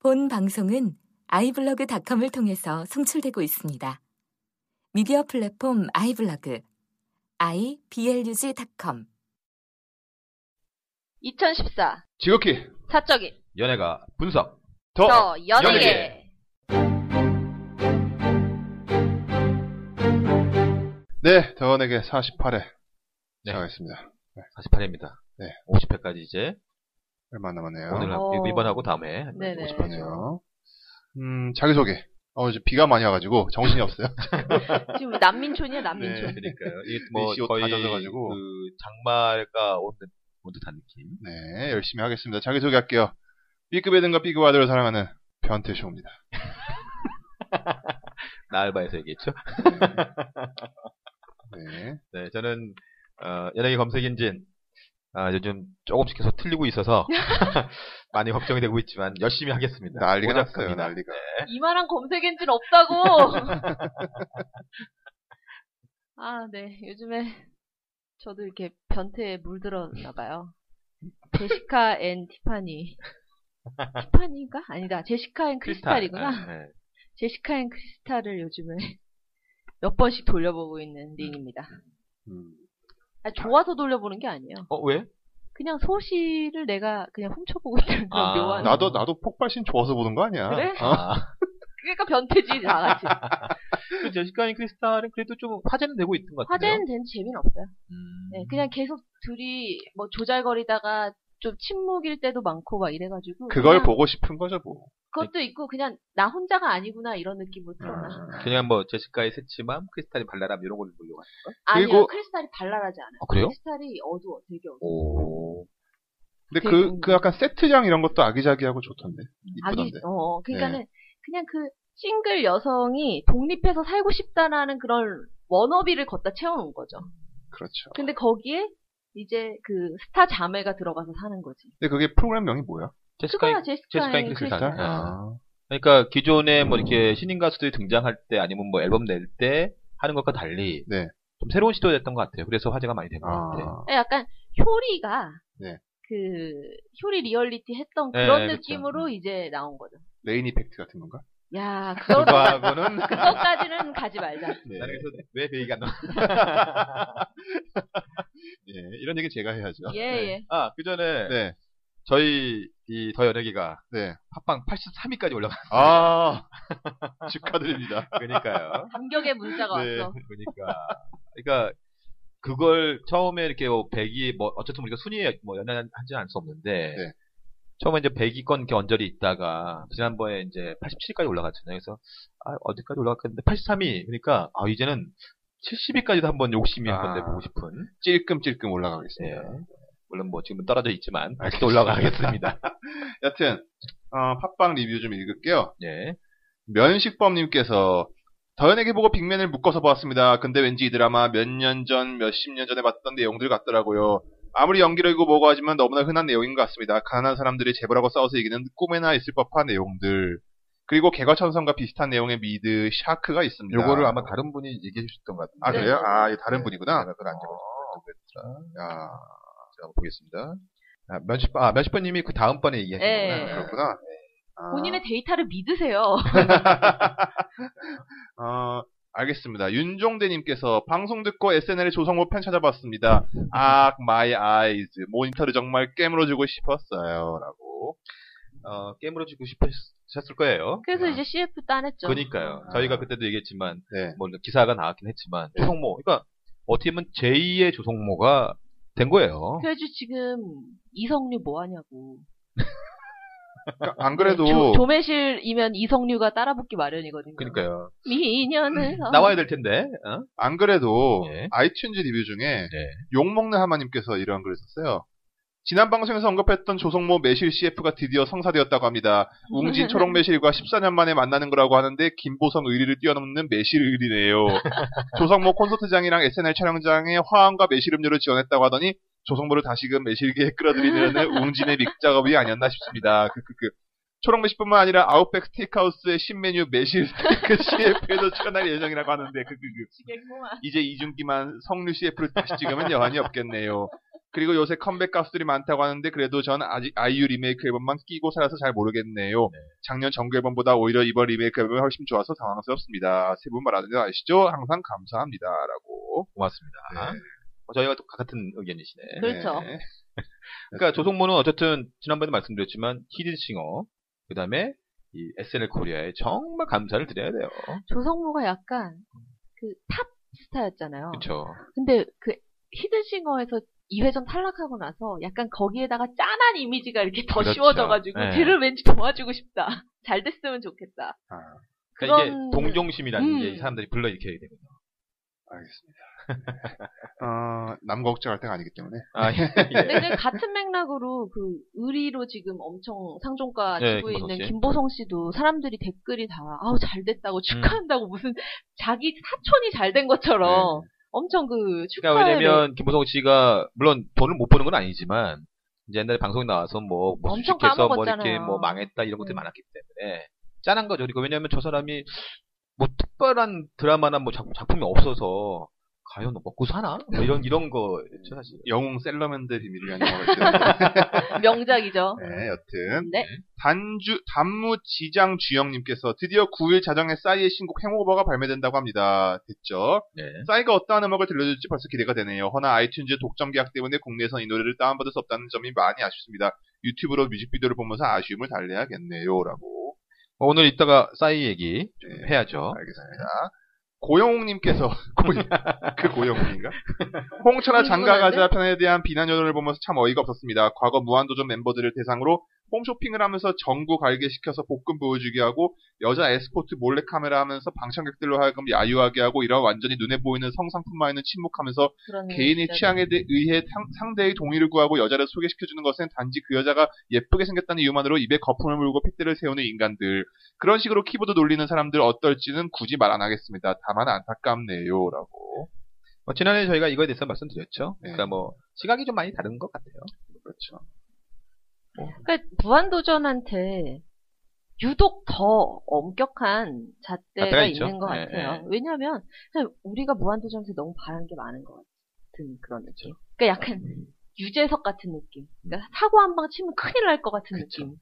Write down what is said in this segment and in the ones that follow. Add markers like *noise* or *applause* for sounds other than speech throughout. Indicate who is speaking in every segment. Speaker 1: 본 방송은 아이블로그닷컴을 통해서 송출되고 있습니다. 미디어 플랫폼 아이블로그 iblog.com
Speaker 2: 2014
Speaker 3: 지극히
Speaker 2: 사적인
Speaker 3: 연예가 분석
Speaker 2: 더 어, 연예계
Speaker 3: 연예계. 네, 더 연예계 48회
Speaker 4: 네.
Speaker 3: 시작하겠습니다.
Speaker 4: 48회입니다.
Speaker 3: 네.
Speaker 4: 50회까지 이제
Speaker 3: 얼마 남았네요.
Speaker 4: 오늘
Speaker 2: 어.
Speaker 4: 한- 이번하고 다음 해.
Speaker 2: 네네.
Speaker 4: 50회.
Speaker 3: 그러네요. 음, 자기소개. 어, 이제 비가 많이 와가지고 정신이 없어요. *laughs*
Speaker 2: 지금 뭐 난민촌이야 난민촌
Speaker 4: 그러니까요. 이게 뭐
Speaker 3: 날씨 옷다
Speaker 4: 거의
Speaker 3: 젖어가지고.
Speaker 4: 그 장마가 온 듯- 온 듯한 느낌.
Speaker 3: 네, 열심히 하겠습니다. 자기소개 할게요. B급의 등과 B급 아들을 사랑하는 변태쇼입니다.
Speaker 4: 나알바에서 얘기했죠.
Speaker 3: 네.
Speaker 4: 네, 저는 어, 연예계 검색 엔진 아, 요즘 조금씩 계속 틀리고 있어서 *laughs* 많이 걱정이 되고 있지만 열심히 하겠습니다.
Speaker 3: 난리가 났어요,
Speaker 4: 오작가입니다.
Speaker 3: 난리가.
Speaker 2: 이만한 검색 엔진 *laughs* 없다고 아 네 요즘에 저도 이렇게 변태에 물들었나 봐요 제시카 앤 티파니 티파니인가? 아니다 제시카 앤 크리스탈이구나
Speaker 4: 네, 네.
Speaker 2: 제시카 앤 크리스탈을 요즘에 몇 번씩 돌려보고 있는 링입니다
Speaker 3: 음,
Speaker 2: 아, 좋아서 돌려보는 게 아니에요
Speaker 4: 어, 왜?
Speaker 2: 그냥 소시를 내가 그냥 훔쳐보고 있는 그런
Speaker 4: 아,
Speaker 2: 묘한
Speaker 3: 나도, 나도 폭발신 좋아서 보는 거 아니야.
Speaker 2: 그래?
Speaker 3: 어?
Speaker 4: 아, *laughs*
Speaker 2: 그러니까 변태지
Speaker 3: *laughs*
Speaker 2: 나같이
Speaker 3: 네.
Speaker 4: 그 제시카인 크리스탈은 그래도 좀 화제는 되고 있는 것 같아요.
Speaker 2: 화제는 된 재미는 없어요.
Speaker 4: 음.
Speaker 2: 네, 그냥 계속 둘이 뭐 조잘거리다가 좀 침묵일 때도 많고 막 이래가지고
Speaker 3: 그걸
Speaker 2: 그냥
Speaker 3: 보고 싶은 거죠, 뭐.
Speaker 2: 그것도 있고 그냥 나 혼자가 아니구나 이런 느낌으로 들어나.
Speaker 4: 그냥 뭐 제시카의 새침함, 크리스탈이 발랄함 이런 걸 보려고 하는 거.
Speaker 2: 아니요
Speaker 3: 그리고-
Speaker 2: 크리스탈이 발랄하지 않아요.
Speaker 4: 아, 그래요?
Speaker 2: 크리스탈이 어두워 되게 어두워.
Speaker 4: 오.
Speaker 3: 근데
Speaker 2: 되게
Speaker 3: 그,
Speaker 2: 좋은데.
Speaker 3: 그 약간 세트장 이런 것도 아기자기하고 좋던데.
Speaker 2: 아기
Speaker 3: 이쁘던데. 네.
Speaker 2: 어 그러니까는 그냥 그 싱글 여성이 독립해서 살고 싶다라는 그런 워너비를 걷다 채워놓은 거죠.
Speaker 3: 그렇죠.
Speaker 2: 근데 거기에 이제 그 스타 자매가 들어가서 사는 거지. 그
Speaker 3: 근데 그게 프로그램 명이 뭐야?
Speaker 2: 그거야
Speaker 4: 제시카인
Speaker 2: 제시카의
Speaker 4: 제시카의
Speaker 2: 크리스탈.
Speaker 4: 크리스탈.
Speaker 3: 아.
Speaker 4: 그러니까 기존에 뭐 이렇게 신인 가수들이 등장할 때 아니면 뭐 앨범 낼 때 하는 것과 달리
Speaker 3: 네.
Speaker 4: 좀 새로운 시도였던 것 같아요. 그래서 화제가 많이 된 것 같아요.
Speaker 3: 아.
Speaker 2: 네, 약간 효리가
Speaker 3: 네.
Speaker 2: 그 효리 리얼리티 했던
Speaker 4: 네,
Speaker 2: 그런
Speaker 4: 그쵸.
Speaker 2: 느낌으로 이제 나온 거죠.
Speaker 3: 레인 이펙트 같은 건가?
Speaker 4: *laughs*
Speaker 2: 야, 그거
Speaker 4: 그거하고는
Speaker 2: *laughs* 그거까지는 가지
Speaker 4: *laughs*
Speaker 2: 말자.
Speaker 3: 네.
Speaker 4: 나는 그래서 왜 베이가 안 나와?
Speaker 3: 예, 이런 얘기 제가 해야죠.
Speaker 2: 예,
Speaker 4: 네.
Speaker 2: 예.
Speaker 4: 아, 그 전에
Speaker 3: 네.
Speaker 4: 저희 이 더 연예기가
Speaker 3: 네.
Speaker 4: 팟빵 83위까지 올라갔어요.
Speaker 3: 아. *laughs* 축하드립니다.
Speaker 4: 그러니까요.
Speaker 2: 감격의 문자가
Speaker 3: 네.
Speaker 2: 왔어.
Speaker 4: 그러니까. 그러니까 그걸 처음에 이렇게 뭐 100위 뭐 어쨌든 우리가 순위에 뭐 연연하지 않을 수 없는데
Speaker 3: 네.
Speaker 4: 처음에 이제 100위권 이렇게 언저리 있다가 지난번에 이제 87위까지 올라갔잖아요. 그래서 아, 어디까지 올라갔겠는데 83위. 그러니까 아, 이제는 70위까지도 한번 욕심이
Speaker 3: 아.
Speaker 4: 한번 내보고 싶은.
Speaker 3: 찔끔찔끔
Speaker 4: 예.
Speaker 3: 올라가겠습니다.
Speaker 4: 물론 뭐 지금은 떨어져 있지만 아직도
Speaker 3: 알겠습니다.
Speaker 4: 올라가겠습니다. *laughs*
Speaker 3: 여튼 어, 팟빵 리뷰 좀 읽을게요.
Speaker 4: 예.
Speaker 3: 면식범님께서 더연에게 보고 빅맨을 묶어서 보았습니다. 근데 왠지 이 드라마 몇 년 전, 몇 십 년 전에 봤던 내용들 같더라고요. 아무리 연기력이고 뭐고 하지만 너무나 흔한 내용인 것 같습니다. 가난한 사람들이 재벌하고 싸워서 이기는 꿈에나 있을 법한 내용들. 그리고 개과천선과 비슷한 내용의 미드 샤크가 있습니다.
Speaker 5: 요거를 아마 다른 분이 얘기해 주셨던 것 같은데.
Speaker 3: 아 그래요?
Speaker 2: 네.
Speaker 3: 아 이게 다른 분이구나.
Speaker 5: 내가 그걸 안 적었어.
Speaker 3: 야
Speaker 5: 제가 한번 보겠습니다. 아, 면십, 아, 면십번님이 그 다음번에 얘기하신
Speaker 3: 네.
Speaker 2: 예.
Speaker 5: 거구나. 그렇구나.
Speaker 3: 그렇구나. 아,
Speaker 2: 본인의 데이터를 믿으세요.
Speaker 3: 어, 알겠습니다. 윤종대님께서 방송 듣고 SNL 조성모 편 찾아봤습니다. 아, my eyes. 모니터를 정말 깨물어주고 싶었어요. 라고.
Speaker 4: 어, 게임으로 주고 싶으셨을 거예요. 아,
Speaker 2: 그래서 이제 CF 따냈죠.
Speaker 4: 그러니까요.
Speaker 3: 아.
Speaker 4: 저희가 그때도 얘기했지만
Speaker 3: 네.
Speaker 4: 뭐 기사가 나왔긴 했지만 조성모. 그러니까 어떻게 보면 제2의 조성모가 된 거예요.
Speaker 2: 그래서 지금 이성류 뭐 하냐고.
Speaker 3: 그러니까 안 그래도
Speaker 2: 조, 조매실이면 이성류가 따라붙기 마련이거든요.
Speaker 4: 그러니까요.
Speaker 2: 미녀는
Speaker 4: 나와야 될 텐데. 어?
Speaker 3: 안 그래도
Speaker 4: 예.
Speaker 3: 아이튠즈 리뷰 중에
Speaker 4: 네.
Speaker 3: 욕먹는 하마님께서 이런 글을 썼어요. 지난 방송에서 언급했던 조성모 매실 CF가 드디어 성사되었다고 합니다. 웅진 초록 매실과 14년 만에 만나는 거라고 하는데 김보선 의리를 뛰어넘는 매실 의리네요. 조성모 콘서트장이랑 SNL 촬영장에 화음과 매실 음료를 지원했다고 하더니 조성모를 다시금 매실계에 끌어들이려는 웅진의 믹작업이 아니었나 싶습니다. 그, 그, 그. 초록 매실뿐만 아니라 아웃백 스테이크하우스의 신메뉴 매실 *laughs* 스테이크 CF에도 출연할 예정이라고 하는데 그, 그, 그.
Speaker 2: 뭐. 지겠구만.
Speaker 3: 이제 이중기만 성류 CF를 다시 찍으면 여한이 없겠네요. 그리고 요새 컴백 가수들이 많다고 하는데 그래도 전 아직 아이유 리메이크 앨범만 끼고 살아서 잘 모르겠네요. 작년 정규 앨범보다 오히려 이번 리메이크 앨범이 훨씬 좋아서 당황스럽습니다. 세 분 말하는 줄 아시죠? 항상 감사합니다라고.
Speaker 4: 고맙습니다. 어, 저희가 또 같은 의견이시네.
Speaker 2: 그렇죠.
Speaker 3: 네.
Speaker 4: 그러니까 조성모는 어쨌든 지난번에 말씀드렸지만 히든싱어 그다음에 이 SNL 코리아에 정말 감사를 드려야 돼요.
Speaker 2: 조성모가 약간 그 탑 스타였잖아요.
Speaker 4: 그렇죠.
Speaker 2: 근데 그 히든싱어에서 2회전 탈락하고 나서 약간 거기에다가 짠한 이미지가 이렇게 더
Speaker 4: 그렇죠.
Speaker 2: 씌워져가지고
Speaker 4: 네.
Speaker 2: 걔를 왠지 도와주고 싶다. *laughs* 잘 됐으면 좋겠다.
Speaker 3: 아,
Speaker 4: 그러니까
Speaker 2: 그런-
Speaker 4: 이게 동정심이라는 게
Speaker 2: 음.
Speaker 4: 사람들이 불러일으켜야 되거든요.
Speaker 3: 알겠습니다. *laughs* 어, 남 걱정할 때가 아니기 때문에.
Speaker 4: 아, 예.
Speaker 2: 근데 그 같은 맥락으로 그 의리로 지금 엄청 상종가
Speaker 4: 네,
Speaker 2: 지고
Speaker 4: 김보성
Speaker 2: 있는
Speaker 4: 씨.
Speaker 2: 김보성 씨도 사람들이 댓글이 다 아우 잘
Speaker 4: 음.
Speaker 2: 됐다고 축하한다고 무슨 자기 사촌이 잘 된 것처럼 엄청 그
Speaker 4: 네. 그러니까
Speaker 2: 축하를
Speaker 4: 왜냐면 김보성 씨가 물론 돈을 못 버는 건 아니지만 이제 옛날에 방송에 나와서 뭐
Speaker 2: 엄청
Speaker 4: 무수식해서 뭐 이렇게
Speaker 2: 까먹었잖아요.
Speaker 4: 뭐 망했다 이런 것들이
Speaker 2: 음.
Speaker 4: 많았기 때문에 짠한 거죠. 그리고 왜냐하면 저 사람이 뭐 특별한 드라마나 뭐 작, 품이 없어서 과연 먹고 사나 뭐 이런 이런 거죠 사실.
Speaker 3: 영웅 셀러맨드 비밀이라는 *laughs* 영화가
Speaker 2: 명작이죠.
Speaker 4: *laughs*
Speaker 3: 있 네, 여튼.
Speaker 2: 네.
Speaker 3: 단주, 단무 지장 주영님께서 드디어 9일 자정에 싸이의 신곡 행오버가 발매된다고 합니다. 됐죠?
Speaker 4: 네.
Speaker 3: 싸이가 어떠한 음악을 들려줄지 벌써 기대가 되네요. 허나 아이튠즈 독점 계약 때문에 국내에선 이 노래를 다운받을 수 없다는 점이 많이 아쉽습니다. 유튜브로 뮤직비디오를 보면서 아쉬움을 달래야겠네요. 라고.
Speaker 4: 어, 오늘 이따가 싸이 얘기 좀
Speaker 3: 네.
Speaker 4: 해야죠.
Speaker 3: 알겠습니다. 고영욱님께서, *laughs* 고영, 그 *laughs* 고영욱인가? 홍천아 장가가자 편에 대한 비난 여론을 보면서 참 어이가 없었습니다. 과거 무한도전 멤버들을 대상으로 홈쇼핑을 하면서 전구 갈게 시켜서 복근 보여주게 하고 여자 에스포트 몰래카메라 하면서 방청객들로 하여금 야유하게 하고 이런 완전히 눈에 보이는 성상품만에는 침묵하면서
Speaker 2: 그런 네.
Speaker 3: 개인의
Speaker 4: 음,
Speaker 2: 진짜
Speaker 3: 취향에 대- 의해 상- 상대의 동의를 구하고 여자를 소개시켜주는 것은 단지 그 여자가 예쁘게 생겼다는 이유만으로 입에 거품을 물고 핏대를 세우는 인간들. 그런 식으로 키보드 놀리는 사람들 어떨지는 굳이 말 안 하겠습니다. 다만 안타깝네요. 라고.
Speaker 4: 어, 지난해 저희가 이거에 대해서 말씀드렸죠.
Speaker 3: 네.
Speaker 4: 그러니까 뭐 시각이 좀 많이 다른 것 같아요.
Speaker 3: 그렇죠.
Speaker 2: 그러니까 무한도전한테 유독 더 엄격한 잣대가
Speaker 4: 잣대가 있죠.
Speaker 2: 있는 것
Speaker 4: 예,
Speaker 2: 같아요. 왜냐하면 그냥 우리가 무한도전에서 너무 바라는 게 많은 것 같은 그런 느낌.
Speaker 4: 그렇죠.
Speaker 2: 그러니까 약간 유재석 같은 느낌.
Speaker 4: 음.
Speaker 2: 그러니까 사고 한 방 치면 큰일 날 것 같은
Speaker 4: 그렇죠.
Speaker 2: 느낌.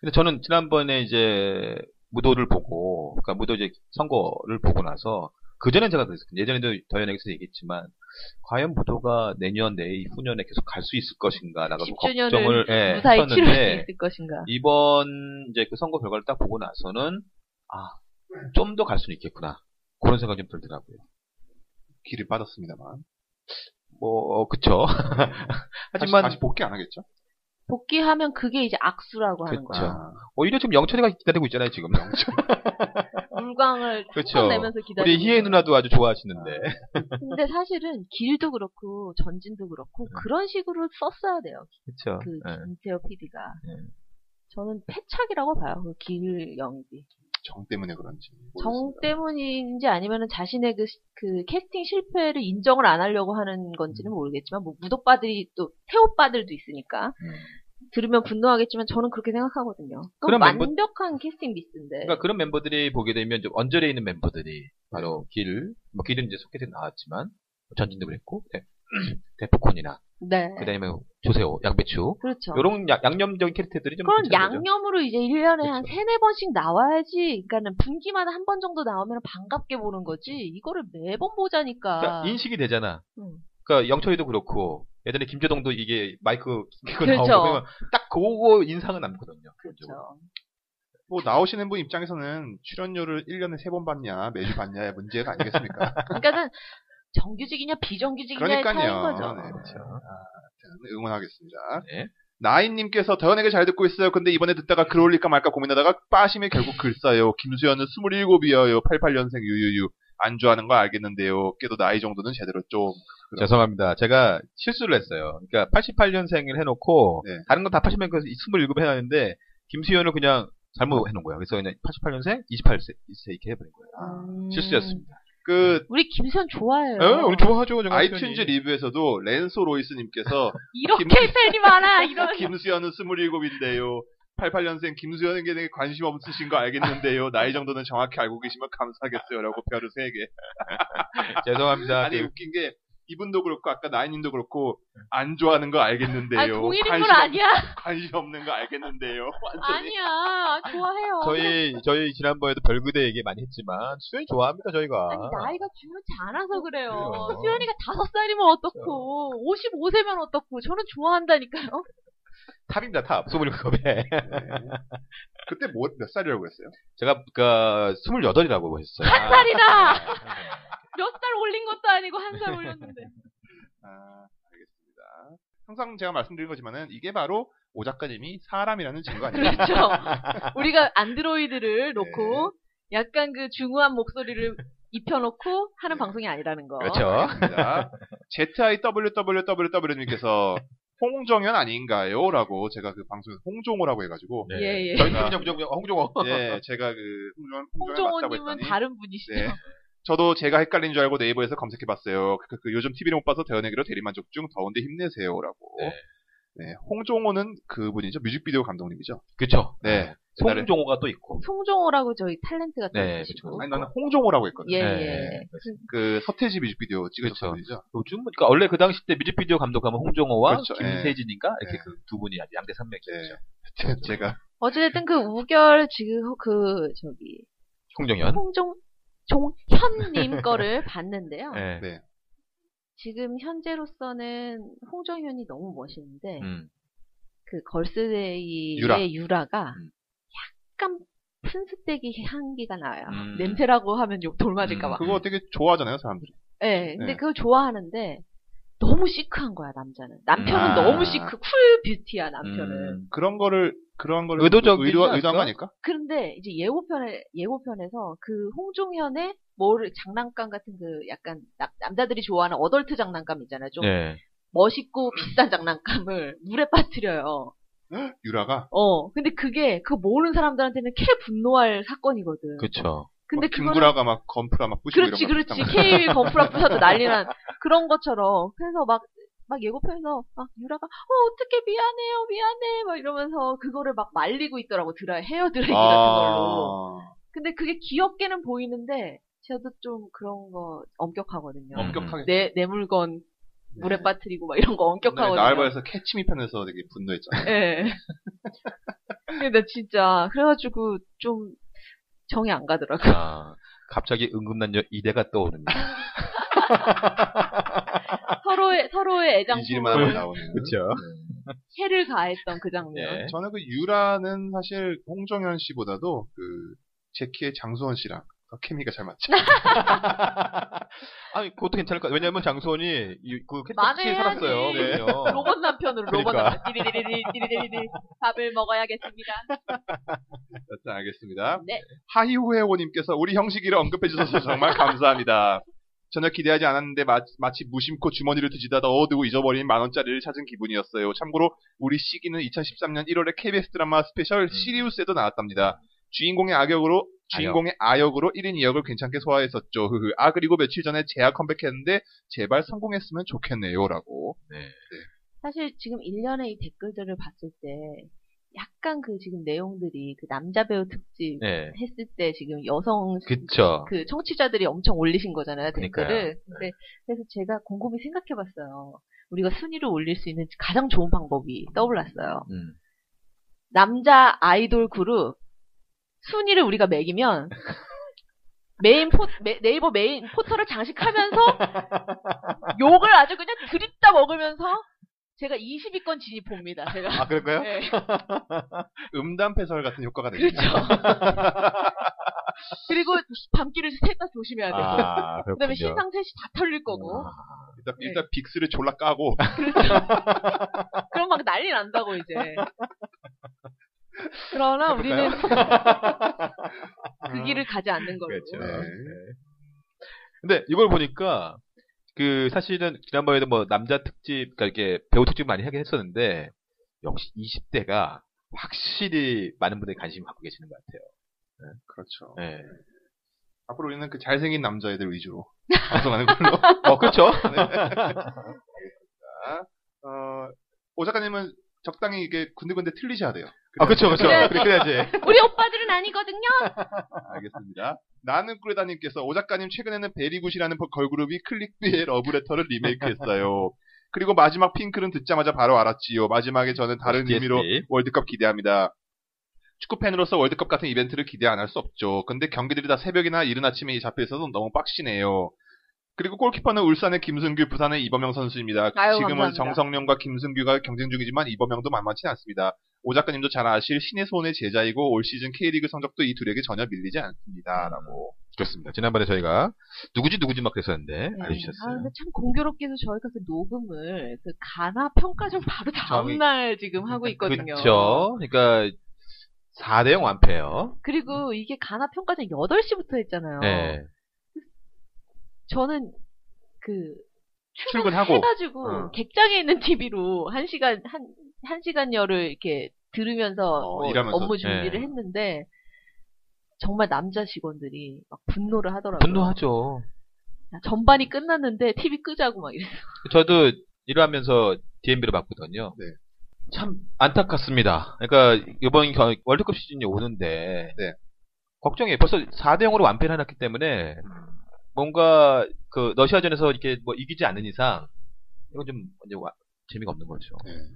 Speaker 4: 근데 저는 지난번에 이제 무도를 보고, 그러니까 무도 이제 선거를 보고 나서 그 전에 제가 그랬었거든요. 예전에도 더현에게서 얘기했지만 과연 무도가 내년 내일 후년에 계속 갈 수 있을 것인가라고 좀
Speaker 2: 10주년을
Speaker 4: 걱정을 예,
Speaker 2: 무사히 치를 수
Speaker 4: 했었는데
Speaker 2: 있을 것인가.
Speaker 4: 이번 이제 그 선거 결과를 딱 보고 나서는 아 좀 더 갈 수는 있겠구나 그런 생각이 좀 들더라고요.
Speaker 3: 길이 빠졌습니다만.
Speaker 4: 뭐 어, 그쵸.
Speaker 3: 하지만
Speaker 4: *laughs* 하지만
Speaker 3: 다시 복귀 안 하겠죠?
Speaker 2: 복귀하면 그게 이제 악수라고 하는
Speaker 4: 그쵸.
Speaker 2: 거야.
Speaker 4: 오히려 지금 영철이가 기다리고 있잖아요 지금.
Speaker 2: 물광을
Speaker 4: 그쵸.
Speaker 2: 내면서 기다리고.
Speaker 4: 우리 희애 누나도 아주 좋아하시는데.
Speaker 2: 근데 사실은 길도 그렇고 전진도 그렇고
Speaker 4: 음.
Speaker 2: 그런 식으로 썼어야 돼요.
Speaker 4: 그쵸.
Speaker 2: 그
Speaker 4: 예.
Speaker 2: 김태호 PD가
Speaker 4: 예.
Speaker 2: 저는 패착이라고 봐요. 그 길영기
Speaker 3: 정 때문에 그런지.
Speaker 2: 정
Speaker 3: 모르겠습니다.
Speaker 2: 때문인지 아니면은 자신의 그, 시- 그 캐스팅 실패를 인정을 안 하려고 하는
Speaker 4: 음.
Speaker 2: 건지는 모르겠지만 뭐 무도빠들이 또 태오빠들도 있으니까
Speaker 4: 음.
Speaker 2: 들으면 분노하겠지만 저는 그렇게 생각하거든요. 그건
Speaker 4: 그런 멤버-
Speaker 2: 완벽한 캐스팅 미스인데
Speaker 4: 뭐 그러니까 그런 멤버들이 보게 되면 좀 언저리에 있는 멤버들이
Speaker 2: 음.
Speaker 4: 바로 길, 뭐 길은 이제 소켓에 나왔지만 전진도 그랬고 *clears throat* 대- 대포콘이나
Speaker 2: 네
Speaker 4: 그다음에 조세호, 양배추
Speaker 2: 그렇죠.
Speaker 4: 요런 야- 양념적인 캐릭터들이 그렇죠. 좀
Speaker 2: 그런
Speaker 4: 괜찮은 거죠.
Speaker 2: 양념으로 이제 1년에 한
Speaker 4: 그쵸.
Speaker 2: 세네 번씩 나와야지, 그러니까는 분기마다 한 번 정도 나오면 반갑게 보는 거지, 이거를 매번 보자니까.
Speaker 4: 그러니까 인식이 되잖아.
Speaker 2: 음.
Speaker 4: 그러니까 영철이도 그렇고 예전에 김재동도 이게 마이크 그거
Speaker 2: 그렇죠.
Speaker 4: 나오고 그러면 딱 그거 인상은 남거든요. 기본적으로.
Speaker 2: 그렇죠.
Speaker 3: 뭐 나오시는 분 입장에서는 출연료를 1년에 3번 받냐, 매주 받냐의 문제가
Speaker 4: *laughs*
Speaker 3: 아니겠습니까?
Speaker 2: 그러니까는 정규직이냐 비정규직이냐의 차이인 거죠.
Speaker 3: 그러니까요. 네,
Speaker 4: 그렇죠.
Speaker 3: 아무튼 응원하겠습니다.
Speaker 4: 네.
Speaker 3: 나인님께서 더현에게 잘 듣고 있어요. 근데 이번에 듣다가 글 올릴까 말까 고민하다가 빠심에 결국 글 써요. 김수현은 27이어요. 88년생 유유유. 안 좋아하는 거 알겠는데요. 깨도 나이 정도는 제대로 좀. 그럼.
Speaker 4: 네. 죄송합니다. 제가 실수를 했어요. 그러니까 88년생을 해놓고
Speaker 3: 네.
Speaker 4: 다른 건 다 80년생에서 27 해놨는데 김수현을 그냥 잘못 해놓은 거예요. 그래서 그냥 88년생, 28세 이렇게 해버린 거예요.
Speaker 2: 음.
Speaker 4: 실수였습니다. 네.
Speaker 3: 그
Speaker 2: 우리 김수현 좋아해요.
Speaker 4: 어, 우리 좋아하죠. 정말
Speaker 3: 아이튠즈 리뷰에서도 렌소
Speaker 4: *laughs*
Speaker 3: 로이스님께서
Speaker 2: 이렇게 *laughs*
Speaker 3: 김-
Speaker 2: 팬이 많아 이런.
Speaker 3: 김수현은 27인데요. 88년생 김수현에게 관심 없으신 거 알겠는데요. 나이 정도는 정확히 알고 계시면 감사하겠어요. 라고 별을 3개.
Speaker 4: 죄송합니다.
Speaker 3: 아니
Speaker 4: 그
Speaker 3: 웃긴 게 이분도 그렇고 아까 나인님도 그렇고 안 좋아하는 거 알겠는데요.
Speaker 2: 아니 동일인 건
Speaker 3: 관심 없-
Speaker 2: 아니야.
Speaker 3: 관심 없는 거 알겠는데요. 완전히
Speaker 2: 아니야. 좋아해요.
Speaker 4: 저희 저희 지난번에도 별그대 얘기 많이 했지만 수현이 좋아합니다 저희가.
Speaker 2: 아니 나이가 중요치 않아서 그래요.
Speaker 4: 그래요.
Speaker 2: 수현이가 다섯 살이면 어떻고 55세면 어떻고 저는 좋아한다니까요.
Speaker 4: 탑입니다 탑. 27컵에 *laughs*
Speaker 3: 그때 뭐, 몇 살이라고 했어요?
Speaker 4: 제가 그니까 28이라고 했어요.
Speaker 2: 한 살이다. 몇 살 올린 것도 아니고 한 살 올렸는데.
Speaker 3: 아, 알겠습니다. 항상 제가 말씀드린 거지만은 이게 바로 오 작가님이 사람이라는 친구 아니에요?
Speaker 2: 그렇죠. 우리가 안드로이드를 놓고 약간 그 중후한 목소리를 입혀놓고 하는 방송이 아니라는 거.
Speaker 4: 그렇죠.
Speaker 3: 알겠습니다. ziwww.w님께서 홍정현 아닌가요? 라고 제가 그 방송에서 홍종호라고 해가지고
Speaker 4: 네.
Speaker 2: 예, 예.
Speaker 4: 저희 홍정호 홍정호, 홍정호.
Speaker 3: 예, 제가 그 홍정현, 홍정현 맞다고
Speaker 2: 홍종호님은
Speaker 3: 했더니
Speaker 2: 다른 분이시죠.
Speaker 4: 어.
Speaker 3: 네. 저도 제가 헷갈린 줄 알고 네이버에서 검색해봤어요. 그, 그, 요즘 TV를 못 봐서 대연에게로 대리만족 중 더운데 힘내세요라고.
Speaker 4: 네.
Speaker 3: 네, 홍종호는 그분이죠. 뮤직비디오 감독님이죠.
Speaker 4: 그렇죠.
Speaker 3: 네. 옛날에-
Speaker 4: 송종호가 또 있고.
Speaker 2: 송종호라고 저희 탤런트 같은
Speaker 4: 네,
Speaker 2: 분이시고.
Speaker 3: 아니 그렇죠. 나는 홍종호라고 했거든요.
Speaker 2: 예, 예.
Speaker 4: 네.
Speaker 3: 그 서태지 뮤직비디오 찍으신
Speaker 4: 그렇죠.
Speaker 3: 분이죠.
Speaker 4: 요즘 그러니까 원래 그 당시 때 뮤직비디오 감독하면 홍종호와
Speaker 3: 그렇죠.
Speaker 4: 김세진인가 이렇게
Speaker 3: 예.
Speaker 4: 그 두 분이 아주 양대 산맥이었죠.
Speaker 3: 네.
Speaker 4: 네.
Speaker 3: 제가
Speaker 2: 어쨌든 그 우결 지금 그 저기
Speaker 4: 홍정현.
Speaker 2: 홍종 종현님 거를 봤는데요.
Speaker 4: 예.
Speaker 3: 네.
Speaker 2: 지금 현재로서는 홍정현이 너무 멋있는데
Speaker 4: 음.
Speaker 2: 그 걸스데이의
Speaker 3: 유라.
Speaker 2: 유라. 가
Speaker 4: 음.
Speaker 2: 약간 푼스떼기 향기가 나요.
Speaker 4: 음.
Speaker 2: 냄새라고 하면 욕 돌맞을까봐.
Speaker 4: 음.
Speaker 3: 그거 되게 좋아하잖아요, 사람들이.
Speaker 2: 네, 근데
Speaker 3: 네.
Speaker 2: 그걸 좋아하는데 너무 시크한 거야 남자는. 남편은
Speaker 4: 아.
Speaker 2: 너무 시크, 쿨 뷰티야 남편은.
Speaker 4: 음.
Speaker 3: 그런 거를 그런 거를
Speaker 4: 의도적이지
Speaker 3: 의도,
Speaker 4: 않을까?
Speaker 3: 의도한 거 아닐까?
Speaker 2: 그런데 이제 예고편에 예고편에서 그 홍종현의 뭐를 장난감 같은 그 약간 나- 남자들이 좋아하는 어덜트 장난감 있잖아요. 좀
Speaker 4: 네.
Speaker 2: 멋있고 비싼 장난감을 물에 빠뜨려요.
Speaker 3: 유라가
Speaker 2: 어, 근데 그게 그 모르는 사람들한테는 캐 분노할 사건이거든.
Speaker 4: 그렇죠.
Speaker 2: 근데
Speaker 3: 막
Speaker 2: 그거는
Speaker 3: 김구라가 막 건프라 막 부시고
Speaker 2: 그렇지,
Speaker 3: 이런
Speaker 2: 그렇지. K 건프라
Speaker 3: *laughs*
Speaker 2: 부셔도 난리난 그런 것처럼. 그래서 막, 막 예고편에서 막 유라가 어 어떻게 미안해요, 미안해 막 이러면서 그거를 막 말리고 있더라고 드라이 헤어 드라이기 *laughs* 같은 걸로.
Speaker 3: 아,
Speaker 2: 근데 그게 귀엽게는 보이는데 저도 좀 그런 거 엄격하거든요.
Speaker 4: 음.
Speaker 3: 엄격하게
Speaker 2: 내, 내 물건 네, 물에 빠뜨리고 막 이런 거
Speaker 3: 옛날에
Speaker 2: 엄격하거든요.
Speaker 3: 네. 나알바에서 캐치미 편에서 되게 분노했잖아요.
Speaker 2: 예. 근데 나 진짜 그래가지고 좀 정이 안 가더라고.
Speaker 4: 아, 갑자기 은금난녀 이대가 떠오릅니다.
Speaker 2: 서로의 서로의
Speaker 3: 이질만 하면
Speaker 4: *laughs*
Speaker 2: 애장품을
Speaker 3: 나오는.
Speaker 4: 그렇죠.
Speaker 2: 해를 가했던 그 장면.
Speaker 4: 네.
Speaker 3: 저는 그 유라는 사실 홍정현 씨보다도 그 제키의 장수원 씨랑 더 케미가 잘 맞죠.
Speaker 4: *laughs* 아니 그것도 괜찮을 것 같아요. 왜냐하면 장수원이 이- 그 캐치에
Speaker 2: 만회해야지.
Speaker 4: 살았어요.
Speaker 3: 네.
Speaker 4: 그럼요.
Speaker 2: 로봇 남편으로 로봇
Speaker 4: 그러니까.
Speaker 2: 남편. 디리디리디 디리디리디 밥을 먹어야겠습니다.
Speaker 3: 일단
Speaker 4: 아.
Speaker 3: 알겠습니다.
Speaker 2: 네.
Speaker 3: 하이후에오님께서 우리 형식이를 언급해주셔서 정말 감사합니다. 전혀 기대하지 않았는데 마, 치 무심코 주머니를 뒤지다 넣어두고 잊어버린 만원짜리를 찾은 기분이었어요. 참고로 우리 시기는 2013년 1월에 KBS 드라마 스페셜 시리우스에도 나왔답니다. 주인공의 악역으로 주인공의 아역으로 1인 2역을 괜찮게 소화했었죠. 흐흐. 아 그리고 며칠 전에 재학 컴백했는데 제발 성공했으면 좋겠네요라고.
Speaker 2: 사실 지금 1년의 이 댓글들을 봤을 때 약간 그 지금 내용들이 그 남자 배우 특집
Speaker 4: 네.
Speaker 2: 했을 때 지금 여성
Speaker 4: 그쵸.
Speaker 2: 그 청취자들이 엄청 올리신 거잖아요
Speaker 4: 그러니까요. 네.
Speaker 2: 댓글을. 근데 그래서 제가 곰곰이 생각해봤어요. 우리가 순위를 올릴 수 있는 가장 좋은 방법이 떠올랐어요.
Speaker 4: 음.
Speaker 2: 남자 아이돌 그룹 순위를 우리가
Speaker 4: *laughs*
Speaker 2: 매기면 메인 포 메- 네이버 메인 포털을 장식하면서 욕을 아주 그냥 들이따 먹으면서 제가 20위권 진입 봅니다. 제가
Speaker 4: 아 그럴까요?
Speaker 2: 네.
Speaker 3: 음담 패설 같은 효과가 되죠.
Speaker 4: *laughs*
Speaker 2: 그렇죠. 그리고 밤길을 셋 다 조심해야 돼요.
Speaker 4: 아 그렇군요.
Speaker 2: 그다음에 신상 셋이 다 털릴 거고
Speaker 4: 아,
Speaker 3: 일단, 일단 빅스를 졸라 까고
Speaker 2: 그럼 막 난리 난다고
Speaker 4: *laughs*
Speaker 2: 이제. 그러나 우리는 그 길을 가지 않는 걸로.
Speaker 4: 그렇죠.
Speaker 3: 네.
Speaker 4: 네. 근데 이걸 보니까 그 사실은 지난번에도 뭐 남자 특집, 그러니까 이렇게 배우 특집 많이 하긴 했었는데 역시 20대가 확실히 많은 분들이 관심 갖고 계시는 것 같아요.
Speaker 3: 그렇죠.
Speaker 4: 네.
Speaker 3: 앞으로 우리는 그 잘생긴 남자애들 위주로 방송하는 걸로.
Speaker 4: 어 그렇죠.
Speaker 3: 네. 알겠습니다. 어, 오 작가님은 적당히 이게 군데군데 틀리셔야 돼요. *laughs*
Speaker 5: 아, 그쵸,
Speaker 3: 그렇죠.
Speaker 5: 그쵸.
Speaker 4: 그렇죠.
Speaker 2: 그래야지.
Speaker 5: 그래야지.
Speaker 2: 우리 오빠들은 아니거든요.
Speaker 3: 알겠습니다. 나는 꾸레다님께서 오 작가님 최근에는 베리굿이라는 걸그룹이 클릭비의 러브레터를 리메이크했어요. 그리고 마지막 핑클은 듣자마자 바로 알았지요. 마지막에 저는 다른
Speaker 4: DSP.
Speaker 3: 의미로 월드컵 기대합니다. 축구 팬으로서 월드컵 같은 이벤트를 기대 안 할 수 없죠. 근데 경기들이 다 새벽이나 이른 아침에 잡혀 있어서 너무 빡시네요. 그리고 골키퍼는 울산의 김승규, 부산의 이범영 선수입니다.
Speaker 2: 아유,
Speaker 3: 지금은
Speaker 2: 감사합니다.
Speaker 3: 정성룡과 김승규가 경쟁 중이지만 이범영도 만만치 않습니다. 오 작가님도 잘 아실 신의 손의 제자이고 올 시즌 K리그 성적도 이 둘에게 전혀 밀리지 않습니다라고.
Speaker 5: 좋습니다. 지난번에 저희가
Speaker 4: 누구지 누구지 막 그랬었는데
Speaker 2: 네. 아,
Speaker 4: 알려주셨어요.
Speaker 2: 근데 참 공교롭게도 저희가 그 녹음을 그 가나 평가전 바로
Speaker 4: 저기-
Speaker 2: 다음날 지금
Speaker 4: *laughs*
Speaker 2: 하고 있거든요.
Speaker 4: 그렇죠. 그러니까 4대 0 완패예요.
Speaker 2: 리고 이게 가나 평가전 8시부터 했잖아요.
Speaker 4: 네.
Speaker 2: 저는 그
Speaker 4: 출근하고
Speaker 2: 해가지고
Speaker 4: 어.
Speaker 2: 객장에 있는 TV로 한 시간 한 한 시간 열을 이렇게 들으면서
Speaker 3: 어,
Speaker 2: 뭐
Speaker 3: 일하면서.
Speaker 2: 업무 준비를
Speaker 4: 예.
Speaker 2: 했는데 정말 남자 직원들이 막 분노를 하더라고요.
Speaker 4: 분노하죠.
Speaker 2: 전반이 끝났는데 TV 끄자고 막 이랬어요.
Speaker 4: 그 저도 일하면서 DMB로 봤거든요.
Speaker 3: 네.
Speaker 4: 참 안타깝습니다. 그러니까 이번 겨- 월드컵 시즌이 오는데
Speaker 3: 네.
Speaker 4: 걱정이 벌써 4대 0으로 완패를 해놨기 때문에 뭔가 그 러시아전에서 이렇게 뭐 이기지 않는 이상 이건 좀 이제 와- 재미가 없는 거죠.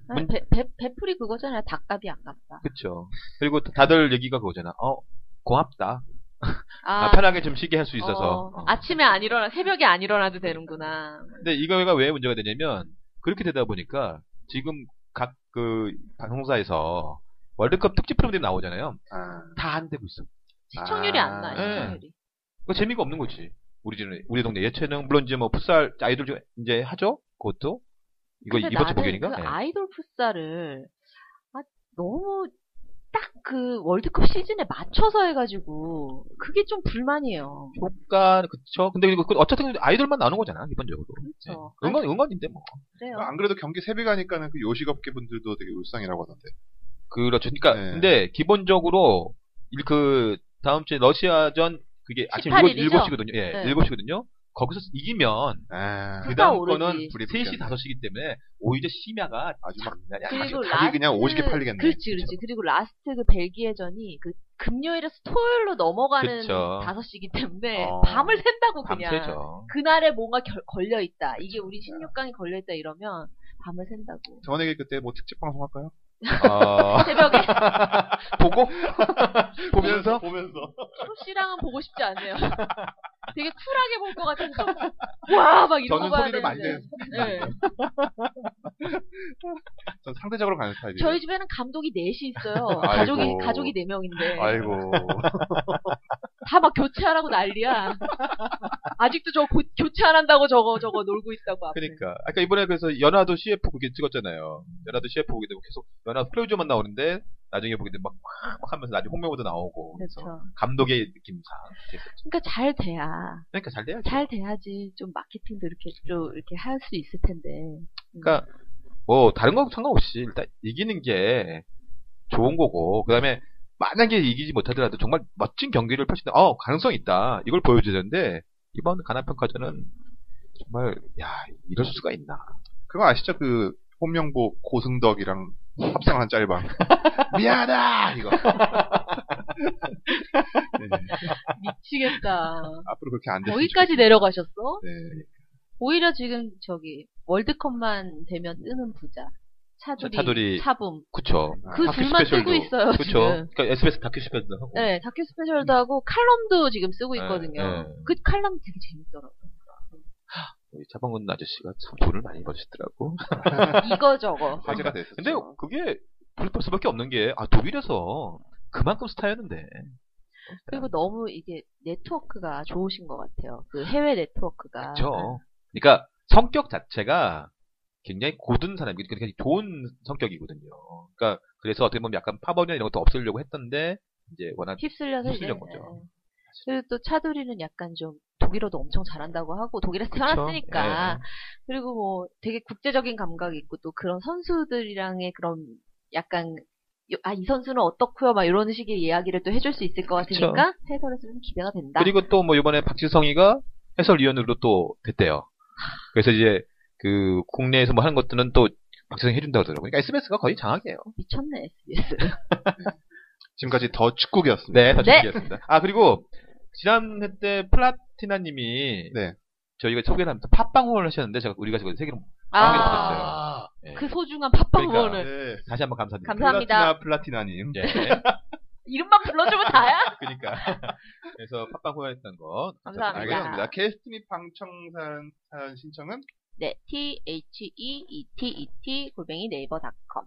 Speaker 2: 아,
Speaker 4: 문-
Speaker 2: 배, 배, 배풀이 그거잖아요. 닭값이 아깝다.
Speaker 4: 그렇죠. 그리고 다들 얘기가 그거잖아. 어 고맙다.
Speaker 2: 아,
Speaker 4: 나 편하게 좀 쉬게 할 수 있어서.
Speaker 2: 어,
Speaker 4: 어.
Speaker 2: 아침에 안 일어나 새벽에 안 일어나도 되는구나.
Speaker 4: 근데 이거가 왜 문제가 되냐면 그렇게 되다 보니까 지금 각 그 방송사에서 월드컵 특집 프로그램 나오잖아요. 다 안 되고 있어.
Speaker 2: 시청률이 안 나요.
Speaker 4: 예.
Speaker 2: 시청률이.
Speaker 4: 그 재미가 없는 거지. 우리 집 우리 동네 예체능 물론 이제 뭐 풋살 아이돌 중 이제 하죠. 그것도 이거
Speaker 2: 근데
Speaker 4: 이번 주
Speaker 2: 나는
Speaker 4: 목요일인가?
Speaker 2: 그
Speaker 4: 예.
Speaker 2: 아이돌 풋살을 아, 너무 딱 그 월드컵 시즌에 맞춰서 해가지고 그게 좀 불만이에요.
Speaker 4: 효과 그쵸. 근데 이거 그 어쨌든 아이돌만 나오는 거잖아 기본적으로.
Speaker 2: 그렇죠.
Speaker 4: 예. 응원 응원인데 뭐.
Speaker 2: 그래요.
Speaker 3: 안 그래도 경기 새벽 하니까는 그 요식업계 분들도 되게 울상이라고 하던데.
Speaker 4: 그렇죠. 그러니까
Speaker 3: 네.
Speaker 4: 근데 기본적으로 일- 그 다음 주에 러시아전 그게 아침
Speaker 2: 18일
Speaker 4: 7,
Speaker 2: 이죠?
Speaker 4: 시거든요 예,
Speaker 2: 네.
Speaker 4: 7시거든요. 거기서 이기면
Speaker 3: 아,
Speaker 4: 그
Speaker 2: 효과
Speaker 4: 다음
Speaker 2: 오르지.
Speaker 4: 거는
Speaker 3: 불이 붙겠네.
Speaker 4: 3시, 5시이기 때문에 오히려 심야가
Speaker 3: 아주 막
Speaker 4: 장난이 아니야.
Speaker 2: 그리고
Speaker 3: 닭이
Speaker 2: 라스트
Speaker 3: 그냥 오지게 팔리겠네.
Speaker 2: 그렇지, 그렇지. 그리고 라스트 그 벨기에전이 그 금요일에서 토요일로 넘어가는
Speaker 4: 그쵸.
Speaker 2: 다섯 시기 때문에
Speaker 3: 어.
Speaker 2: 밤을 샌다고 그냥.
Speaker 4: 밤새죠. 네.
Speaker 2: 그날에 뭔가 결- 걸려있다. 이게 우리 16강이 걸려있다 이러면 밤을 샌다고.
Speaker 3: 전에게 그때 뭐 특집 방송 할까요?
Speaker 4: 어,
Speaker 2: 새벽에
Speaker 4: *laughs* 보고? 보면서?
Speaker 3: 보면서.
Speaker 2: 쇼씨랑은 보고 싶지 않네요. *laughs* 되게 쿨하게 볼 것 같아서 와막 이런
Speaker 3: 저는
Speaker 2: 거 봐야
Speaker 3: 소리를 많이
Speaker 2: 되는데. 예.
Speaker 3: 전 상대적으로 가는 스타일이에요.
Speaker 2: 저희 집에는 감독이 넷이 있어요.
Speaker 3: 아이고.
Speaker 2: 가족이 가족이 네 명인데
Speaker 3: 아이고.
Speaker 2: 다 막 교체하라고 난리야. 아직도 저 고- 교체 안 한다고 저거 저거 놀고 있다고 앞에.
Speaker 4: *laughs* 그러니까. 아까 이번에 그래서 연화도 CF 그게 찍었잖아요. 연화도 CF 보게 되고 계속 연화 클로즈만 나오는데 나중에 보게 되면 막, 막 하면서 나중에 홍명호도 나오고. 그래서
Speaker 2: 그렇죠.
Speaker 4: 감독의 느낌상. 이렇게 했었죠.
Speaker 2: 그러니까 잘 돼야
Speaker 4: 그러니까 잘 돼야지.
Speaker 2: 잘 돼야지 좀 마케팅도 이렇게 좀 이렇게 할 수 있을 텐데. 음.
Speaker 4: 그러니까 뭐 다른 거 상관없이 일단 이기는 게 좋은 거고 그다음에 만약에 이기지 못하더라도 정말 멋진 경기를 펼친다. 어 가능성 있다. 이걸 보여줘야 되는데 이번 가나 평가전은 정말 야 이럴 수가 있나.
Speaker 3: 그거 아시죠? 그 홍명보 고승덕이랑 합성한 짤방. 미안하다 이거. 네,
Speaker 2: 미치겠다.
Speaker 3: 앞으로 그렇게 안 됐으면
Speaker 2: 거기까지 내려가셨어?
Speaker 3: 좋겠어요. 네.
Speaker 2: 오히려 지금 저기 월드컵만 되면 뜨는 부자. 차두리,
Speaker 4: 차- 차두리.
Speaker 2: 차붐.
Speaker 4: 그쵸.
Speaker 2: 그
Speaker 4: 다큐
Speaker 2: 둘만
Speaker 4: 스페셜도.
Speaker 2: 뜨고 있어요.
Speaker 4: 그쵸.
Speaker 2: 지금.
Speaker 4: 그러니까 SBS 다큐 스페셜도 하고.
Speaker 2: 네, 다큐 스페셜도 하고 칼럼도 지금 쓰고 있거든요.
Speaker 4: 네, 네.
Speaker 2: 그 칼럼 되게 재밌더라고요.
Speaker 4: 우리 차방근 아저씨가 참 돈을 많이 버시더라고.
Speaker 2: 이거 저거.
Speaker 4: 아,
Speaker 3: 화제가 됐었죠.
Speaker 4: 근데 그게 불법 수밖에 없는 게 아 독일에서 그만큼 스타였는데.
Speaker 2: 그리고 너무 이게 네트워크가 좋으신 것 같아요. 그 해외 아, 네트워크가.
Speaker 4: 그렇죠. 그러니까 성격 자체가 굉장히 고든 사람이 굉장히 좋은 성격이거든요. 그러니까 그래서 어떻게 보면 약간 파벌이나 이런 것도 없애려고 했던데 이제 워낙
Speaker 2: 휩쓸려서 이제.
Speaker 4: 휩쓸린 거죠.
Speaker 2: 네. 그리고 또 차두리는 약간 좀 독일어도 엄청 잘한다고 하고 독일에서
Speaker 4: 예,
Speaker 2: 태어났으니까 그리고 뭐 되게 국제적인 감각이 있고 또 그런 선수들이랑의 그런 약간 아 이 선수는 어떻고요 막 이런 식의 이야기를 또 해줄 수 있을 것
Speaker 4: 그쵸.
Speaker 2: 같으니까 해설에서 좀 기대가 된다.
Speaker 4: 그리고 또 뭐 이번에 박지성이가 해설위원으로 또 됐대요. 그래서 이제 그 국내에서 뭐 하는 것들은 또 박재성이 해준다고 하더라고요. 그러니까 SBS가 거의 장악이에요.
Speaker 2: 미쳤네, SBS.
Speaker 3: 지금까지 더 축구기였습니다.
Speaker 4: 네,
Speaker 2: 네.
Speaker 4: 다준비했습니다 아, 그리고 지난해 때 플라티나님이
Speaker 3: 네.
Speaker 4: 저희가 소개를 하면서 팟빵 후원을 하셨는데 제가 우리가 지금 세계로
Speaker 2: 아,
Speaker 4: 예.
Speaker 2: 그 소중한 팟빵
Speaker 4: 그러니까.
Speaker 2: 후원을.
Speaker 3: 네.
Speaker 4: 다시 한번 감사드립니다.
Speaker 2: 감사- 감사합니다.
Speaker 3: 플라티나 플라티나님. *laughs*
Speaker 4: 예.
Speaker 2: 이름만 불러주면 다야?
Speaker 4: *laughs* 그러니까. 그래서 팟빵 후원했던 거.
Speaker 2: 감사합니다.
Speaker 3: 알겠습니다. 캐스트 및 방청사연 사연 신청은
Speaker 2: 네, t h e e t e t 골뱅이 네이버닷컴.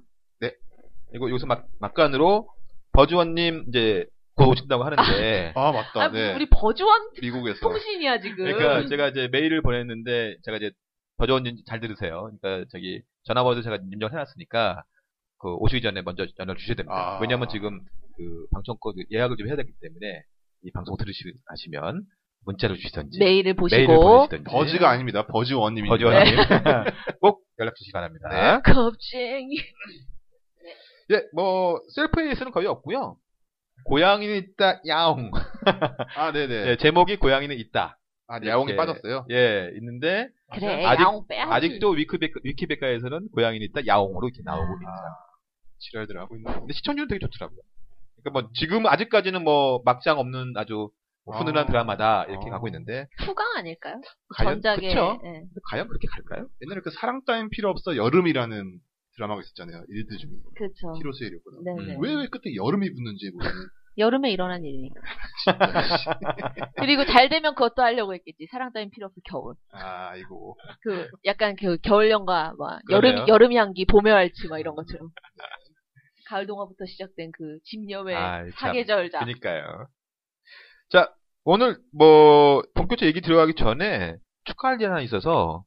Speaker 4: 그리고 여기서 막, 막간으로 버즈원님 이제 곧
Speaker 2: *laughs*
Speaker 4: 오신다고 하는데.
Speaker 3: 아 맞다.
Speaker 2: 아,
Speaker 3: 네.
Speaker 2: 우리 버즈원
Speaker 3: 미국에서
Speaker 2: 통신이야 지금.
Speaker 4: 그러니까 제가 이제 메일을 보냈는데 제가 이제 버즈원님 잘 들으세요. 그러니까 저기 전화번호 제가 입력을 해놨으니까 그 오시기 전에 먼저 연락 주셔야 됩니다.
Speaker 3: 아.
Speaker 4: 왜냐하면 지금 그 방청권 예약을 좀 해야 되기 때문에 이 방송 들으시면 문자를 주시던지
Speaker 2: 메일을
Speaker 4: 메일을
Speaker 2: 보시고
Speaker 4: 보내시던지
Speaker 3: 버즈가 아닙니다. 버즈 원님입니다.
Speaker 2: 네.
Speaker 4: 버즈원님 *laughs* 꼭 연락 주시기 바랍니다.
Speaker 3: 네.
Speaker 2: 겁쟁이.
Speaker 4: 예, 뭐 셀프 AS는 거의 없고요. 고양이는 있다, 야옹.
Speaker 3: 아 네네.
Speaker 4: 예, 제목이 고양이는 있다.
Speaker 3: 아 야옹이
Speaker 4: 이렇게.
Speaker 3: 빠졌어요.
Speaker 4: 예, 있는데
Speaker 2: 그래,
Speaker 4: 아직-
Speaker 2: 야옹 빼야지.
Speaker 4: 아직도 위키백과, 위키백과에서는 고양이는 있다, 야옹으로 이렇게 나오고 있다.
Speaker 3: 아, 지랄들 하고 있는.
Speaker 4: 근데 시청률은 되게 좋더라고요. 그러니까 뭐 지금 아직까지는 뭐 막장 없는 아주 뭐 훈훈한
Speaker 3: 아.
Speaker 4: 드라마다 이렇게
Speaker 3: 아.
Speaker 4: 가고 있는데
Speaker 2: 후광 아닐까요?
Speaker 4: 과연
Speaker 2: 전작에.
Speaker 4: 그쵸?
Speaker 2: 예.
Speaker 4: 근데 과연 그렇게 갈까요?
Speaker 3: 옛날에 그 사랑 따윈 필요 없어 여름이라는 드라마가 있었잖아요. 일드 중에
Speaker 2: 그쵸.
Speaker 3: 히로스의 료구나.
Speaker 2: 어. 네네.
Speaker 4: 음.
Speaker 3: 왜, 왜 끝에 여름이 붙는지 모르는.
Speaker 2: 여름에 일어난
Speaker 4: *laughs*
Speaker 2: 일이니까. *laughs* 그리고 잘 되면 그것도 하려고 했겠지. 사랑 따윈 필요 없어 겨울.
Speaker 3: 아, 이거.
Speaker 2: 그 약간 그 겨울연가 막
Speaker 4: 그러네요.
Speaker 2: 여름 여름 향기 봄의 왈츠 막 이런 것처럼. 가을 동화부터 시작된 그 집념의
Speaker 4: 아이, 참.
Speaker 2: 사계절작.
Speaker 4: 그니까요. 자, 오늘 뭐 본격적 얘기 들어가기 전에 축하할 일 하나 있어서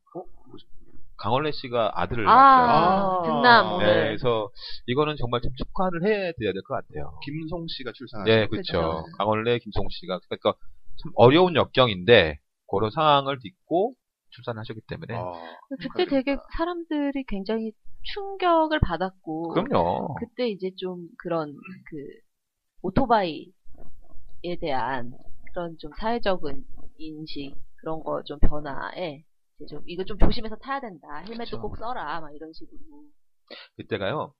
Speaker 4: 강원래 씨가 아들을 낳았어요.
Speaker 2: 아,
Speaker 3: 아.
Speaker 2: 등남
Speaker 4: 네,
Speaker 2: 오늘.
Speaker 4: 그래서 이거는 정말 참 축하를 해드려야 될 것 같아요.
Speaker 3: 김송 씨가 출산하신.
Speaker 4: 네,
Speaker 2: 아, 그쵸.
Speaker 4: 그렇죠. 강원래 김송 씨가 그러니까 참 어려운 역경인데 그런 상황을 딛고 출산하셨기
Speaker 2: 네.
Speaker 4: 때문에
Speaker 2: 어.
Speaker 3: 아,
Speaker 2: 그때 되게 사람들이 굉장히 충격을 받았고
Speaker 4: 그럼요.
Speaker 2: 그때 이제 좀 그런 그 오토바이에 대한 그런 좀 사회적인 인식 그런 거 좀 변화에 이제 좀 이거 좀 조심해서 타야 된다 헬멧도
Speaker 4: 그쵸.
Speaker 2: 꼭 써라 막 이런 식으로
Speaker 4: 그때가요.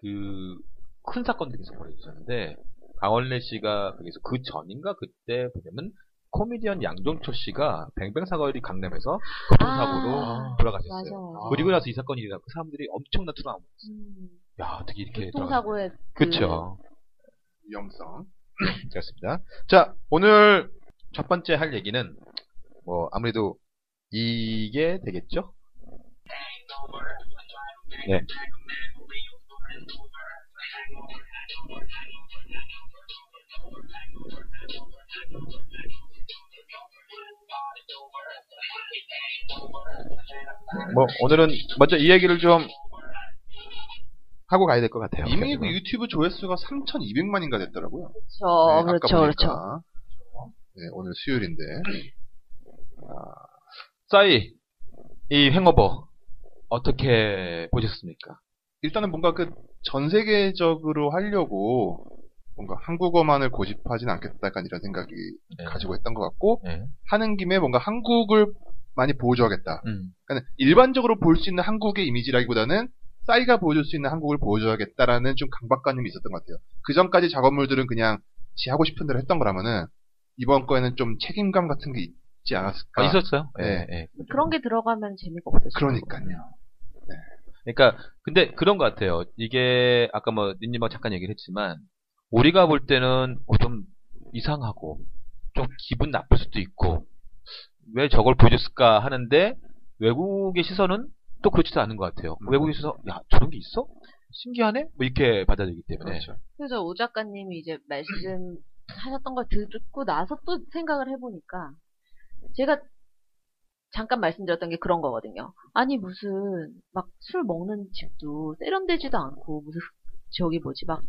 Speaker 4: 그 큰 사건들이 계속 벌어졌었는데 강원래 씨가 거기서 그 전인가 그때 보면 코미디언 양종철 씨가 뱅뱅사거리 강남에서 교통사고로
Speaker 2: 아,
Speaker 4: 돌아가셨어요.
Speaker 2: 맞아
Speaker 4: 그리고 나서 이 사건이 일어나고 사람들이 엄청난 투라우마.
Speaker 2: 음,
Speaker 4: 야, 어떻게 이렇게
Speaker 2: 교통사고에 그-
Speaker 4: 그렇죠.
Speaker 3: 위험성.
Speaker 4: 그렇습니다. 자, 오늘 첫 번째 할 얘기는 뭐 아무래도 이게 되겠죠? 네. 뭐 오늘은 먼저 이 얘기를 좀 하고 가야 될 것 같아요.
Speaker 3: 이미 그 유튜브 조회수가 3,200만인가 됐더라고요.
Speaker 2: 그렇죠
Speaker 3: 네, 아까
Speaker 2: 그렇죠 그렇죠
Speaker 3: 보니까. 네, 오늘 수요일인데.
Speaker 4: 싸이, 이 행어버, 어떻게 보셨습니까?
Speaker 3: 일단은 뭔가 그 전 세계적으로 하려고 뭔가 한국어만을 고집하진 않겠다 약간 이런 생각이 가지고 했던 것 같고
Speaker 4: 네.
Speaker 3: 하는 김에 뭔가 한국을 많이 보여줘야겠다.
Speaker 4: 음.
Speaker 3: 그러니까 일반적으로 볼 수 있는 한국의 이미지라기보다는 싸이가 보여줄 수 있는 한국을 보여줘야겠다라는 좀 강박관념이 있었던 것 같아요. 그 전까지 작업물들은 그냥 지 하고 싶은 대로 했던 거라면은 이번 거에는 좀 책임감 같은 게 있지 않았을까.
Speaker 4: 아, 있었어요?
Speaker 3: 네.
Speaker 4: 예, 예.
Speaker 2: 그런 게 들어가면 재미가 없어요
Speaker 3: 그러니까요.
Speaker 4: 그러니까, 근데 그런 것 같아요. 이게, 아까 뭐, 님님하고 잠깐 얘기를 했지만, 우리가 볼 때는 어, 좀 이상하고, 좀 기분 나쁠 수도 있고, 왜 저걸 보여줬을까 하는데, 외국의 시선은 또 그렇지도 않은 것 같아요.
Speaker 3: 음.
Speaker 4: 외국의 시선, 야, 저런 게 있어? 신기하네? 뭐, 이렇게 받아들이기
Speaker 2: 네.
Speaker 4: 때문에.
Speaker 3: 그렇죠.
Speaker 2: 그래서 오 작가님이 이제
Speaker 3: 음.
Speaker 2: 말씀하셨던 걸 듣고 나서 또 생각을 해보니까 제가 잠깐 말씀드렸던 게 그런 거거든요. 아니 무슨 막 술 먹는 집도 세련되지도 않고 무슨 저기 뭐지 막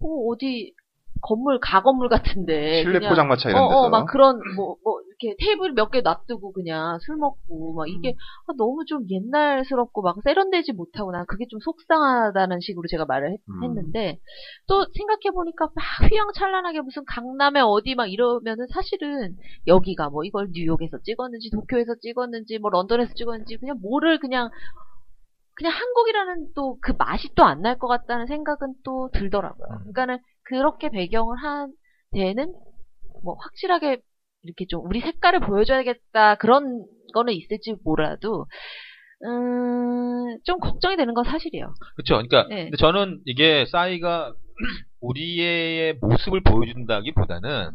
Speaker 2: 어, 어디 건물 가건물 같은데
Speaker 3: 실내
Speaker 2: 네, 그냥
Speaker 3: 포장마차 이런 데서.
Speaker 2: 어, 어, 막 그런, 뭐, 뭐, 이렇게 테이블 몇 개 놔두고 그냥 술 먹고, 막 이게 아, 너무 좀 옛날스럽고 막 세련되지 못하고 난 그게 좀 속상하다는 식으로 제가 말을 했,
Speaker 3: 음.
Speaker 2: 는데또 생각해보니까 막 휘황찬란하게 무슨 강남에 어디 막 이러면은 사실은 여기가 뭐 이걸 뉴욕에서 찍었는지 도쿄에서 찍었는지 뭐 런던에서 찍었는지 그냥 뭐를 그냥 그냥 한국이라는 또 그 맛이 또 안 날 것 같다는 생각은 또 들더라고요. 그러니까는 그렇게 배경을 한 데에는 뭐 확실하게 이렇게 좀 우리 색깔을 보여줘야겠다 그런 거는 있을지 몰라도 음, 좀 걱정이 되는 건 사실이에요.
Speaker 4: 그렇죠. 그러니까
Speaker 2: 네.
Speaker 4: 근데 저는 이게 싸이가 *clears throat* 우리의 모습을 보여준다기보다는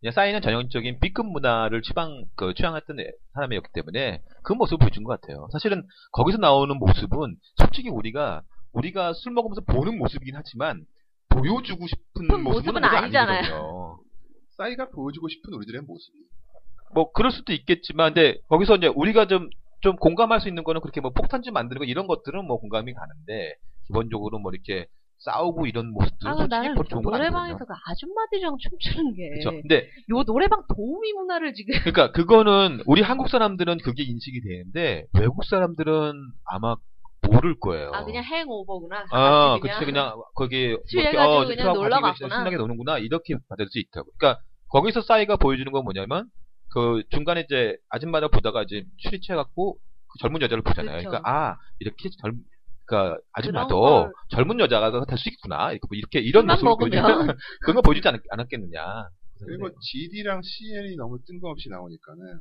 Speaker 4: 그냥 싸이는 전형적인 B급 문화를 추방 그 취향했던 애- 사람이었기 때문에 그 모습을 보여준 것 같아요. 사실은 거기서 나오는 모습은 솔직히 우리가 우리가 술 먹으면서 보는 모습이긴 하지만 보여주고 싶은
Speaker 2: 모습은
Speaker 4: 모습은, 우리가
Speaker 2: 아니잖아요.
Speaker 4: 아니거든요.
Speaker 3: 싸이가 보여주고 싶은 우리들의 모습.
Speaker 4: 뭐 그럴 수도 있겠지만 근데 거기서 이제 우리가 좀 좀 공감할 수 있는 거는 그렇게 뭐 폭탄주 만드는 거 이런 것들은 뭐 공감이 가는데 기본적으로 뭐 이렇게 싸우고 이런 모습들은
Speaker 2: 아,
Speaker 4: 솔직히
Speaker 2: 나는
Speaker 4: 볼 네, 좋은 건
Speaker 2: 노래방에서
Speaker 4: 아니거든요.
Speaker 2: 그 아줌마들이랑 춤추는 게
Speaker 4: 그렇죠.
Speaker 2: 요
Speaker 4: 근데
Speaker 2: 노래방 도우미 문화를 지금
Speaker 4: 그러니까 그거는 우리 한국 사람들은 그게 인식이 되는데 외국 사람들은 아마 모를 거예요.
Speaker 2: 아 그냥 행오버구나.
Speaker 4: 어. 아,
Speaker 2: 같이
Speaker 4: 그치 그냥 거기
Speaker 2: 취해가지고
Speaker 4: 뭐 이렇게,
Speaker 2: 그냥
Speaker 4: 술하고
Speaker 2: 놀러
Speaker 4: 가지고
Speaker 2: 갔구나.
Speaker 4: 신나게 노는구나 이렇게 받을 수 있다고. 그러니까 거기서 싸이가 보여주는 건 뭐냐면 그 중간에 이제 아줌마를 보다가 이제 술이 취해갖고 그 젊은 여자를 보잖아요.
Speaker 2: 그쵸.
Speaker 4: 그러니까아 이렇게 젊 그러니까
Speaker 2: 그런
Speaker 4: 아줌마도
Speaker 2: 걸-
Speaker 4: 젊은 여자가 될 수 있구나 이렇게, 뭐 이렇게 이런
Speaker 2: 술만
Speaker 4: 모습을 보여주
Speaker 2: 먹으면.
Speaker 4: *laughs* 그런 거 보여주지 않았, 않았겠느냐.
Speaker 2: 네.
Speaker 3: 그리고 GD랑 CL이 너무 뜬금없이 나오니까는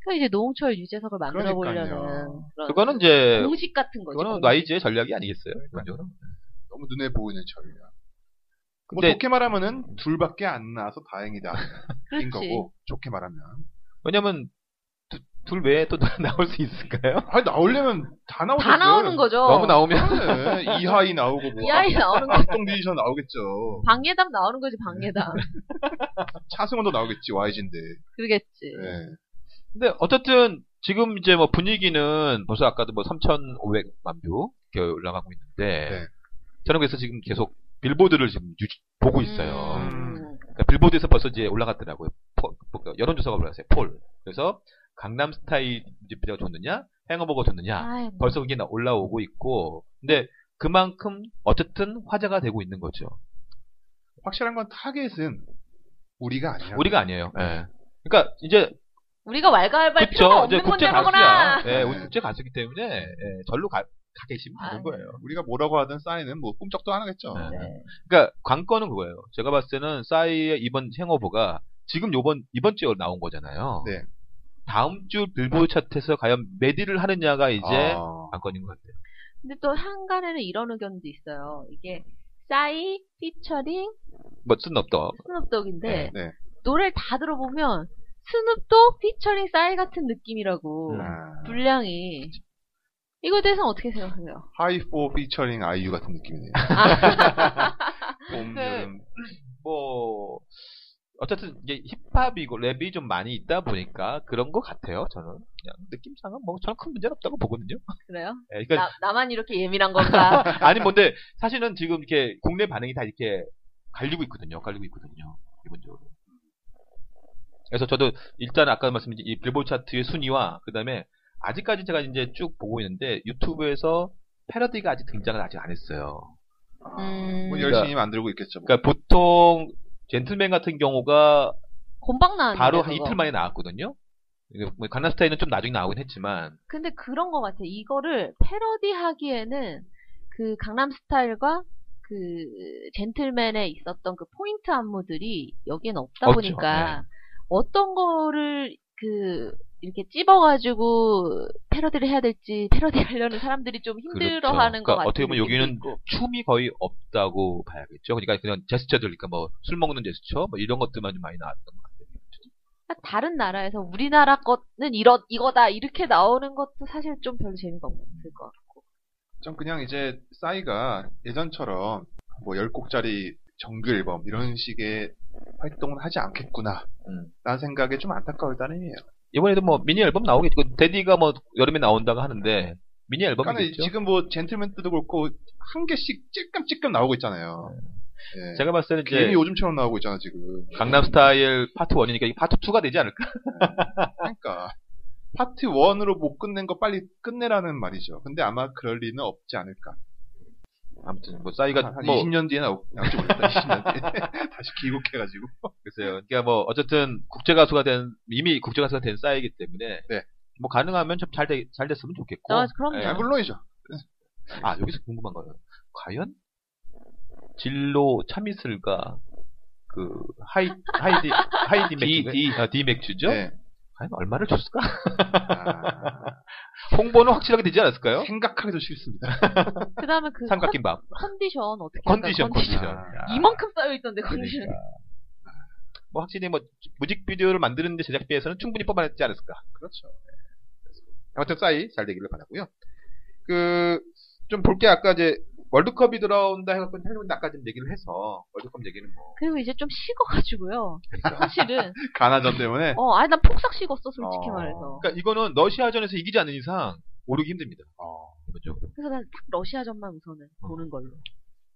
Speaker 2: 그 이제 노홍철 유재석을 만들어 보려는
Speaker 3: 그러니까요.
Speaker 2: 그런
Speaker 4: 그거는 이제
Speaker 2: 공식 같은 거죠.
Speaker 4: 그거는
Speaker 2: 공식.
Speaker 4: 나이지의 전략이 아니겠어요. 기본적으로.
Speaker 3: 너무 눈에 보이는 철이야. 뭐
Speaker 4: 근데-
Speaker 3: 좋게 말하면은 둘밖에 안 나와서 다행이다.
Speaker 2: *laughs*
Speaker 3: 인
Speaker 2: 그렇지.
Speaker 3: 거고 좋게 말하면.
Speaker 4: 왜냐면 두- 둘 외에 또 *laughs* 나올 수 있을까요?
Speaker 3: 아니 나오려면 다 나오죠.
Speaker 2: 다 나오는 거죠.
Speaker 4: 너무 나오면
Speaker 3: 그러네. 이하이 나오고 뭐.
Speaker 2: 이 아이 나오는 거.
Speaker 3: 악동 뮤지션 나오겠죠.
Speaker 2: 방예담 나오는 거지 방예담.
Speaker 4: 네.
Speaker 3: 차승원도 나오겠지 YG인데.
Speaker 2: *laughs* 그러겠지.
Speaker 3: 네.
Speaker 4: 근데 어쨌든 지금 이제 뭐 분위기는 벌써 아까도 뭐 3,500만 뷰 이렇게 올라가고 있는데
Speaker 3: 네.
Speaker 4: 저는 그래서 지금 계속 빌보드를 지금 유지- 보고 있어요.
Speaker 2: 음.
Speaker 4: 그러니까 빌보드에서 벌써 이제 올라갔더라고요. 포- 뭐, 여론조사가 올라갔어요. 폴. 그래서 강남 스타일 뮤직비디오가 좋느냐, 행어버가 좋느냐
Speaker 2: 아이, 뭐.
Speaker 4: 벌써 그게 나- 올라오고 있고 근데 그만큼 어쨌든 화제가 되고 있는 거죠.
Speaker 3: 확실한 건 타겟은 우리가 아니야.
Speaker 4: 우리가 아니에요. 예. 그러니까 이제
Speaker 2: 우리가 왈가왈부할 필요가
Speaker 4: 그렇죠. 이제
Speaker 2: 없는
Speaker 4: 국제
Speaker 2: 문제라구나.
Speaker 4: 가수야. 예, 우리
Speaker 3: 네.
Speaker 4: 국제 가수기 때문에 예, 절로 가, 가 계시면 되는
Speaker 2: 아유. 네. 아,
Speaker 4: 거예요.
Speaker 3: 우리가 뭐라고 하든 싸이는 뭐 꿈쩍도 안 하겠죠.
Speaker 4: 네. 그러니까 관건은 그거예요. 제가 봤을 때는 싸이의 이번 행오버가 지금 요번 이번 주에 나온 거잖아요.
Speaker 3: 네.
Speaker 4: 다음 주 빌보드 차트에서 과연 메디를 하느냐가 이제
Speaker 3: 아,
Speaker 4: 관건인 것 같아요.
Speaker 2: 근데 또 한간에는 이런 의견도 있어요. 이게 싸이 피처링
Speaker 4: 뭐 쓴업더.
Speaker 2: 스눕독인데
Speaker 4: 네,
Speaker 3: 네.
Speaker 2: 노래를 다 들어보면 스눕독 피처링 싸이 같은 느낌이라고
Speaker 4: 음. 네.
Speaker 3: 아,
Speaker 2: 분량이 이거에 대해서 어떻게 생각하세요?
Speaker 3: 하이포 피처링 아이유 같은 느낌이네요. 봄,
Speaker 4: 네.
Speaker 3: 여름.
Speaker 4: 뭐 어쨌든 이게 힙합이고 랩이 좀 많이 있다 보니까 그런 것 같아요. 저는 그냥 느낌상은 뭐 저는 큰 문제는 없다고 보거든요.
Speaker 2: 그래요?
Speaker 4: 예, 그러니까
Speaker 2: 나, 나만 이렇게 예민한 건가?
Speaker 4: *laughs* 아니 뭔데 사실은 지금 이렇게 국내 반응이 다 이렇게 갈리고 있거든요. 갈리고 있거든요. 기본적으로. 그래서 저도 일단 아까 말씀드린 이 빌보드 차트의 순위와 그다음에 아직까지 제가 이제 쭉 보고 있는데 유튜브에서 패러디가 아직 등장을 아직 안 했어요.
Speaker 2: 음,
Speaker 3: 뭐
Speaker 4: 그러니까-
Speaker 3: 열심히 만들고 있겠죠.
Speaker 4: 그러니까 보통 젠틀맨 같은 경우가
Speaker 2: 곰방 나왔는데
Speaker 4: 바로 한
Speaker 2: 아, 네, 그거.
Speaker 4: 이틀 만에 나왔거든요. 강남 스타일은 좀 나중에 나오긴 했지만
Speaker 2: 근데 그런 것 같아. 이거를 패러디하기에는 그 강남 스타일과 그 젠틀맨에 있었던 그 포인트 안무들이 여기엔 없다
Speaker 4: 없죠. 네.
Speaker 2: 보니까 어떤 거를 그 이렇게 찝어가지고 패러디를 해야 될지 패러디 하려는 사람들이 좀 힘들어하는 것
Speaker 4: 그렇죠. 그러니까
Speaker 2: 같아요.
Speaker 4: 어떻게 보면 여기는 춤이 거의 없다고 봐야겠죠. 그러니까 그냥 제스처들, 그러니까 뭐 술 먹는 제스처, 뭐 이런 것들만 좀 많이 나왔던 것 같아요.
Speaker 2: 그러니까 다른 나라에서 우리나라 거는 이러 이거다 이렇게 나오는 것도 사실 좀 별로 재미가 없을 것 같고.
Speaker 3: 전 그냥 이제 싸이가 예전처럼 뭐 10곡짜리 정규 앨범 이런 식의 활동은 하지 않겠구나.
Speaker 4: 음.
Speaker 3: 라는 생각에 좀 안타까울 따름이에요.
Speaker 4: 이번에도 뭐 미니 앨범 나오겠죠. 데디가 뭐 여름에 나온다고 하는데 미니
Speaker 3: 그러니까
Speaker 4: 앨범이겠죠.
Speaker 3: 지금 뭐 젠틀맨 때도 그렇고 한 개씩 찔끔찔끔 나오고 있잖아요. 예.
Speaker 4: 제가 봤을 때는
Speaker 3: 괜히
Speaker 4: 이제
Speaker 3: 요즘처럼 나오고 있잖아 지금.
Speaker 4: 강남 스타일 파트 1이니까 이게 파트 2가 되지 않을까?
Speaker 3: 그러니까 파트 1으로 못 끝낸 거 빨리 끝내라는 말이죠. 근데 아마 그럴 리는 없지 않을까.
Speaker 4: 아무튼 뭐 싸이가
Speaker 3: 한
Speaker 4: 뭐
Speaker 3: 20년 뒤에 나오, 나올지 모르겠다. 20년 뒤에 *laughs*
Speaker 4: *laughs*
Speaker 3: 다시 귀국해가지고.
Speaker 4: 글쎄요. 그러니까 뭐 어쨌든 국제 가수가 된 이미 국제 가수가 된 싸이기 때문에
Speaker 3: 네.
Speaker 4: 뭐 가능하면 좀 잘 잘 됐으면 좋겠고.
Speaker 2: 아, 그럼요.
Speaker 4: 예.
Speaker 3: 아, 물론이죠.
Speaker 4: 아, 여기서 궁금한 거예요. 과연 진로 차미슬과 그 하이 하이디
Speaker 3: *laughs*
Speaker 4: 하이디
Speaker 5: D,
Speaker 4: 맥주 D, D 맥주죠?
Speaker 5: 네.
Speaker 4: 과연 얼마를 줬을까?
Speaker 5: 아,
Speaker 4: 홍보는 확실하게 되지 않았을까요?
Speaker 3: 생각하기도
Speaker 4: 아,
Speaker 3: 싫습니다.
Speaker 2: 그 다음에 그
Speaker 4: 삼각김밥
Speaker 2: 컨- 컨디션 어떻게
Speaker 4: 컨디션
Speaker 2: 할까요? 컨디션.
Speaker 4: 컨디션.
Speaker 5: 아.
Speaker 4: 야.
Speaker 2: 이만큼 쌓여있던데 컨디션.
Speaker 4: 뭐 확실히 뭐 뮤직비디오를 만드는데 제작비에서는 충분히 뽑아냈지 않았을까?
Speaker 5: 그렇죠. 네. 그래서 아무튼 싸이 잘 되기를 바라고요. 그, 좀 볼게 아까 이제 월드컵이 들어온다 해갖고 헬로윈 아까 좀 얘기를 해서 월드컵 얘기는
Speaker 4: *laughs*
Speaker 5: 뭐.
Speaker 2: 그리고 이제 좀 식어가지고요.
Speaker 3: 그러니까.
Speaker 2: 사실은.
Speaker 3: 가나전 때문에.
Speaker 2: 어, 아니, 난 폭삭 식었어, 솔직히
Speaker 3: 어.
Speaker 2: 말해서.
Speaker 4: 그러니까 이거는 러시아전에서 이기지 않는 이상 오르기 힘듭니다.
Speaker 3: 어,
Speaker 4: 그죠?
Speaker 2: 그래서 난 딱 러시아전만 우선은 보는 걸로.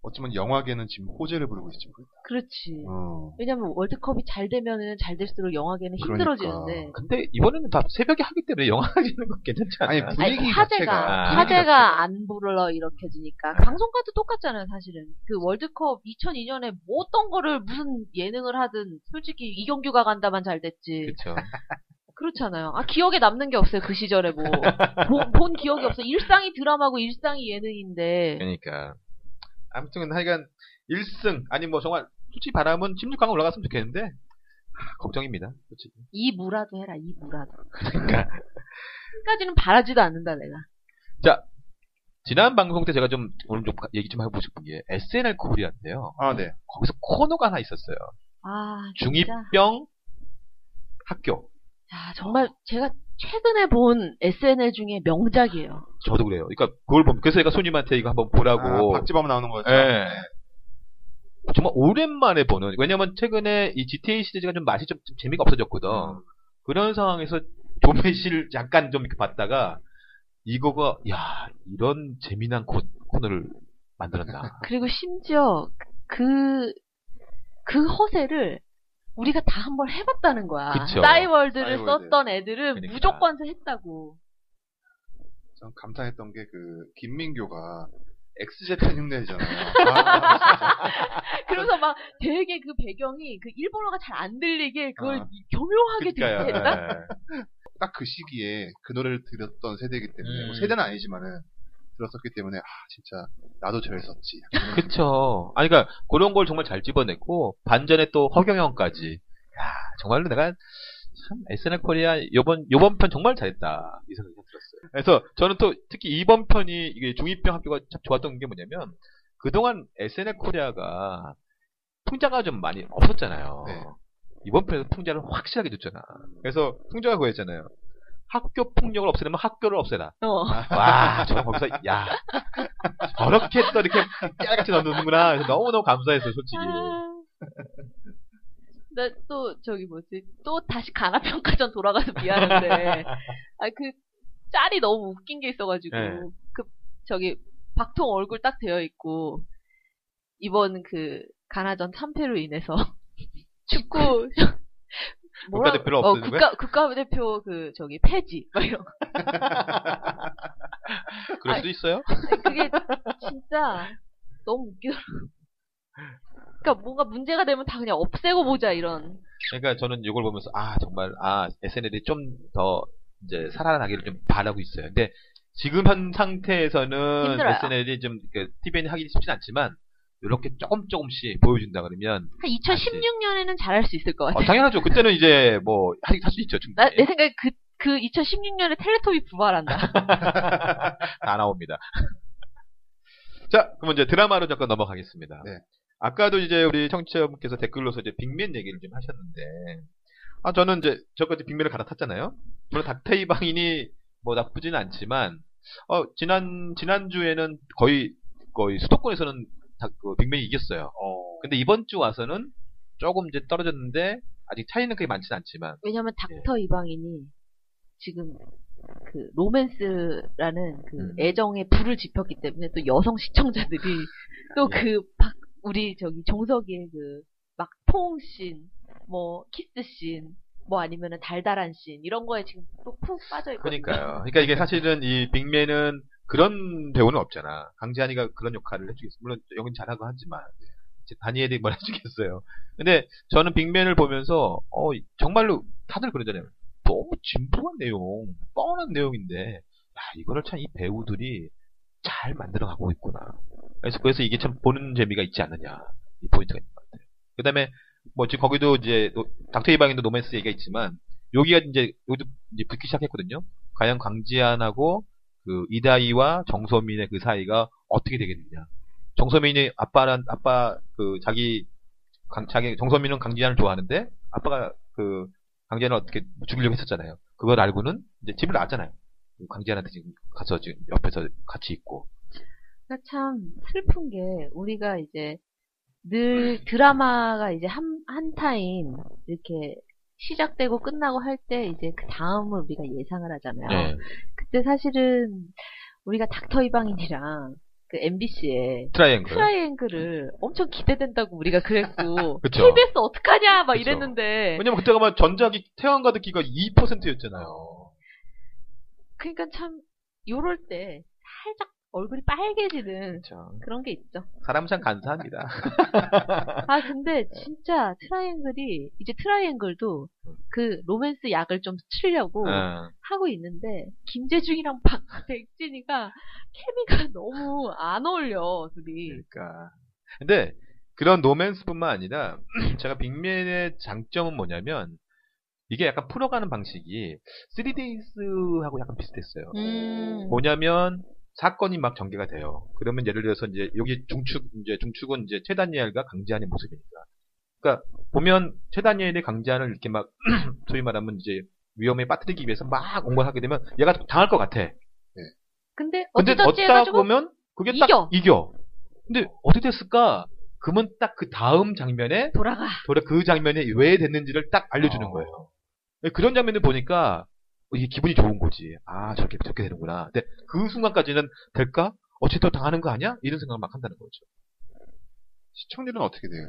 Speaker 3: 어쩌면 영화계는 지금 호재를 부르고 있지. 뭐.
Speaker 2: 그렇지.
Speaker 3: 어.
Speaker 2: 왜냐면 월드컵이 잘 되면은 잘 될수록 영화계는
Speaker 3: 그러니까.
Speaker 2: 힘들어지는데.
Speaker 4: 근데 이번에는 다 새벽에 하기 때문에 영화 *laughs* 하시는 건 괜찮지
Speaker 3: 아니,
Speaker 4: 않나요?
Speaker 2: 아니, 뭐
Speaker 3: 분위기 네.
Speaker 2: 화제가
Speaker 4: 자체가.
Speaker 2: 화제가 안 불러 이렇게 지니까 방송과도 똑같잖아요 사실은 그 월드컵 2002년에 뭐 어떤 거를 무슨 예능을 하든 솔직히 이경규가 간다만 잘 됐지
Speaker 4: 그렇죠.
Speaker 2: 그렇잖아요 아 기억에 남는 게 없어요 그 시절에 뭐 본 기억이 없어 일상이 드라마고 일상이 예능인데
Speaker 4: 그러니까 아무튼 하여간 1승 아니 뭐 정말 솔직히 바람은 16강 올라갔으면 좋겠는데 하, 걱정입니다. 솔직히.
Speaker 2: 이 무라도 해라 이 무라도
Speaker 4: 그러니까.
Speaker 2: 끝까지는 바라지도 않는다 내가
Speaker 4: *laughs* 지난 방송 때 제가 좀 오늘 좀 얘기 좀 해보고 싶은 게 SNL 코리아인데요.
Speaker 3: 아, 네.
Speaker 4: 거기서 코너가 하나 있었어요.
Speaker 2: 아 진짜
Speaker 4: 중이병 학교.
Speaker 2: 야, 정말 제가 최근에 본 SNL 중에 명작이에요
Speaker 4: 저도 그래요. 그러니까 그걸 보면 그래서 제가 손님한테 이거 한번 보라고.
Speaker 3: 아, 박지범 나오는 거였죠.
Speaker 4: 예. 아, 정말 오랜만에 보는. 왜냐면 최근에 이 GTA 시리즈가 좀 맛이 좀, 좀 재미가 없어졌거든. 그런 상황에서 조매실 잠깐 좀 이렇게 봤다가 이거가 야 이런 재미난 코, 코너를 *laughs* 만들었나.
Speaker 2: 그리고 심지어 그, 그 허세를 우리가 다 한번 해봤다는 거야.
Speaker 4: 그쵸.
Speaker 2: 싸이월드를
Speaker 3: 싸이월드.
Speaker 2: 썼던 애들은
Speaker 4: 그러니까.
Speaker 2: 무조건 했다고.
Speaker 3: 전 감탄했던 게 그 김민교가 엑스제팬 흉내잖아요. *laughs* 아,
Speaker 2: 그래서 막 되게 그 배경이 그 일본어가 잘 안 들리게 그걸
Speaker 3: 아.
Speaker 2: 교묘하게
Speaker 4: 어. 그러니까요.
Speaker 2: 들리겠다?
Speaker 4: 예.
Speaker 3: 딱 그 시기에 그 노래를 들었던 세대이기 때문에
Speaker 4: 음.
Speaker 3: 뭐 세대는 아니지만은 들었었기 때문에 아 진짜 나도 저랬었지.
Speaker 4: 그쵸. 아니 그러니까 그런 걸 정말 잘 집어냈고 반전에 또 허경영까지. 야 정말로 내가 참 SNL 코리아 요번 요번 편 정말 잘했다 이 생각이 좀 들었어요. 그래서 저는 또 특히 이번 편이 이게 중이병 학교가 참 좋았던 게 뭐냐면 그동안 SNL 코리아가 풍자가 좀 많이 없었잖아요.
Speaker 3: 네.
Speaker 4: 이번 편에서 풍자를 확실하게 줬잖아. 그래서 풍자가 그랬잖아요. 학교 폭력을 없애려면 학교를 없애라.
Speaker 2: 어.
Speaker 4: 와, 저 거기서 야 저렇게 또 이렇게 깨알같이 넣는구나. 너무 너무 감사했어요, 솔직히.
Speaker 2: 나 또 저기 뭐지? 또 다시 가나평가전 돌아가서
Speaker 4: *laughs*
Speaker 2: 미안한데. 아, 그 짤이 너무 웃긴 게 있어가지고.
Speaker 4: 네.
Speaker 2: 그, 저기, 박통 얼굴 딱 되어 있고, 이번 그, 가나전 3패로 인해서, *laughs* 축구, 뭐라-
Speaker 4: *laughs* 국가대표를
Speaker 2: 어,
Speaker 4: 없애는
Speaker 2: 국가, 국가대표 그, 저기, 폐지. 막 이런 거.
Speaker 4: 그럴 수도 있어요.
Speaker 2: 아니, 그게 진짜 너무 웃기더라고. 그니까 뭔가 문제가 되면 다 그냥 없애고 보자, 이런.
Speaker 4: 그러니까 저는 이걸 보면서 아 정말 아 SNL이 좀 더 이제 살아나기를 좀 바라고 있어요. 근데 지금 현 상태에서는
Speaker 2: 힘들어요.
Speaker 4: SNL이 좀 TVN 하기 쉽진 않지만 이렇게 조금 조금씩 보여준다 그러면
Speaker 2: 한 2016년에는 잘할 수 있을 것 *laughs* 같아.
Speaker 4: 어, 네. 당연하죠. 그때는 이제 뭐 할 수 있죠.
Speaker 2: 나,
Speaker 4: 충분히
Speaker 2: 내 생각에 그, 그 2016년에 텔레토비
Speaker 4: *laughs*
Speaker 2: 부활한다.
Speaker 4: 네. 다 나옵니다. *laughs* 자, 그럼 이제 드라마로 잠깐 넘어가겠습니다.
Speaker 5: 네.
Speaker 4: 아까도 이제 우리 청취자분께서 댓글로서 이제 빅맨 얘기를 좀 하셨는데, 아, 저는 이제 저까지 빅맨을 갈아탔잖아요? 물론 닥테이방인이 뭐 나쁘진 않지만, 어, 지난, 지난주에는 거의, 거의 수도권에서는 다, 그 빅맨이 이겼어요. 근데 이번 주 와서는 조금 이제 떨어졌는데, 아직 차이는 그게 많진 않지만,
Speaker 2: 왜냐면 닥터 이방인이 지금 그 로맨스라는 그
Speaker 4: 음.
Speaker 2: 애정의 불을 지폈기 때문에 또 여성
Speaker 4: *laughs*
Speaker 2: 시청자들이
Speaker 4: 네.
Speaker 2: 또 그 우리 저기 정석이의 그막 포옹씬, 뭐 키스씬, 뭐 아니면은 달달한 씬 이런 거에 지금 또 푹 빠져 있거든요.
Speaker 4: 그러니까요. 그러니까 이게 사실은 이 빅맨은 그런 배우는 없잖아. 강지한이가 그런 역할을 해주겠어. 물론 여긴 잘하고 하지만 이제 다니엘이 뭘 해주겠어요. 근데 저는 빅맨을 보면서 어 정말로 다들 그러잖아요. 너무 진부한 내용, 뻔한 내용인데 야 이거를 참 이 배우들이 잘 만들어가고 있구나. 그래서 그래서 이게 참 보는 재미가 있지 않느냐 이 포인트가 있는 것 같아요. 그다음에 뭐 지금 거기도 이제 노- 닥터이 방에도 노맨스 얘기가 있지만 여기가 이제 여기도 이제 붙기 시작했거든요. 과연 강지안하고 그 이다희와 정소민의 그 사이가 어떻게 되겠느냐. 정소민이 아빠란 아빠 그 자기 강 자기 정소민은 강지안을 좋아하는데 아빠가 그 강지안을 어떻게 죽이려고 했었잖아요. 그걸 알고는 이제 집을 나왔잖아요. 강지안한테 지금 가서 지금 옆에서 같이 있고.
Speaker 2: 그러니까 참 슬픈 게 우리가 이제 늘 드라마가 이제 한, 한 타임 이렇게 시작되고 끝나고 할 때 이제 그 다음을 우리가 예상을 하잖아요.
Speaker 4: 네.
Speaker 2: 그때 사실은 우리가 닥터 이방인이랑 그 MBC의
Speaker 4: 트라이앵글.
Speaker 2: 트라이앵글을 엄청 기대된다고 우리가 그랬고
Speaker 4: *laughs* 그쵸.
Speaker 2: KBS 어떡하냐 막
Speaker 4: 그쵸.
Speaker 2: 이랬는데
Speaker 4: 왜냐면 그때가 막 전자기 태양과 듣기가 2%였잖아요.
Speaker 2: 그러니까 참 요럴 때 살짝 얼굴이 빨개지는
Speaker 4: 참
Speaker 2: 그런 게 있죠.
Speaker 4: 사람 참 간사합니다.
Speaker 2: 아 근데 진짜 트라이앵글이 이제 트라이앵글도 그 로맨스 약을 좀
Speaker 4: *laughs*
Speaker 2: 치려고
Speaker 4: 응.
Speaker 2: 하고 있는데 김재중이랑 *laughs* 박백진이가 케미가 너무 안 어울려 둘이.
Speaker 4: 그러니까. 근데 그런 노맨스뿐만 아니라 *clears throat* 제가 빅맨의 장점은 뭐냐면 이게 약간 풀어가는 방식이 3데이스하고 약간 비슷했어요.
Speaker 2: 음.
Speaker 4: 뭐냐면 사건이 막 전개가 돼요. 그러면 예를 들어서 이제 여기 중축 이제 중축은 이제 최다니엘과 강지한의 모습이니까. 그러니까 보면 최다니엘이 강지한을 이렇게 막 *clears throat* 소위 말하면 이제 위험에 빠뜨리기 위해서 막 온걸 하게 되면 얘가 당할 것 같아.
Speaker 2: 근데
Speaker 4: 근데
Speaker 2: 어찌저찌
Speaker 4: 얻다
Speaker 2: 해가지고
Speaker 4: 보면 그게
Speaker 2: 이겨.
Speaker 4: 딱 이겨. 근데 어떻게 됐을까? 그러면 딱 그 다음 장면에
Speaker 2: 돌아가.
Speaker 4: 돌아 그 장면이 왜 됐는지를 딱 알려주는
Speaker 2: 아.
Speaker 5: 어.
Speaker 4: 거예요. 그런 장면을 보니까 어, 이게 기분이 좋은 거지. 아 저렇게 저렇게 되는구나. 근데 그 순간까지는 될까? 어찌 또 당하는 거 아니야? 이런 생각을 막 한다는 거죠.
Speaker 3: 시청률은 어떻게 돼요?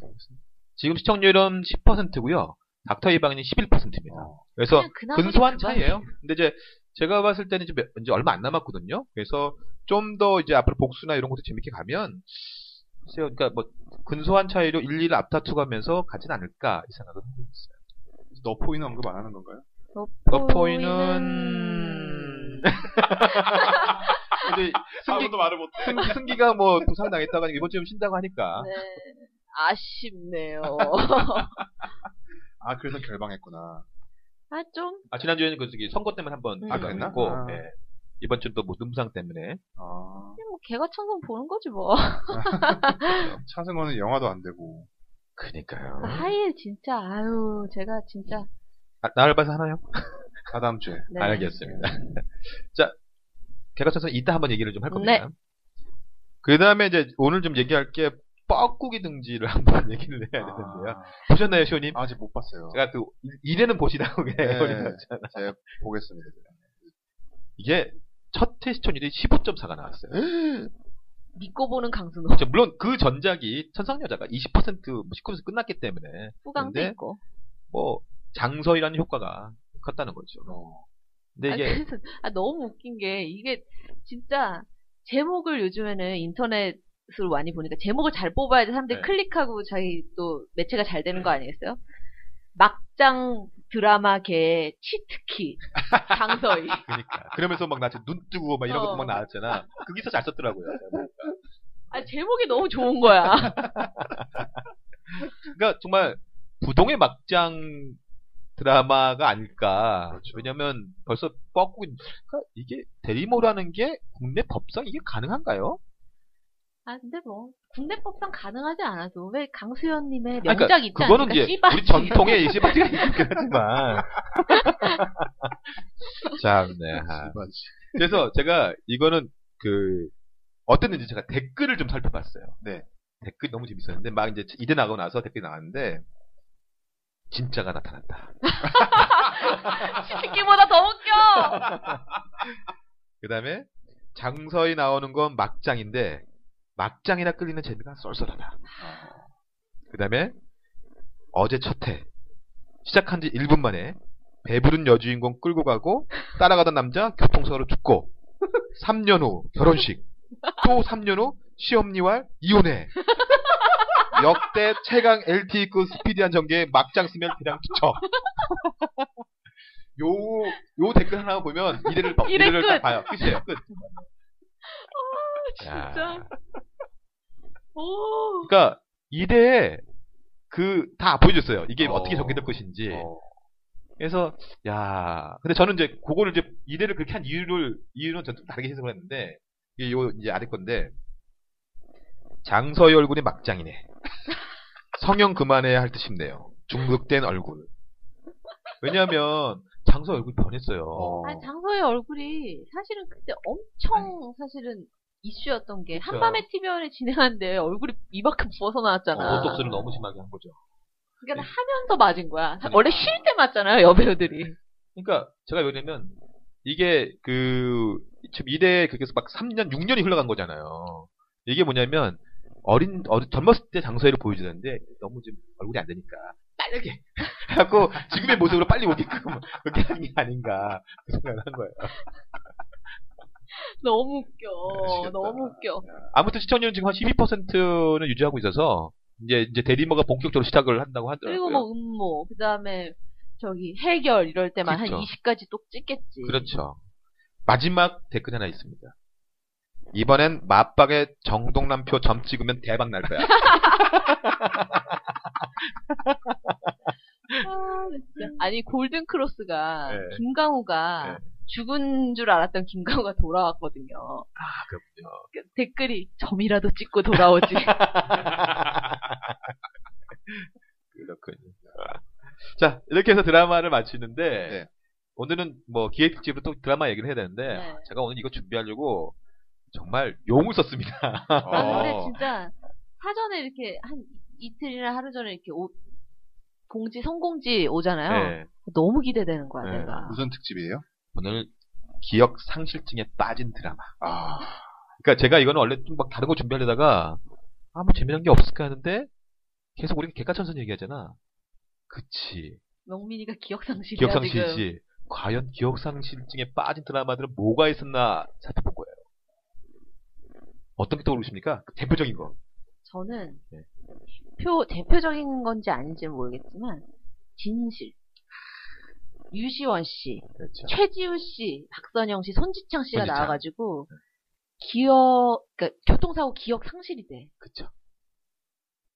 Speaker 4: 지금 시청률은 10%고요. 닥터 이방인이 11%입니다.
Speaker 2: 어.
Speaker 4: 그래서
Speaker 2: 그냥 그나마
Speaker 4: 근소한
Speaker 2: 그만.
Speaker 4: 차이예요. 근데 이제 제가 봤을 때는 이제, 몇- 이제 얼마 안 남았거든요. 그래서 좀 더 이제 앞으로 복수나 이런 것도 재밌게 가면 글쎄요. 그러니까 뭐 근소한 차이로 일일 앞다투가면서 가진 않을까 이 생각은 하고 있어요.
Speaker 3: 너 포인트 언급 안 하는 건가요?
Speaker 4: 너포이는 *laughs* 근데 승기,
Speaker 3: 아무도 말을 못해.
Speaker 4: 승, 승기가 뭐 부상 당했다가 이번 주에 쉰다고 하니까
Speaker 2: 네. *laughs* 아쉽네요.
Speaker 3: 아 그래서 결방했구나.
Speaker 2: 아 좀.
Speaker 4: 아, 지난주에는 그 저기 선거 때문에 한번
Speaker 2: 음.
Speaker 4: 아,
Speaker 3: 그랬나?
Speaker 4: 그랬고
Speaker 3: 아.
Speaker 4: 예. 이번 주는 또 무슨 부상 때문에
Speaker 3: 아,
Speaker 2: 그냥 뭐 개가 천선 보는 거지
Speaker 4: 어.
Speaker 2: 뭐.
Speaker 3: 차승원은 영화도 안 되고.
Speaker 4: 그니까요
Speaker 2: 하이에 진짜 아유 제가 진짜
Speaker 4: 아, 나를 봐서 하나요?
Speaker 3: 다 다음 주에.
Speaker 2: 네.
Speaker 4: 알겠습니다. *laughs* 자, 개가천선 이따 한번 얘기를 좀 할 겁니다.
Speaker 2: 네.
Speaker 4: 그 다음에 이제 오늘 좀 얘기할 게 뻐꾸기 등지를 *laughs* 한번 얘기를 해야 되는데요. 보셨나요, 시호님?
Speaker 3: 아, 아직 못 봤어요.
Speaker 4: 제가 그 이래는 보시라고 그냥
Speaker 3: 네.
Speaker 4: 해버렸죠.
Speaker 3: 제가 보겠습니다.
Speaker 4: 이게 첫 테스트율이 15.4가 나왔어요.
Speaker 2: 믿고 보는 강순호
Speaker 4: 그렇죠. 물론 그 전작이 천상여자가 20% 19% 끝났기 때문에
Speaker 2: 후광도
Speaker 4: 근데
Speaker 2: 있고.
Speaker 4: 뭐 장서이라는 효과가 컸다는 거죠. 근데
Speaker 2: 아,
Speaker 4: 이게
Speaker 2: 그래서 아, 너무 웃긴 게 이게 진짜 제목을 요즘에는 인터넷으로 많이 보니까 제목을 잘 뽑아야지 사람들이
Speaker 4: 네.
Speaker 2: 클릭하고 자기 또 매체가 잘 되는 거 아니겠어요? 막장 드라마계의 치트키
Speaker 4: *laughs*
Speaker 2: 장서희
Speaker 4: 그러니까 그러면서 막 나 지금 눈 뜨고 막 이런 것도 막
Speaker 2: 어.
Speaker 4: 나왔잖아. 거기서 잘 썼더라고요.
Speaker 2: 아 제목이 너무 좋은 거야
Speaker 4: 그러니까 정말 부동의 막장 드라마가 아닐까.
Speaker 3: 그렇죠.
Speaker 4: 왜냐면 벌써 꺾고 그러니까 이게 대리모라는 게 국내 법상 이게 가능한가요?
Speaker 2: 아 근데 뭐 국내법상 가능하지 않아도 왜 강수연님의
Speaker 4: 아니, 그러니까
Speaker 2: 명작 있지
Speaker 4: 그거는
Speaker 2: 않습니까?
Speaker 4: 이제
Speaker 2: 씨발.
Speaker 4: 우리 전통의 시바티가 있긴
Speaker 2: *laughs*
Speaker 4: 하지만. 참, 네. 아. 그래서 제가 이거는 그 어땠는지 제가 댓글을 좀 살펴봤어요.
Speaker 3: 네.
Speaker 4: 댓글이 너무 재밌었는데 막 이제 이대 나가고 나서 댓글이 나왔는데 진짜가 나타났다.
Speaker 2: 치트키보다 더
Speaker 4: *laughs*
Speaker 2: 웃겨
Speaker 4: 그 다음에 장서희 나오는 건 막장인데 막장이나 끌리는 재미가 쏠쏠하다. 그 다음에 어제 첫해 시작한 지 1분 만에 배부른 여주인공 끌고 가고 따라가던 남자 교통사고로 죽고 *laughs* 3년 후 결혼식 또 3년 후 시험니와 이혼해 역대 최강 LTE급 스피디한 전개 막장 스멜 대량 투척 요, 요 댓글 하나 보면 이래를, 봐-
Speaker 2: 이래
Speaker 4: 이래를
Speaker 2: 끝.
Speaker 4: 딱 봐요. 끝이에요. 끝.
Speaker 2: 진짜. 오.
Speaker 4: 그러니까 이대에 그 다 보여줬어요. 이게
Speaker 5: 어.
Speaker 4: 어. 떻게 전개될 것인지.
Speaker 5: 어.
Speaker 4: 그래서 야, 근데 저는 이제 그거를 이제 이대를 그렇게 한 이유를 이유는 저는 좀 다르게 해석을 했는데 이게 요 이제 아래 건데 장서의 얼굴이 *laughs* 막장이네. 성형 그만해 할 듯 싶네요. 중독된 얼굴. 왜냐하면 장서 얼굴 이 변했어요.
Speaker 2: 아니, 장서의 얼굴이 사실은 그때 엄청 사실은 이슈였던 게
Speaker 4: 그쵸.
Speaker 2: 한밤의 TVN에 진행하는데 얼굴이 이만큼 부어서 나왔잖아.
Speaker 4: 보톡스를 너무 심하게 한 거죠.
Speaker 2: 그러니까 하면서 맞은 거야. 원래 쉴 때 맞잖아요,
Speaker 4: *laughs*
Speaker 2: 여배우들이. *laughs*
Speaker 4: 그러니까 제가 왜냐면 이게 그 지금 이대 그렇게 해서 막 3년 6년이 흘러간 거잖아요. 이게 뭐냐면 어린 어린 젊었을 때 장소에를 보여주는데 너무 지금 얼굴이 안 되니까 빠르게 *laughs* 하고 지금의 모습으로 빨리 오게끔 그렇게 하는 게 아닌가 그 생각을 한 거예요.
Speaker 2: 너무 웃겨.
Speaker 4: 미치겠다.
Speaker 2: 너무 웃겨.
Speaker 4: 네, 아무튼 시청률은 지금 한 12%는 유지하고 있어서 이제 이제 대리머가 본격적으로 시작을 한다고 하더라고요.
Speaker 2: 그리고 뭐 음모, 그 다음에 저기 해결 이럴 때만
Speaker 4: 그쵸.
Speaker 2: 한 20까지 똑 찍겠지.
Speaker 4: 그렇죠. 마지막 댓글 하나 있습니다. 이번엔 맞박에 정동남표 점 찍으면 대박 날 거야.
Speaker 2: 아, 진짜. 아니 골든 크로스가
Speaker 4: 네.
Speaker 2: 김강우가 죽은 줄 알았던 김강우가 돌아왔거든요.
Speaker 4: 그렇군요.
Speaker 2: 그 댓글이 점이라도 찍고 돌아오지.
Speaker 4: *laughs* 그렇군요. 자, 이렇게 해서 드라마를 마치는데,
Speaker 5: 네.
Speaker 4: 오늘은 뭐 기획집으로 또 드라마 얘기를 해야 되는데,
Speaker 2: 네.
Speaker 4: 제가 오늘 이거 준비하려고 정말 용을 썼습니다.
Speaker 2: 아, 근데
Speaker 5: 어.
Speaker 2: 진짜 사전에 이렇게 한 이- 이틀이나 하루 전에 이렇게 오- 공지 성공지 오잖아요.
Speaker 4: 네.
Speaker 2: 너무 기대되는 거야
Speaker 4: 네.
Speaker 2: 내가.
Speaker 3: 무슨 특집이에요?
Speaker 4: 오늘 기억 상실증에 빠진 드라마.
Speaker 3: 아,
Speaker 4: 그러니까 제가 이거는 원래 좀 막 다른 거 준비하려다가 아무 뭐 재미난 게 없을까 하는데 계속 우리가 객가천선 얘기하잖아. 그치.
Speaker 2: 명민이가 기억상실이야
Speaker 4: 기억
Speaker 2: 지금.
Speaker 4: 상실이지. 과연 기억 상실증에 빠진 드라마들은 뭐가 있었나 살펴본 거예요. 어떤 게 떠오르십니까? 그 대표적인 거.
Speaker 2: 저는
Speaker 4: 네.
Speaker 2: 표 대표적인 건지 아닌지는 모르겠지만 진실. 유시원 씨,
Speaker 4: 그렇죠.
Speaker 2: 최지우 씨, 박선영 씨, 손지창 씨가
Speaker 4: 손지창.
Speaker 2: 나와가지고 기억, 그러니까 교통사고 기억 상실이 돼.
Speaker 4: 그렇죠.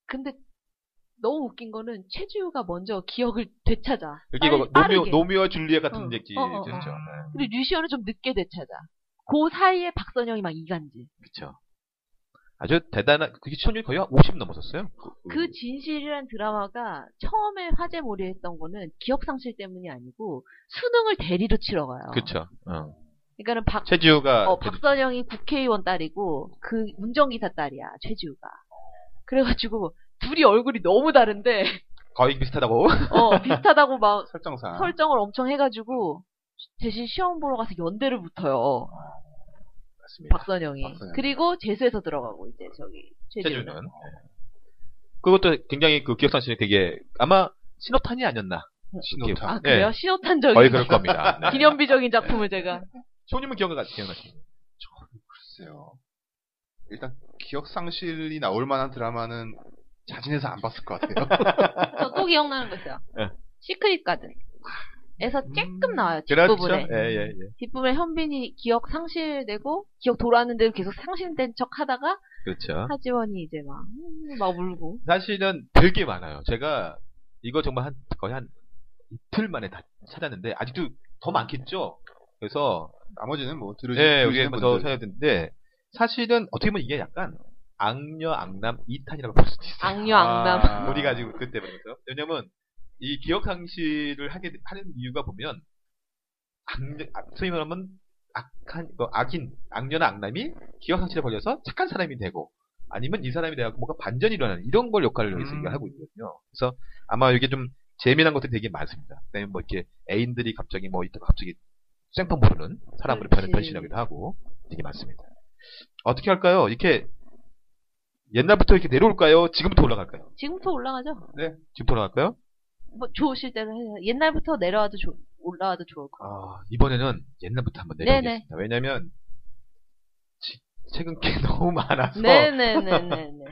Speaker 2: 근데 너무 웃긴 거는 최지우가 먼저 기억을 되찾아.
Speaker 4: 이게
Speaker 2: 빨리,
Speaker 4: 이거 노미오,
Speaker 2: 빠르게.
Speaker 4: 노미오와 줄리엣 같은
Speaker 2: 어.
Speaker 4: 얘기.
Speaker 2: 어, 어, 어.
Speaker 4: 그렇죠.
Speaker 2: 그리고 류시원은 좀 늦게 되찾아. 그 사이에 박선영이 막 이간질.
Speaker 4: 그렇죠. 아주 대단한 그게 시청률 거의 한 50 넘었었어요. 음.
Speaker 2: 그 진실이란 드라마가 처음에 화제몰이했던 거는 기억상실 때문이 아니고 수능을 대리로 치러 가요.
Speaker 4: 그렇죠. 어.
Speaker 2: 그러니까는 박,
Speaker 4: 최지우가
Speaker 2: 아.
Speaker 4: 아,
Speaker 2: 어, 박선영이 국회의원 딸이고 그 운전기사 딸이야 최지우가. 그래가지고 둘이 얼굴이 너무 다른데
Speaker 4: 거의 비슷하다고. *laughs*
Speaker 2: 어, 비슷하다고 막
Speaker 3: 설정상.
Speaker 2: 아. 설정을 엄청 해가지고 대신 시험 보러 가서 연대를 붙어요.
Speaker 4: 아, 맞습니다.
Speaker 2: 박선영이.
Speaker 3: 박선영.
Speaker 2: 그리고 재수해서 들어가고 이제 저기
Speaker 4: 최준은.
Speaker 2: 최준은.
Speaker 4: 네. 그것도 굉장히 그 기억상실이 되게 아마 신호탄이 아니었나.
Speaker 3: 신호탄.
Speaker 2: 아
Speaker 4: 예.
Speaker 2: 그래요? 신호탄적인
Speaker 4: 거의 그럴 겁니다. 네.
Speaker 2: *laughs* 기념비적인 작품을
Speaker 4: *laughs*
Speaker 2: 제가
Speaker 4: 쇼님은 기억나 기억나시죠?
Speaker 3: 글쎄요. 일단 기억 상실이 나올 만한 드라마는 자진해서 안 봤을 것 같아요.
Speaker 2: 저 또 기억나는 거 있어요.
Speaker 4: 예.
Speaker 2: 시크릿 가든. 에서 쬐끔 나와요 뒷부분에
Speaker 4: 그렇죠. 예예 예.
Speaker 2: 뒷부분에 현빈이 기억 상실되고 기억 돌아왔는데도 계속 상실된 척 하다가
Speaker 4: 그렇죠.
Speaker 2: 하지원이 이제 막, 음, 막 울고.
Speaker 4: 사실은 되게 많아요. 제가 이거 정말 한 거의 한 이틀 만에 다 찾았는데 아직도 더 많겠죠. 그래서
Speaker 3: 나머지는 뭐 들으시,
Speaker 4: 예 여기에
Speaker 3: 들으시는
Speaker 4: 더
Speaker 3: 분들.
Speaker 4: 찾아야 되는데 사실은 어떻게 보면 이게 약간 악녀 악남 2탄이라고 볼 수도 있어요.
Speaker 2: 악녀 악남.
Speaker 3: 아.
Speaker 4: 우리가 지금 그때 말해서 왜냐면 이 기억 상실을 하게 되- 하는 이유가 보면 악- 악 소위 말하면 악한 어, 악인 악녀나 악남이 기억 상실에 걸려서 착한 사람이 되고 아니면 이 사람이 돼서 뭔가 반전이 일어나는 이런 걸 역할을 여기서
Speaker 3: 음.
Speaker 4: 이게 하고 있거든요. 그래서 아마 이게 좀 재미난 것들이 되게 많습니다. 왜냐면 뭐 이렇게 애인들이 갑자기 뭐 이따 갑자기 생판 모르는 사람으로 변,
Speaker 2: 그렇지.
Speaker 4: 변신하기도 하고 되게 많습니다. 어떻게 할까요? 이렇게 옛날부터 이렇게 내려올까요? 지금부터 올라갈까요?
Speaker 2: 지금부터 올라가죠?
Speaker 4: 지금 네, 돌아갈까요?
Speaker 2: 뭐 좋으실 때는 해요. 옛날부터 내려와도 좋, 올라와도 좋을 것 같아요.
Speaker 4: 아, 이번에는 옛날부터 한번
Speaker 2: 네네.
Speaker 4: 내려보겠습니다. 왜냐면, 지- 최근 게 *laughs* 너무 많아서.
Speaker 2: 네. 네네네네네.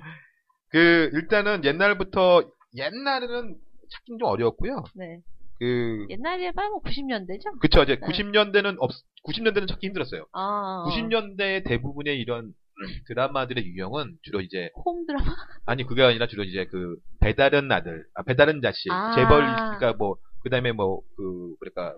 Speaker 4: 그, 일단은 옛날부터, 옛날에는 찾긴 좀 어려웠고요.
Speaker 2: 네.
Speaker 4: 그,
Speaker 2: 옛날에 봐야 뭐 90년대죠?
Speaker 4: 그쵸. 이제
Speaker 2: 네.
Speaker 4: 90년대는 없, 90년대는 찾기 힘들었어요.
Speaker 2: 아.
Speaker 4: 90년대 대부분의 이런 *clears throat* 드라마들의 유형은 주로 이제
Speaker 2: 홈 드라마.
Speaker 4: 아니 그게 아니라 주로 이제 그 배달은 아들, 아, 배달은 자식,
Speaker 2: 아.
Speaker 4: 재벌 그러니까 뭐 그다음에 뭐 그 그러니까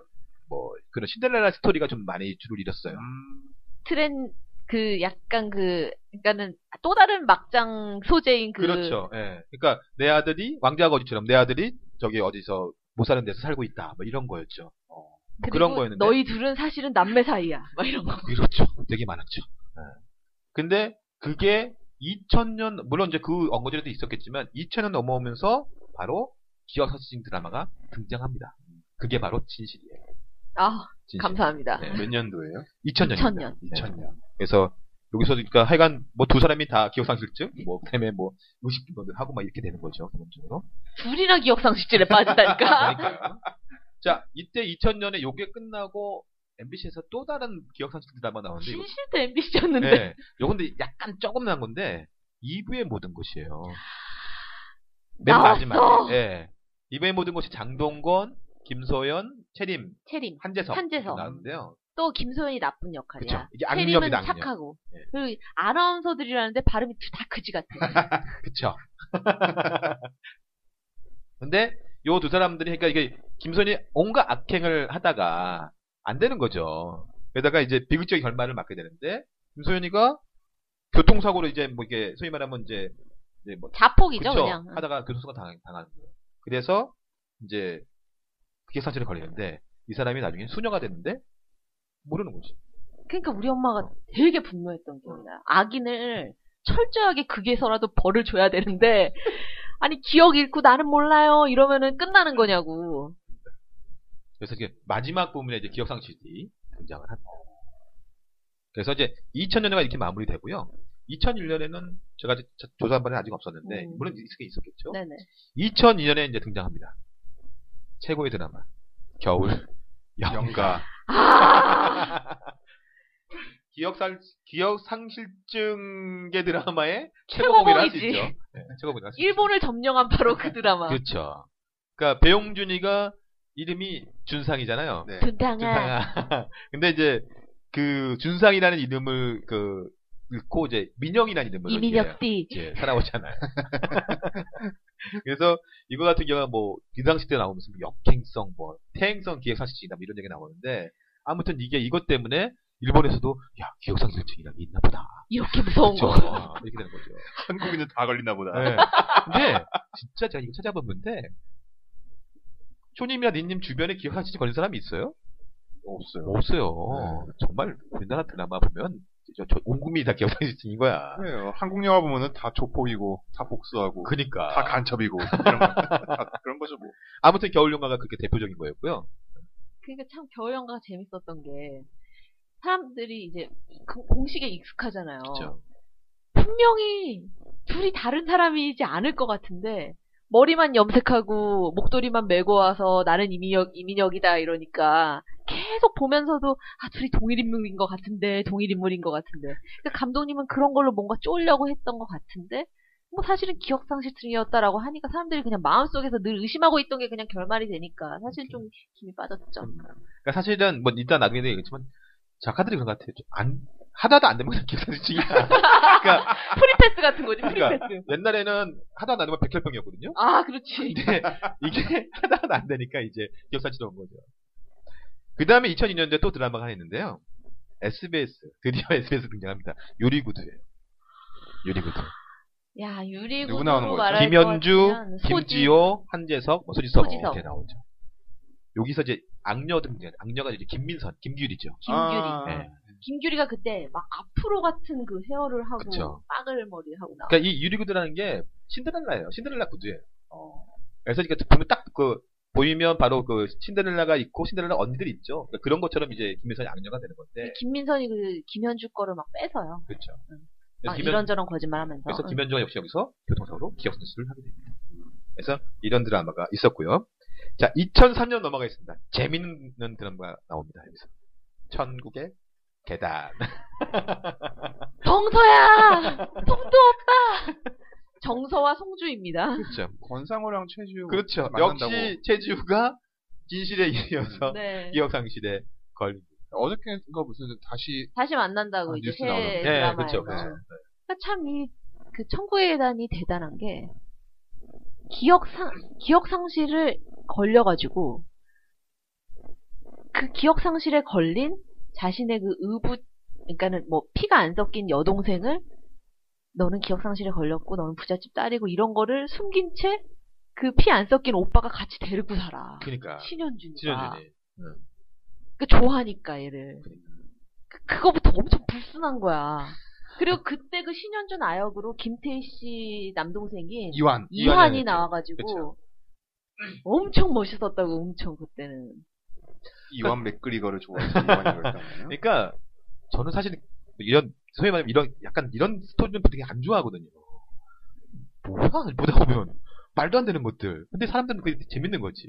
Speaker 4: 뭐 그런 신데렐라 스토리가 좀 많이 주를 잃었어요.
Speaker 3: 음,
Speaker 2: 트렌 그 약간 그 그러니까는 또 다른 막장 소재인 그
Speaker 4: 그렇죠. 예. 그러니까 내 아들이 왕자 거지처럼 내 아들이 저기 어디서 못 사는 데서 살고 있다. 뭐 이런 거였죠.
Speaker 2: *laughs*
Speaker 4: 어. 뭐
Speaker 2: 그리고
Speaker 4: 그런 거였는데.
Speaker 2: 너희 둘은 사실은 남매 사이야. 막 이런 거.
Speaker 4: 그렇죠. 되게 많았죠. 예. 근데 그게 2000년 물론 이제 그 언거지에도 있었겠지만 2000년 넘어오면서 바로 기억 사진 드라마가 등장합니다. 그게 바로 진실이에요.
Speaker 2: 아
Speaker 4: 진실.
Speaker 2: 감사합니다.
Speaker 4: 네.
Speaker 3: 몇 년도예요?
Speaker 4: 2000년.
Speaker 2: 2000년.
Speaker 4: 2000년. 그래서 여기서 그러니까 하여간 뭐 두 사람이 다 기억상실증, 뭐 때문에 뭐 의식 중독을 하고 막 이렇게 되는 거죠 기본적으로.
Speaker 2: 둘이나 기억상실질에
Speaker 4: *laughs*
Speaker 2: 빠지다니까.
Speaker 4: 그러니까요. 자 이때 2000년에 요게 끝나고 MBC에서 또 다른 기억상실 드라마 나오는데 이거-
Speaker 2: 진실도 MBC였는데
Speaker 4: 네, 요건데 약간 조금 난 건데 2부의 모든 것이에요. 맨
Speaker 2: 나왔어!
Speaker 4: 마지막에. 예. 2부의 모든 것이 장동건, 김소연, 채림,
Speaker 2: 체림
Speaker 4: 한재석
Speaker 2: 한재석.
Speaker 4: 나왔는데요.
Speaker 2: 또 김소연이 나쁜 역할이야.
Speaker 4: 그쵸. 이게
Speaker 2: 체림은
Speaker 4: 악령이다, 악령.
Speaker 2: 착하고
Speaker 4: 예.
Speaker 2: 그리고 아나운서들이라는데 발음이 다 그지 같아.
Speaker 4: 그쵸. *laughs* 근데 요 두 사람들이 그러니까 이게 김선이 온갖 악행을 하다가 안 되는 거죠. 게다가 이제 비극적인 결말을 맞게 되는데 김소연이가 교통사고로 이제 뭐 이게 소위 말하면 이제 이제 뭐
Speaker 2: 자폭이죠
Speaker 4: 그쵸?
Speaker 2: 그냥
Speaker 4: 하다가 교통사고 당한, 당하는 거예요. 그래서 이제 그게 상처를 걸리는데 이 사람이 나중에 수녀가 됐는데 모르는 거지.
Speaker 2: 그러니까 우리 엄마가 되게 분노했던 기억이 나요. 악인을 철저하게 극에서라도 벌을 줘야 되는데 아니 기억 잃고 나는 몰라요 이러면은 끝나는 거냐고.
Speaker 4: 그래서 이게 마지막 부분에 이제 기억상실이 등장을 합니다. 그래서 이제 2000년대가 이렇게 마무리되고요. 2001년에는 제가 제- 제- 조사한 바는 아직 없었는데
Speaker 2: 음.
Speaker 4: 물론 있을 게 있었겠죠.
Speaker 2: 네네.
Speaker 4: 2002년에 이제 등장합니다. 최고의 드라마 겨울
Speaker 3: *laughs* 영가.
Speaker 2: 아.
Speaker 4: *laughs* 기억상 기억 상실증의 드라마의 최고봉이라 할 수
Speaker 2: 최고봉이지.
Speaker 4: 있죠. 네, 최고봉이라 할수 있죠.
Speaker 2: 일본을 점령한 바로 그 드라마.
Speaker 4: 그렇죠. 그러니까 배용준이가 이름이 준상이잖아요.
Speaker 3: 네.
Speaker 2: 그 분탕아.
Speaker 4: 준상아. *laughs* 근데 이제 그 준상이라는 이름을 그 읽고 이제 민영이라는 이름을
Speaker 2: 뭐 이민혁 씨.
Speaker 4: 이제 살아오잖아요. *laughs* 그래서 이거 같은 경우는 뭐 비상시 대 나오면서 뭐 역행성, 뭐 태행성 기획사실증이다 뭐 이런 얘기 나오는데 아무튼 이게 이것 때문에 일본에서도 야 기억상실증이라는 게 있나 보다.
Speaker 2: 이렇게 무서운
Speaker 4: 그렇죠.
Speaker 2: 거.
Speaker 4: 이렇게 되는 거죠.
Speaker 3: 한국인은 다 걸리나 보다.
Speaker 4: 네. 근데 진짜 제가 이거 찾아본 건데 초님이나 니님 주변에 기억하시지 걸린 사람이 있어요?
Speaker 3: 없어요. 네.
Speaker 4: 없어요. 정말 우리나라 드라마 보면 저, 저 온국민이 다 기억하시는 거야.
Speaker 3: 그래요. 한국 영화 보면은 다 조폭이고, 다 복수하고,
Speaker 4: 그러니까
Speaker 3: 다 간첩이고, 이런 거. 다 그런 거죠, 뭐.
Speaker 4: 아무튼 겨울 영화가 그렇게 대표적인 거였고요.
Speaker 2: 그러니까 참 겨울 연가가 재밌었던 게 사람들이 이제 그 공식에 익숙하잖아요.
Speaker 3: 어.
Speaker 4: 그렇죠.
Speaker 2: 분명히 둘이 다른 사람이지 않을 것 같은데 머리만 염색하고 목도리만 메고 와서 나는 이민혁 이민혁이다 이러니까 계속 보면서도 아 둘이 동일 인물인 것 같은데 동일 인물인 것 같은데 그러니까 감독님은 그런 걸로 뭔가 쪼으려고 했던 것 같은데 뭐 사실은 기억 상실증이었다라고 하니까 사람들이 그냥 마음속에서 늘 의심하고 있던 게 그냥 결말이 되니까 사실 좀 힘이 빠졌죠.
Speaker 4: 그러니까 사실은 뭐 일단 나중에 얘기했지만 작가들이 그런 것 같아요. 좀안 하다도 안 되면 그냥 기억상실증이야.
Speaker 3: *laughs*
Speaker 4: 그러니까
Speaker 2: 프리패스 같은 거지
Speaker 4: 그러니까.
Speaker 2: 프리패스.
Speaker 4: 옛날에는 하다 안 되면 백혈병이었거든요.
Speaker 2: 아 그렇지.
Speaker 4: 근데 이게 *laughs* 하다가 안 되니까 이제 기억상실이 온 거죠. 그 다음에 2002년도에 또 드라마가 하나 있는데요. SBS. 드디어 *laughs* SBS 등장합니다. 유리구두예요. 유리구두.
Speaker 2: 야
Speaker 3: 누구 나오는
Speaker 2: 유리구로
Speaker 3: 거예요?
Speaker 2: 말할
Speaker 4: 김현주,
Speaker 2: 것 같으면
Speaker 4: 김지호, 한재석, 뭐 소지섭
Speaker 2: 소지섭.
Speaker 4: 이렇게 나오죠. 여기서 이제 악녀 등장. 악녀가 이제 김민선, 김규리죠.
Speaker 2: 소지, 김규리. 네.
Speaker 3: 아.
Speaker 4: 예.
Speaker 2: 김규리가 그때 막 앞으로 같은 그 헤어를 하고
Speaker 4: 그쵸.
Speaker 2: 빠글 머리 하고 나와.
Speaker 4: 그러니까 이 유리구두라는 게 신데렐라예요. 신데렐라 구두예요. 어. 그래서 이렇게 보면 딱 그 보이면 바로 그 신데렐라가 있고 신데렐라 언니들이 있죠. 그런 것처럼 이제 김민선이 악녀가 되는 건데.
Speaker 2: 김민선이 그 김현주 거를 막 뺏어요.
Speaker 4: 그렇죠.
Speaker 2: 응.
Speaker 4: 그래서
Speaker 2: 막
Speaker 4: 김현-
Speaker 2: 아, 이런저런 어, 거짓말하면서.
Speaker 4: 그래서 김현주가 역시 여기서 교통사고로 기억상실을 하게 됩니다. 그래서 이런 드라마가 있었고요. 자, 2003년 넘어가겠습니다. 재밌는 드라마가 나옵니다. 여기서 천국의 계단. *laughs*
Speaker 2: 어, 정서야, *laughs* 송도 오빠. 정서와 송주입니다.
Speaker 4: 그렇죠.
Speaker 3: 권상우랑 최지우.
Speaker 4: 그렇죠.
Speaker 3: 만난다고.
Speaker 4: 역시 최지우가 진실에 이어서 예,
Speaker 2: 네.
Speaker 4: 기억상실에 걸립니다.
Speaker 3: 어저께인가 무슨 다시 *laughs*
Speaker 2: 다시 만난다고
Speaker 3: 아,
Speaker 2: 이제
Speaker 3: 뉴스
Speaker 2: 새
Speaker 3: 나오던데.
Speaker 4: 예,
Speaker 2: 드라마에서.
Speaker 4: 그렇죠. 그렇죠.
Speaker 2: 그러니까 참 이, 그 천구의 계단이 대단한 게, 기억상, 기억상실을 걸려가지고, 그 기억상실에 걸린 자신의 그 의붓, 그러니까는 뭐 피가 안 섞인 여동생을, 너는 기억상실에 걸렸고, 너는 부잣집 딸이고, 이런 거를 숨긴 채, 그 피 안 섞인 오빠가 같이 데리고 살아.
Speaker 4: 그니까.
Speaker 2: 신현준이가.
Speaker 4: 신현준이.
Speaker 2: 그 좋아하니까 얘를.
Speaker 4: 그러니까.
Speaker 2: 그, 거부터 엄청 불순한 거야. 그리고 그때 그 신현준 아역으로 김태희 씨 남동생인
Speaker 3: 이완.
Speaker 2: 이환이
Speaker 4: 이완이었죠.
Speaker 2: 나와가지고
Speaker 4: 그쵸.
Speaker 2: 엄청 멋있었다고 엄청 그때는.
Speaker 3: 이완 맥그리거를 좋아해서 이완이라고 했다고요.
Speaker 4: 그러니까 저는 사실 이런 소위 말하면 이런 약간 이런 스토리는 되게 안 좋아하거든요. 뭐야 보다 보면 말도 안 되는 것들. 근데 사람들은 그게 재밌는 거지.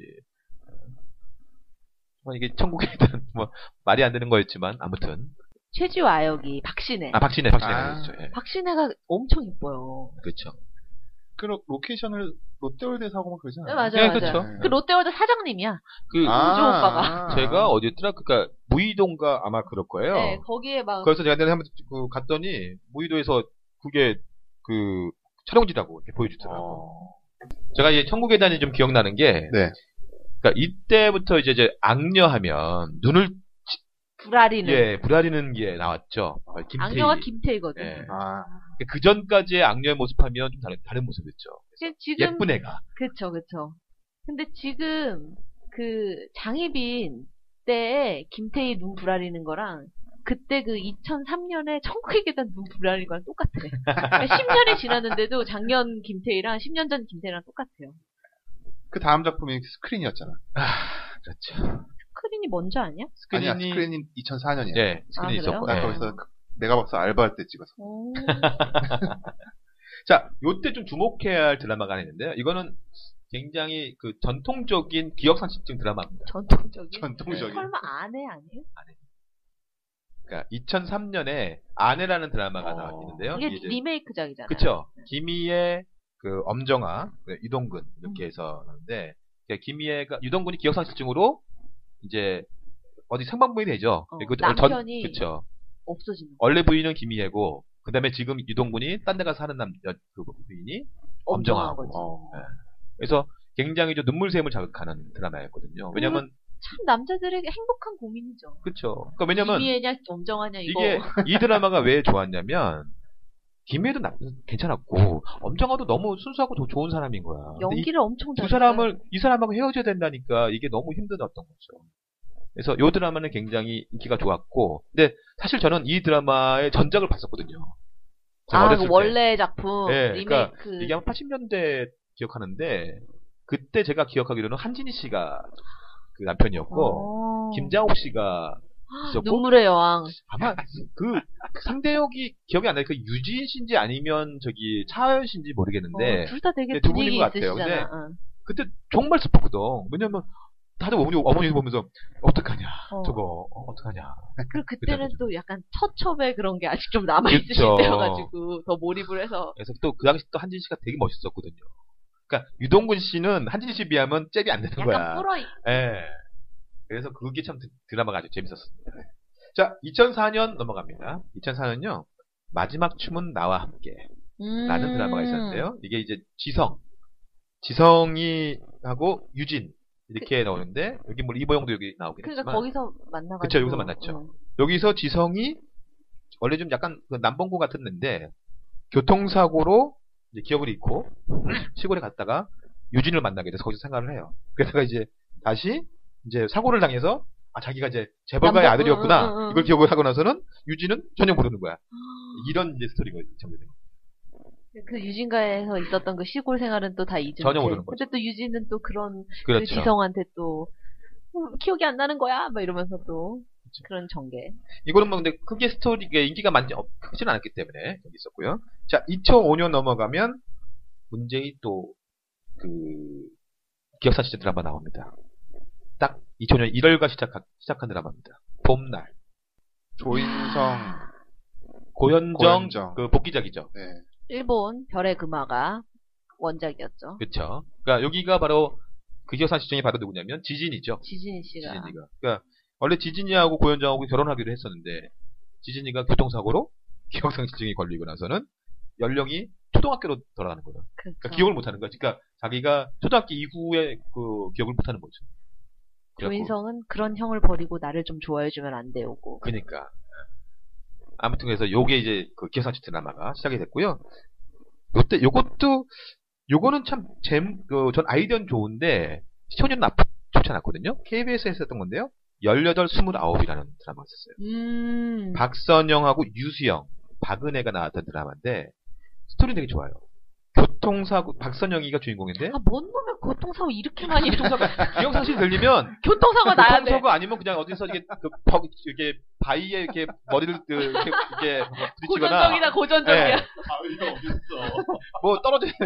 Speaker 4: 정말 이게 천국에 대한 뭐 말이 안 되는 거였지만 아무튼
Speaker 2: 최지우 아역이 박신혜.
Speaker 4: 아 박신혜 박신혜
Speaker 3: 아.
Speaker 4: 그렇죠. 예.
Speaker 2: 박신혜가 엄청 이뻐요.
Speaker 4: 그렇죠.
Speaker 3: 그 로- 로케이션을 롯데월드에서 하고 막 그러지
Speaker 2: 네,
Speaker 3: 않아요?
Speaker 2: 맞아요,
Speaker 4: 예,
Speaker 2: 맞아요.
Speaker 4: 그렇죠.
Speaker 2: 그 롯데월드 사장님이야.
Speaker 4: 그
Speaker 3: 아.
Speaker 2: 우주 오빠가.
Speaker 4: 제가 어디였더라? 그러니까 무이동가 아마 그럴 거예요.
Speaker 2: 네, 거기에 막
Speaker 4: 거기서 제가 내가 한번 그 갔더니 무의도에서 그게 그 촬영지라고 이렇게 보여주더라고. 제가 이제 천국의 단이 좀 기억나는 게,
Speaker 3: 어. 네.
Speaker 4: 그러니까 이때부터 이제 이제 악녀하면 눈을
Speaker 2: 불아리는
Speaker 4: 예 부라리는 게 나왔죠. 어, 김태희.
Speaker 2: 악녀가 김태희거든.
Speaker 4: 예.
Speaker 3: 아,
Speaker 4: 그 전까지의 악녀의 모습하면 좀 다른 다른 모습이었죠.
Speaker 2: 지금 지금
Speaker 4: 예쁜 애가.
Speaker 2: 그쵸, 그쵸. 근데 지금 그 장희빈 때 김태희 눈 부라리는 거랑 그때 그 2003년에 천국의 계단 눈 부라리는 거랑 똑같아. 그러니까 10년이 지났는데도 작년 김태희랑 10년 전 김태희랑 똑같아요.
Speaker 3: 그 다음 작품이 스크린이었잖아.
Speaker 4: 그렇죠.
Speaker 2: 스크린이 먼저 아니야?
Speaker 3: 아니야, 스크린이 2004년이야.
Speaker 4: 예 스크린이
Speaker 2: 아, 그래요?
Speaker 4: 있었고.
Speaker 3: 나
Speaker 4: 예.
Speaker 3: 거기서 그- 내가 박사 알바할 때 찍었어.
Speaker 2: *laughs* 오.
Speaker 4: 자, 요때 좀 주목해야 할 드라마가 하나 있는데요. 이거는 굉장히 그 전통적인 기억상실증 드라마입니다.
Speaker 2: 전통적인.
Speaker 3: 전통적인.
Speaker 2: 설마 아내 아니에요?
Speaker 4: 그러니까 2003년에 아내라는 드라마가
Speaker 3: 어.
Speaker 4: 나왔는데요.
Speaker 2: 이게
Speaker 4: 이제-
Speaker 2: 리메이크작이잖아요.
Speaker 4: 그쵸. 김희애, 그 엄정아, 그 유동근
Speaker 2: 음.
Speaker 4: 이렇게 해서 하는데 그러니까 김희애가 유동근이 기억상실증으로 이제 어디 상반부에 되죠.
Speaker 2: 어,
Speaker 4: 그리고
Speaker 2: 남편이-
Speaker 4: 그쵸.
Speaker 2: 없어지는 거.
Speaker 4: 원래 부인은 김희애고 그다음에 지금 유동근이 딴 데 가서 사는 남 여- 그 부인이
Speaker 2: 엄정한
Speaker 4: 엄정하고. 네.
Speaker 2: 거지.
Speaker 3: 어.
Speaker 4: 그래서 굉장히 좀 눈물샘을 자극하는 드라마였거든요. 왜냐면
Speaker 2: 음. 참 남자들에게 행복한 고민이죠.
Speaker 4: 그쵸. 그러니까 왜냐면
Speaker 2: 김희애냐 엄정하냐 이거.
Speaker 4: 이게 이 드라마가 왜 좋았냐면 김혜도 나- 괜찮았고 엄정아도 너무 순수하고 더 좋은 사람인 거야. 근데 이
Speaker 2: 연기를 엄청
Speaker 4: 두
Speaker 2: 잘해.
Speaker 4: 사람을 이 사람하고 헤어져야 된다니까 이게 너무 힘들었던 거죠. 그래서 이 드라마는 굉장히 인기가 좋았고, 근데 사실 저는 이 드라마의 전작을 봤었거든요. 제가
Speaker 2: 아,
Speaker 4: 어렸을
Speaker 2: 그
Speaker 4: 때.
Speaker 2: 원래 작품
Speaker 4: 예,
Speaker 2: 리메이크.
Speaker 4: 이게 아마 80년대 기억하는데 그때 제가 기억하기로는 한진희 씨가 그
Speaker 2: 어.
Speaker 4: 남편이었고 김장옥 씨가 있었고
Speaker 2: 눈물의 여왕.
Speaker 4: 아마 그 상대역이 기억이 안 나요. 그 유지인 씨인지 아니면 저기 차현 씨인지 모르겠는데
Speaker 2: 어, 둘 다 되게
Speaker 4: 네, 두
Speaker 2: 분위기
Speaker 4: 분인 것 같아요.
Speaker 2: 있으시잖아.
Speaker 4: 그때 정말 슬펐거든. 왜냐면 다들 어머니 어머니 보면서 어떡하냐
Speaker 2: 응. 어.
Speaker 4: 저거 어, 어떡하냐.
Speaker 2: 그리고 그때는
Speaker 4: 그죠,
Speaker 2: 또 약간 처첩의 그런 게 아직 좀 남아 있으실
Speaker 4: 그쵸.
Speaker 2: 때여가지고 더 몰입을 해서
Speaker 4: 그래서 또 그 당시 또 한진 씨가 되게 멋있었거든요. 그러니까 유동근 씨는 한진 씨 비하면 잽이 안 되는
Speaker 2: 약간
Speaker 4: 거야.
Speaker 2: 불어 있.
Speaker 4: 예. 그래서 그게 참 드- 드라마가 아주 재밌었습니다. 자, 2004년 넘어갑니다. 2004년요. 마지막 춤은 나와 함께.
Speaker 2: 음.
Speaker 4: 라는 드라마가 있었는데요. 이게 이제 지성. 지성이 하고 유진. 이렇게 나오는데, 여기 뭐 이보영도 여기 나오긴
Speaker 2: 그 그러니까
Speaker 4: 했지만,
Speaker 2: 거기서 만나가지고. 어.
Speaker 4: 그쵸, 여기서 만났죠.
Speaker 2: 응.
Speaker 4: 여기서 지성이, 원래 좀 약간 그 남봉구 같았는데, 교통사고로 이제 기억을 잃고,
Speaker 2: 음.
Speaker 4: 시골에 갔다가 유진을 만나게 돼서 거기서 생활을 해요. 그러다가 이제 다시 이제 사고를 당해서, 아, 자기가 이제 재벌가의
Speaker 2: 남봉- 음,
Speaker 4: 아들이었구나.
Speaker 2: 응, 응, 응.
Speaker 4: 이걸 기억을 하고 나서는 유진은 전혀 모르는 거야.
Speaker 2: 아.
Speaker 4: 이런 이제 스토리가 전개된 거예요.
Speaker 2: 그 유진가에서 있었던 그 시골 생활은 또 다 잊은.
Speaker 4: 전혀
Speaker 2: 채.
Speaker 4: 모르는 거죠.
Speaker 2: 근데 또 유진은 또 그런 그
Speaker 4: 그렇죠.
Speaker 2: 지성한테 또 음, 기억이 안 나는 거야, 막 이러면서 또
Speaker 4: 그렇죠.
Speaker 2: 그런 전개.
Speaker 4: 이거는 뭐 근데 크게 스토리 가 인기가 많지 없- 크진 않았기 때문에 여기 있었고요. 자, 2005년 넘어가면 문제의 또그 기억사실제 드라마 나옵니다. 딱 2005년 1월과 시작한 시작한 드라마입니다. 봄날
Speaker 2: 아.
Speaker 3: 조인성.
Speaker 4: 고현정,
Speaker 3: 고현정.
Speaker 4: 그 복귀작이죠.
Speaker 3: 네.
Speaker 2: 일본 별의 금화가 원작이었죠.
Speaker 4: 그렇죠. 그러니까 여기가 바로 그 기억사실증이 바로 누구냐면 지진이죠.
Speaker 2: 지진이 씨가
Speaker 4: 지진이가. 그러니까 원래 지진이하고 고현정하고 결혼하기로 했었는데 지진이가 교통사고로 기억상실증이 *laughs* 걸리고 나서는 연령이 초등학교로 돌아가는 거예요.
Speaker 2: 그러니까
Speaker 4: 그러니까 기억을 못하는 거야. 그러니까 자기가 초등학교 이후에 그 기억을 못하는 거죠. 그래갖고
Speaker 2: 조인성은 그런 형을 버리고 나를 좀 좋아해주면 안 되오고.
Speaker 4: 그니까. 그러니까. 아무튼 그래서 요게 이제 그 기억상실 드라마가 시작이 됐고요. 요때 요것도 요거는 참잼그전 아이디어는 좋은데 시청률은 나쁘 좋지 않았거든요. KBS에서 했던 건데요. 18, 29이라는 드라마가 있었어요.
Speaker 2: 음.
Speaker 4: 박선영하고 유수영, 박은혜가 나왔던 드라마인데 스토리는 되게 좋아요. 교통사고 박선영이가 주인공인데 *laughs*
Speaker 2: 아, 뭔 놈의 교통사고 이렇게 많이 교통사고,
Speaker 4: 기억상실 들리면
Speaker 2: *laughs* 교통사고 뭐 나야 돼.
Speaker 4: 교통사고 뭐 아니면 그냥 어디서 이게 그 벽, 이게 바위에 이렇게 머리를 그- 이렇게, 이렇게 뭔가
Speaker 2: 고전적이다,
Speaker 4: 부딪히거나
Speaker 2: 고전적이야.
Speaker 4: 예.
Speaker 3: 바위가 아, 어딨어.
Speaker 4: 뭐 떨어져야죠.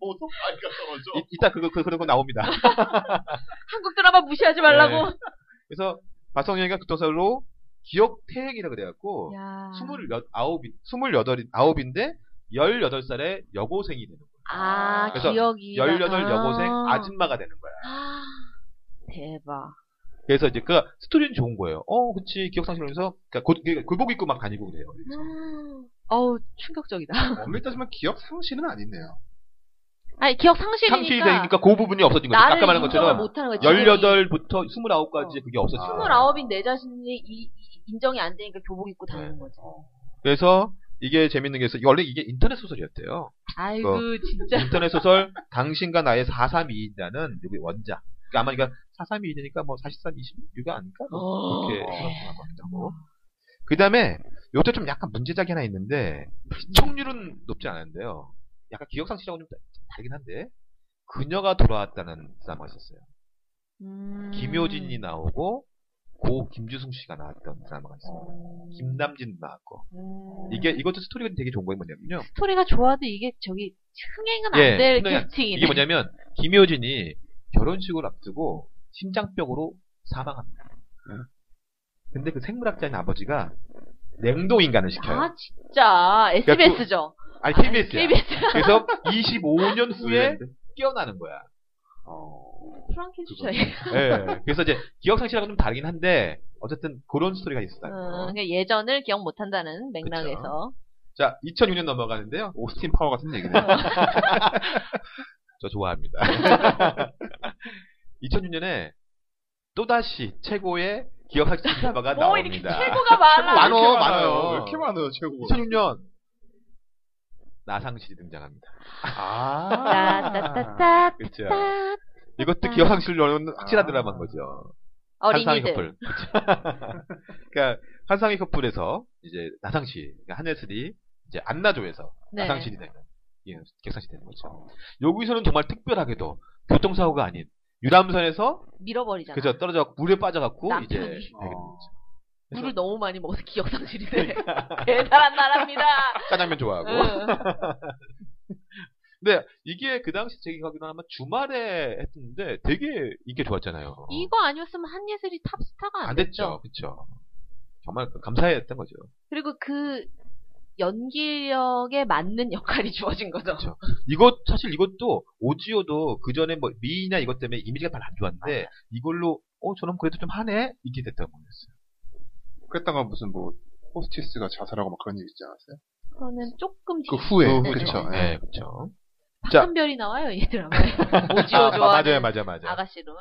Speaker 3: 보통 바위가 떨어져.
Speaker 4: 이- 이따 그거 그 그런 거 나옵니다.
Speaker 2: *laughs* 한국 드라마 무시하지 말라고.
Speaker 4: 예. 그래서 박성영이가 교통사고로 기억 퇴행이라 그래갖고
Speaker 2: 야.
Speaker 4: 스물 몇 아홉 스물 여덟 아홉인데 열여덟 살에 여고생이 되는 거예요.
Speaker 2: 아,
Speaker 4: 그래서
Speaker 2: 기억이.
Speaker 4: 18
Speaker 2: 아.
Speaker 4: 여고생 아줌마가 되는 거야.
Speaker 2: 아, 대박.
Speaker 4: 그래서 이제 그 스토리는 좋은 거예요. 어, 그치 기억상실하면서 그러니까 고- 그- 굴복 입고 막 다니고 그래요.
Speaker 2: 음. 어우, 충격적이다.
Speaker 3: 원래 따지면 기억 상실은 아니네요.
Speaker 2: 아니, 기억 상실이니까.
Speaker 4: 상실이 되니까 그 부분이 없어진 거죠.
Speaker 2: 그러니까. 나를
Speaker 4: 아까 말한
Speaker 2: 인정을
Speaker 4: 것처럼
Speaker 2: 못하는 거지.
Speaker 4: 18부터 29까지 그게 없어진
Speaker 3: 아.
Speaker 4: 거예요.
Speaker 2: 29인 내 자신이 이- 이- 인정이 안 되니까 교복
Speaker 4: 네.
Speaker 2: 입고 다니는 거지.
Speaker 4: 어. 그래서 이게 재밌는 게 있어. 원래 이게 인터넷 소설이었대요.
Speaker 2: 아이고,
Speaker 4: 어.
Speaker 2: 진짜.
Speaker 4: 인터넷 소설 당신과 나의 4321이라는 여기 원작. 그러니까 아마 이거 4321이니까 뭐 *laughs* 4326이 아닐까? 뭐
Speaker 2: 어.
Speaker 4: 이렇게 생각하고 하고. 그 다음에 요때 좀 약간 문제작이 하나 있는데 시청률은 높지 않은데요. 약간 기억상실하고 좀 다- 다르긴 한데 그녀가 돌아왔다는 드라마가 있었어요.
Speaker 2: 음.
Speaker 4: 김효진이 나오고 고 김주승 씨가 나왔던 드라마가 있어요. 김남진 나왔고
Speaker 2: 음.
Speaker 4: 이게 이것도 스토리가 되게 좋은 거예요. 뭐냐면요.
Speaker 2: 스토리가 좋아도 이게 저기 흥행은
Speaker 4: 예,
Speaker 2: 안될
Speaker 4: 흥행이 안-
Speaker 2: 캐스팅이네.
Speaker 4: 이게 뭐냐면 김효진이 결혼식을 앞두고 심장병으로 사망합니다. 근데 그 생물학자인 아버지가 냉동 인간을 시켜요.
Speaker 2: 아 진짜 SBS죠.
Speaker 4: 네. 아니 KBS야.
Speaker 2: KBS
Speaker 4: 그래서 25년 후에 깨어나는 거야.
Speaker 2: 프랑켄슈타인.
Speaker 4: 예. 그래서 이제 기억 상실하고 좀 다르긴 한데 어쨌든 그런 스토리가 있었다.
Speaker 2: 음, 그러니까 예전을 기억 못한다는 맥락에서.
Speaker 4: 자, 2006년 넘어가는데요.
Speaker 3: 오스틴 파워 같은 얘기네.
Speaker 2: 어,
Speaker 4: 저 좋아합니다.
Speaker 2: *laughs*
Speaker 4: 2006년에 또다시 최고의 기억 상실 드라마가
Speaker 2: 뭐 이렇게
Speaker 4: 나옵니다.
Speaker 2: 최고가
Speaker 4: *laughs*
Speaker 2: 많아.
Speaker 4: 많어,
Speaker 3: 왜 이렇게
Speaker 4: 많아요.
Speaker 3: 왜 이렇게 많아요, 최고.
Speaker 4: 2006년 나상실이 등장합니다.
Speaker 3: 아.
Speaker 2: 따따따따.
Speaker 4: 그렇죠. 이것도 기억 상실로는 확실한 드라마인 거죠. 한상희
Speaker 2: 어린이들.
Speaker 4: 커플. 그쵸. *laughs* 그러니까 한상희 커플에서 이제 나상시, 그러니까 한예슬이 이제 안나조에서
Speaker 2: 네.
Speaker 4: 나상실이 되는 예, 객상실이 되는 거죠. 여기서는 정말 특별하게도 교통사고가 아닌 유람선에서
Speaker 2: 밀어버리잖아.
Speaker 4: 그저 떨어져 갖고 물에 빠져갖고 이제 어,
Speaker 2: 남편이.
Speaker 4: 되게
Speaker 3: 네.
Speaker 2: 물을 너무 많이 먹어서 기억 상실이 돼. *laughs*
Speaker 4: 그러니까.
Speaker 2: 대단한
Speaker 4: *laughs*
Speaker 2: 나라입니다.
Speaker 4: 짜장면 좋아하고.
Speaker 2: 응.
Speaker 4: 근데 이게 그 당시 제 기억으로는 아마 주말에 했는데 되게 인기 좋았잖아요.
Speaker 2: 이거 아니었으면 한예슬이 탑스타가 안,
Speaker 4: 안 됐죠, 그렇죠. 정말 그 감사했던 거죠.
Speaker 2: 그리고 그 연기력에 맞는 역할이 주어진 거죠.
Speaker 4: 그쵸. 이것 사실 이것도 오지오도 그 전에 뭐 미이나 이것 때문에 이미지가 별로 안 좋았는데 이걸로 어 저놈 그래도 좀 하네 이게 됐던 거였어요.
Speaker 3: 그랬다가 무슨 뭐 호스티스가 자살하고 막 그런 얘기 있지 않았어요?
Speaker 2: 그거는 조금
Speaker 3: 그
Speaker 2: 뒤.
Speaker 3: 후에
Speaker 4: 어,
Speaker 3: 그쵸.
Speaker 4: 그쵸.
Speaker 3: 예.
Speaker 4: 네, 그렇죠. 자.
Speaker 2: 박한별이 나와요 이
Speaker 4: *laughs*
Speaker 2: 드라마에. 오지오
Speaker 4: 아, 마-
Speaker 2: 좋아하는
Speaker 4: 맞아요, 맞아요, 맞아요.
Speaker 2: 아가씨로.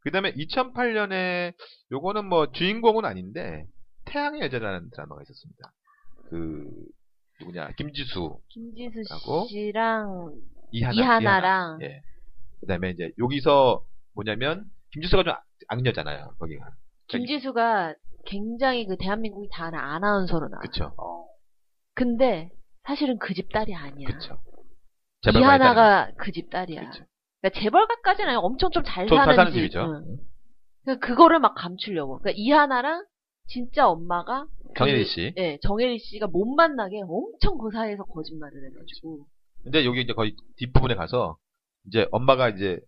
Speaker 4: 그다음에 2008년에 요거는 뭐 주인공은 아닌데 태양의 여자라는 드라마가 있었습니다. 그 누구냐 김지수,
Speaker 2: 김지수
Speaker 4: 하고
Speaker 2: 씨랑
Speaker 4: 이하나,
Speaker 2: 이하나랑
Speaker 4: 예. 그다음에 이제 여기서 뭐냐면 김지수가 좀 악- 악녀잖아요. 거기가.
Speaker 2: 김지수가 굉장히 그 대한민국이 다 아는 아나운서로 나와.
Speaker 4: 그쵸.
Speaker 2: 근데 사실은 그 집 딸이 아니야.
Speaker 4: 그쵸.
Speaker 2: 이하나가 그 집 딸이야.
Speaker 4: 그쵸.
Speaker 2: 그러니까 재벌가까지는 아니고 엄청 좀 잘
Speaker 4: 좀잘
Speaker 2: 사는,
Speaker 4: 사는
Speaker 2: 집.
Speaker 4: 집이죠.
Speaker 2: 응. 그러니까 그거를 막 감추려고. 그러니까 이하나랑 진짜 엄마가
Speaker 4: 정혜리 씨.
Speaker 2: 예, 정혜리 씨가 못 만나게 엄청 그 사이에서 거짓말을 해가지고.
Speaker 4: 근데 여기 이제 거의 뒷부분에 가서 이제 엄마가 이제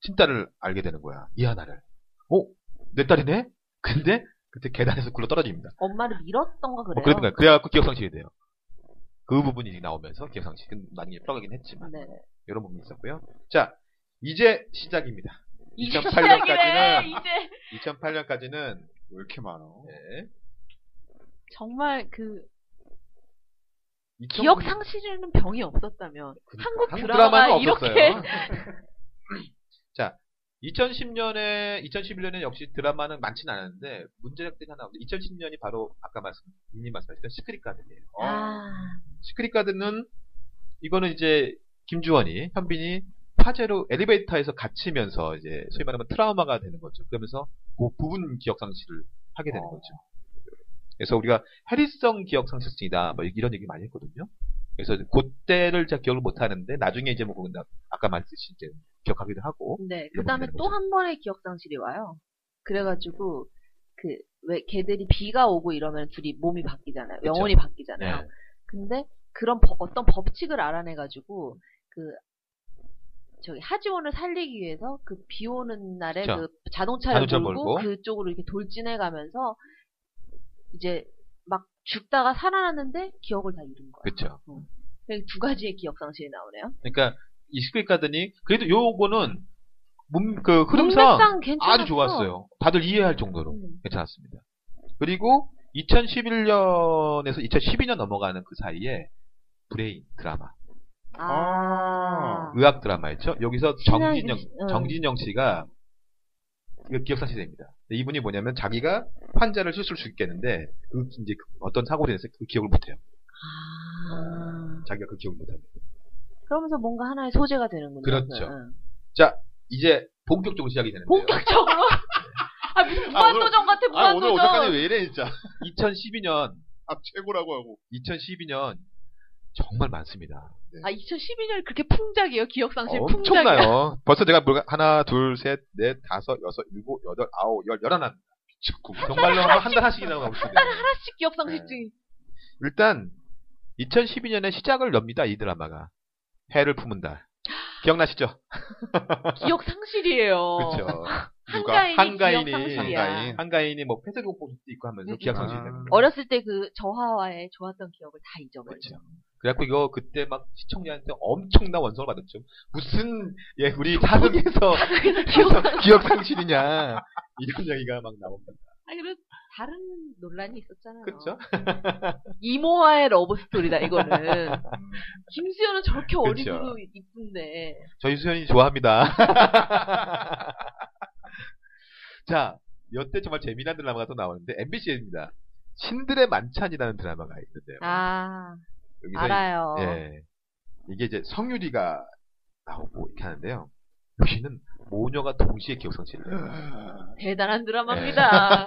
Speaker 4: 친딸을 알게 되는 거야. 이하나를. 어? 내 딸이네? 근데 그때 계단에서 굴러 떨어집니다.
Speaker 2: 엄마를 밀었던가
Speaker 4: 뭐
Speaker 2: 그래요.
Speaker 4: 그런 거야. 그래갖고 기억상실이 돼요. 그 부분이 나오면서 기억상실은 나중에 풀어가긴 했지만
Speaker 2: 네.
Speaker 4: 이런 부분이 있었고요. 자 이제 시작입니다.
Speaker 2: 이제
Speaker 4: 2008
Speaker 2: 시작이래.
Speaker 4: 년까지는.
Speaker 2: 이제
Speaker 4: 2008년까지는 네.
Speaker 3: 왜 이렇게 많아?
Speaker 2: 정말 그 기억 상실은 병이 없었다면 한국 드라마가 이렇게 *laughs*
Speaker 4: 자, 2010년에 2011년에 역시 드라마는 많진 않았는데 문제작들이 하나 없는데 2010년이 바로 아까 말씀 님 말씀하셨던 시크릿 가든이에요.
Speaker 2: 아,
Speaker 4: 시크릿 가든은 이거는 이제 김주원이 현빈이 화재로 엘리베이터에서 갇히면서 이제 소위 말하면 트라우마가 되는 거죠. 그러면서 그 부분 기억 상실을 하게 되는
Speaker 3: 어.
Speaker 4: 거죠. 그래서 우리가 해리성 기억 상실증이다 뭐 이런 얘기 많이 했거든요. 그래서 그때를 잘 기억을 못 하는데 나중에 이제 뭐 그건 아까 말씀하신 이제 기억하기도 하고
Speaker 2: 네. 그 다음에 또 한 번의 기억상실이 와요. 그래가지고, 그, 왜, 걔들이 비가 오고 이러면 둘이 몸이 바뀌잖아요.
Speaker 4: 그쵸.
Speaker 2: 영혼이 바뀌잖아요.
Speaker 4: 네.
Speaker 2: 근데 그런 법- 어떤 법칙을 알아내가지고, 그, 저기 하지원을 살리기 위해서 그 비 오는 날에
Speaker 4: 그쵸.
Speaker 2: 그 자동차를
Speaker 4: 자동차
Speaker 2: 몰고
Speaker 4: 몰고.
Speaker 2: 그쪽으로 이렇게 돌진해 가면서 이제 막 죽다가 살아났는데 기억을 다 잃은 거예요.
Speaker 4: 그렇죠.
Speaker 2: 그래서 두 가지의 기억 상실이 나오네요.
Speaker 4: 그러니까 이 시크릿 가든이 그래도 요거는 문- 그 흐름상
Speaker 2: 문맥상 괜찮았어.
Speaker 4: 아주 좋았어요. 다들 이해할 정도로.
Speaker 2: 음.
Speaker 4: 괜찮았습니다. 그리고 2011년에서 2012년 넘어가는 그 사이에 브레인 드라마,
Speaker 2: 아.
Speaker 4: 의학 드라마였죠. 여기서
Speaker 2: 신학의
Speaker 4: 정진영,
Speaker 2: 시- 어. 응.
Speaker 4: 정진영 씨가 이거 기억상실됩니다. 이분이 뭐냐면 자기가 환자를 실수로 죽겠는데 그 이제 그 어떤 사고로 인해서 그 기억을 못해요.
Speaker 2: 아.
Speaker 4: 자기가 그 기억을 못합니다.
Speaker 2: 그러면서 뭔가 하나의 소재가 되는군요.
Speaker 4: 그렇죠.
Speaker 2: 응.
Speaker 4: 이제 본격적으로 시작이 되는데요. *laughs*
Speaker 2: 본격적으로. 아, 무슨 무한도전 같아,
Speaker 3: 아 오늘 오전까지
Speaker 2: 무한도전.
Speaker 3: 왜 이래 진짜.
Speaker 4: 2012년,
Speaker 3: 아 최고라고 하고.
Speaker 4: 2012년 정말 많습니다.
Speaker 2: 아, 2012년이 그렇게 풍작이에요, 기억상실 풍작이.
Speaker 4: 어, 엄청나요. 벌써 제가 뭐가 하나, 둘, 셋, 넷, 다섯, 여섯, 일곱, 여덟, 아홉, 열, 열하나. 정말로 한 달 하나씩 나오고 있습니다
Speaker 2: 하나씩 기억상실증이.
Speaker 4: 일단 2012년에 시작을 엽니다 이 드라마가 해를 품은 달. 기억나시죠?
Speaker 2: 기억상실이에요.
Speaker 4: 네.
Speaker 2: *laughs*
Speaker 4: 그렇죠.
Speaker 2: 한가인이,
Speaker 4: 한가인이,
Speaker 2: 기억상실이야.
Speaker 3: 한가인.
Speaker 4: 한가인이 아, 뭐 폐쇄공 포집도 있고 하면서
Speaker 2: 음,
Speaker 4: 기억상실이
Speaker 3: 음.
Speaker 4: 되는 거죠.
Speaker 2: 어렸을 때 그 저하와의 좋았던 기억을 다 잊어버리죠. *laughs*
Speaker 4: 그래갖고 이거 그때 막 시청자한테 엄청난 원성을 받았죠. 무슨 예
Speaker 2: *laughs*
Speaker 4: 우리 사극에서 *laughs* 기억상실이냐 이런 이야기가 막 나옵니다.
Speaker 2: 아, 그리고 다른 논란이 있었잖아요.
Speaker 4: 그렇죠?
Speaker 2: 이모와의 러브 스토리다,
Speaker 4: *laughs*
Speaker 2: 이거는. 김수현은 저렇게 어리고
Speaker 4: 그쵸.
Speaker 2: 이쁜데.
Speaker 4: 저희 수현이 좋아합니다. *laughs* 자, 여태 정말 재미난 드라마가 또 나오는데 MBC입니다. 신들의 만찬이라는 드라마가 있는데요.
Speaker 2: 아,
Speaker 4: 여기서
Speaker 2: 알아요.
Speaker 4: 이, 예, 이게 이제 성유리가 나오고 이렇게 하는데요. 여기는 모녀가 동시에 기억상실을. 해요.
Speaker 2: 대단한
Speaker 4: 예.
Speaker 2: 드라마입니다.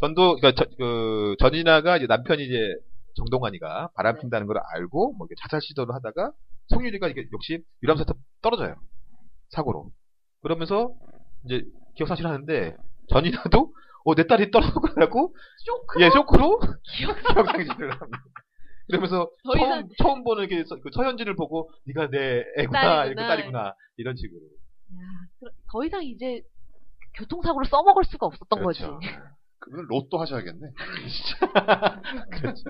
Speaker 4: 전도 그러니까 저- 그 전이나가 이제 남편이 이제 정동환이가 바람 핀다는 걸 알고 뭐 이렇게 자살 시도를 하다가 송유리가 이게 역시 유람선에서 떨어져요 사고로 그러면서 이제 기억상실 하는데 전이나도 어, 내 딸이 떨어져가지고
Speaker 2: *laughs* 쇼크
Speaker 4: 예 쇼크로 *laughs*
Speaker 2: 기억
Speaker 4: 기억상실을 합니다. 이러면서
Speaker 2: 더
Speaker 4: 처음
Speaker 2: 이상-
Speaker 4: 처음 보는 이렇게 서- 그 서현진을 보고 네가 내 애구나 이렇게
Speaker 2: 딸이구나.
Speaker 4: 딸이구나 이런 식으로
Speaker 2: 더 이상 이제 교통사고로 써먹을 수가 없었던
Speaker 4: 그렇죠.
Speaker 2: 거지.
Speaker 3: 그러면 로또 하셔야겠네.
Speaker 4: 그렇죠.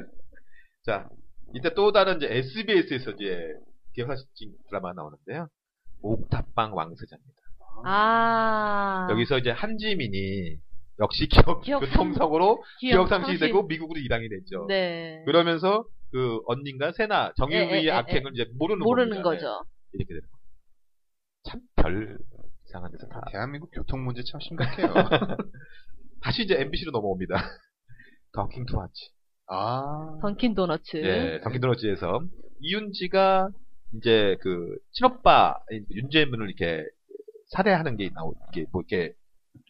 Speaker 4: 자, 이때 또 다른 이제 SBS에서 이제 기억하실지 드라마 나오는데요. 옥탑방 왕세자입니다.
Speaker 2: 아.
Speaker 4: 여기서 이제 한지민이 역시 기억,
Speaker 2: 기억
Speaker 4: 교통사고로
Speaker 2: 기억
Speaker 4: 기억상실이
Speaker 2: 상실.
Speaker 4: 되고 미국으로 이동이 됐죠.
Speaker 2: 네.
Speaker 4: 그러면서 그 언니가
Speaker 2: 예,
Speaker 4: 세나
Speaker 2: 예,
Speaker 4: 정유리의
Speaker 2: 예,
Speaker 4: 악행을 이제 모르는
Speaker 2: 모르는
Speaker 4: 겁니다.
Speaker 2: 거죠.
Speaker 4: 네, 이렇게 되는 거죠. 참별 이상한 데서 다
Speaker 3: 대한민국 교통 문제 참 심각해요.
Speaker 4: *laughs* 다시 이제 MBC로 넘어옵니다. *laughs* 더킹 투마치.
Speaker 3: 아.
Speaker 2: 던킨 도너츠.
Speaker 4: 예, 경기도너지에서 이윤지가 이제 그 친오빠 윤재문을 이렇게 살해하는 게 나오 이게 뭐 이렇게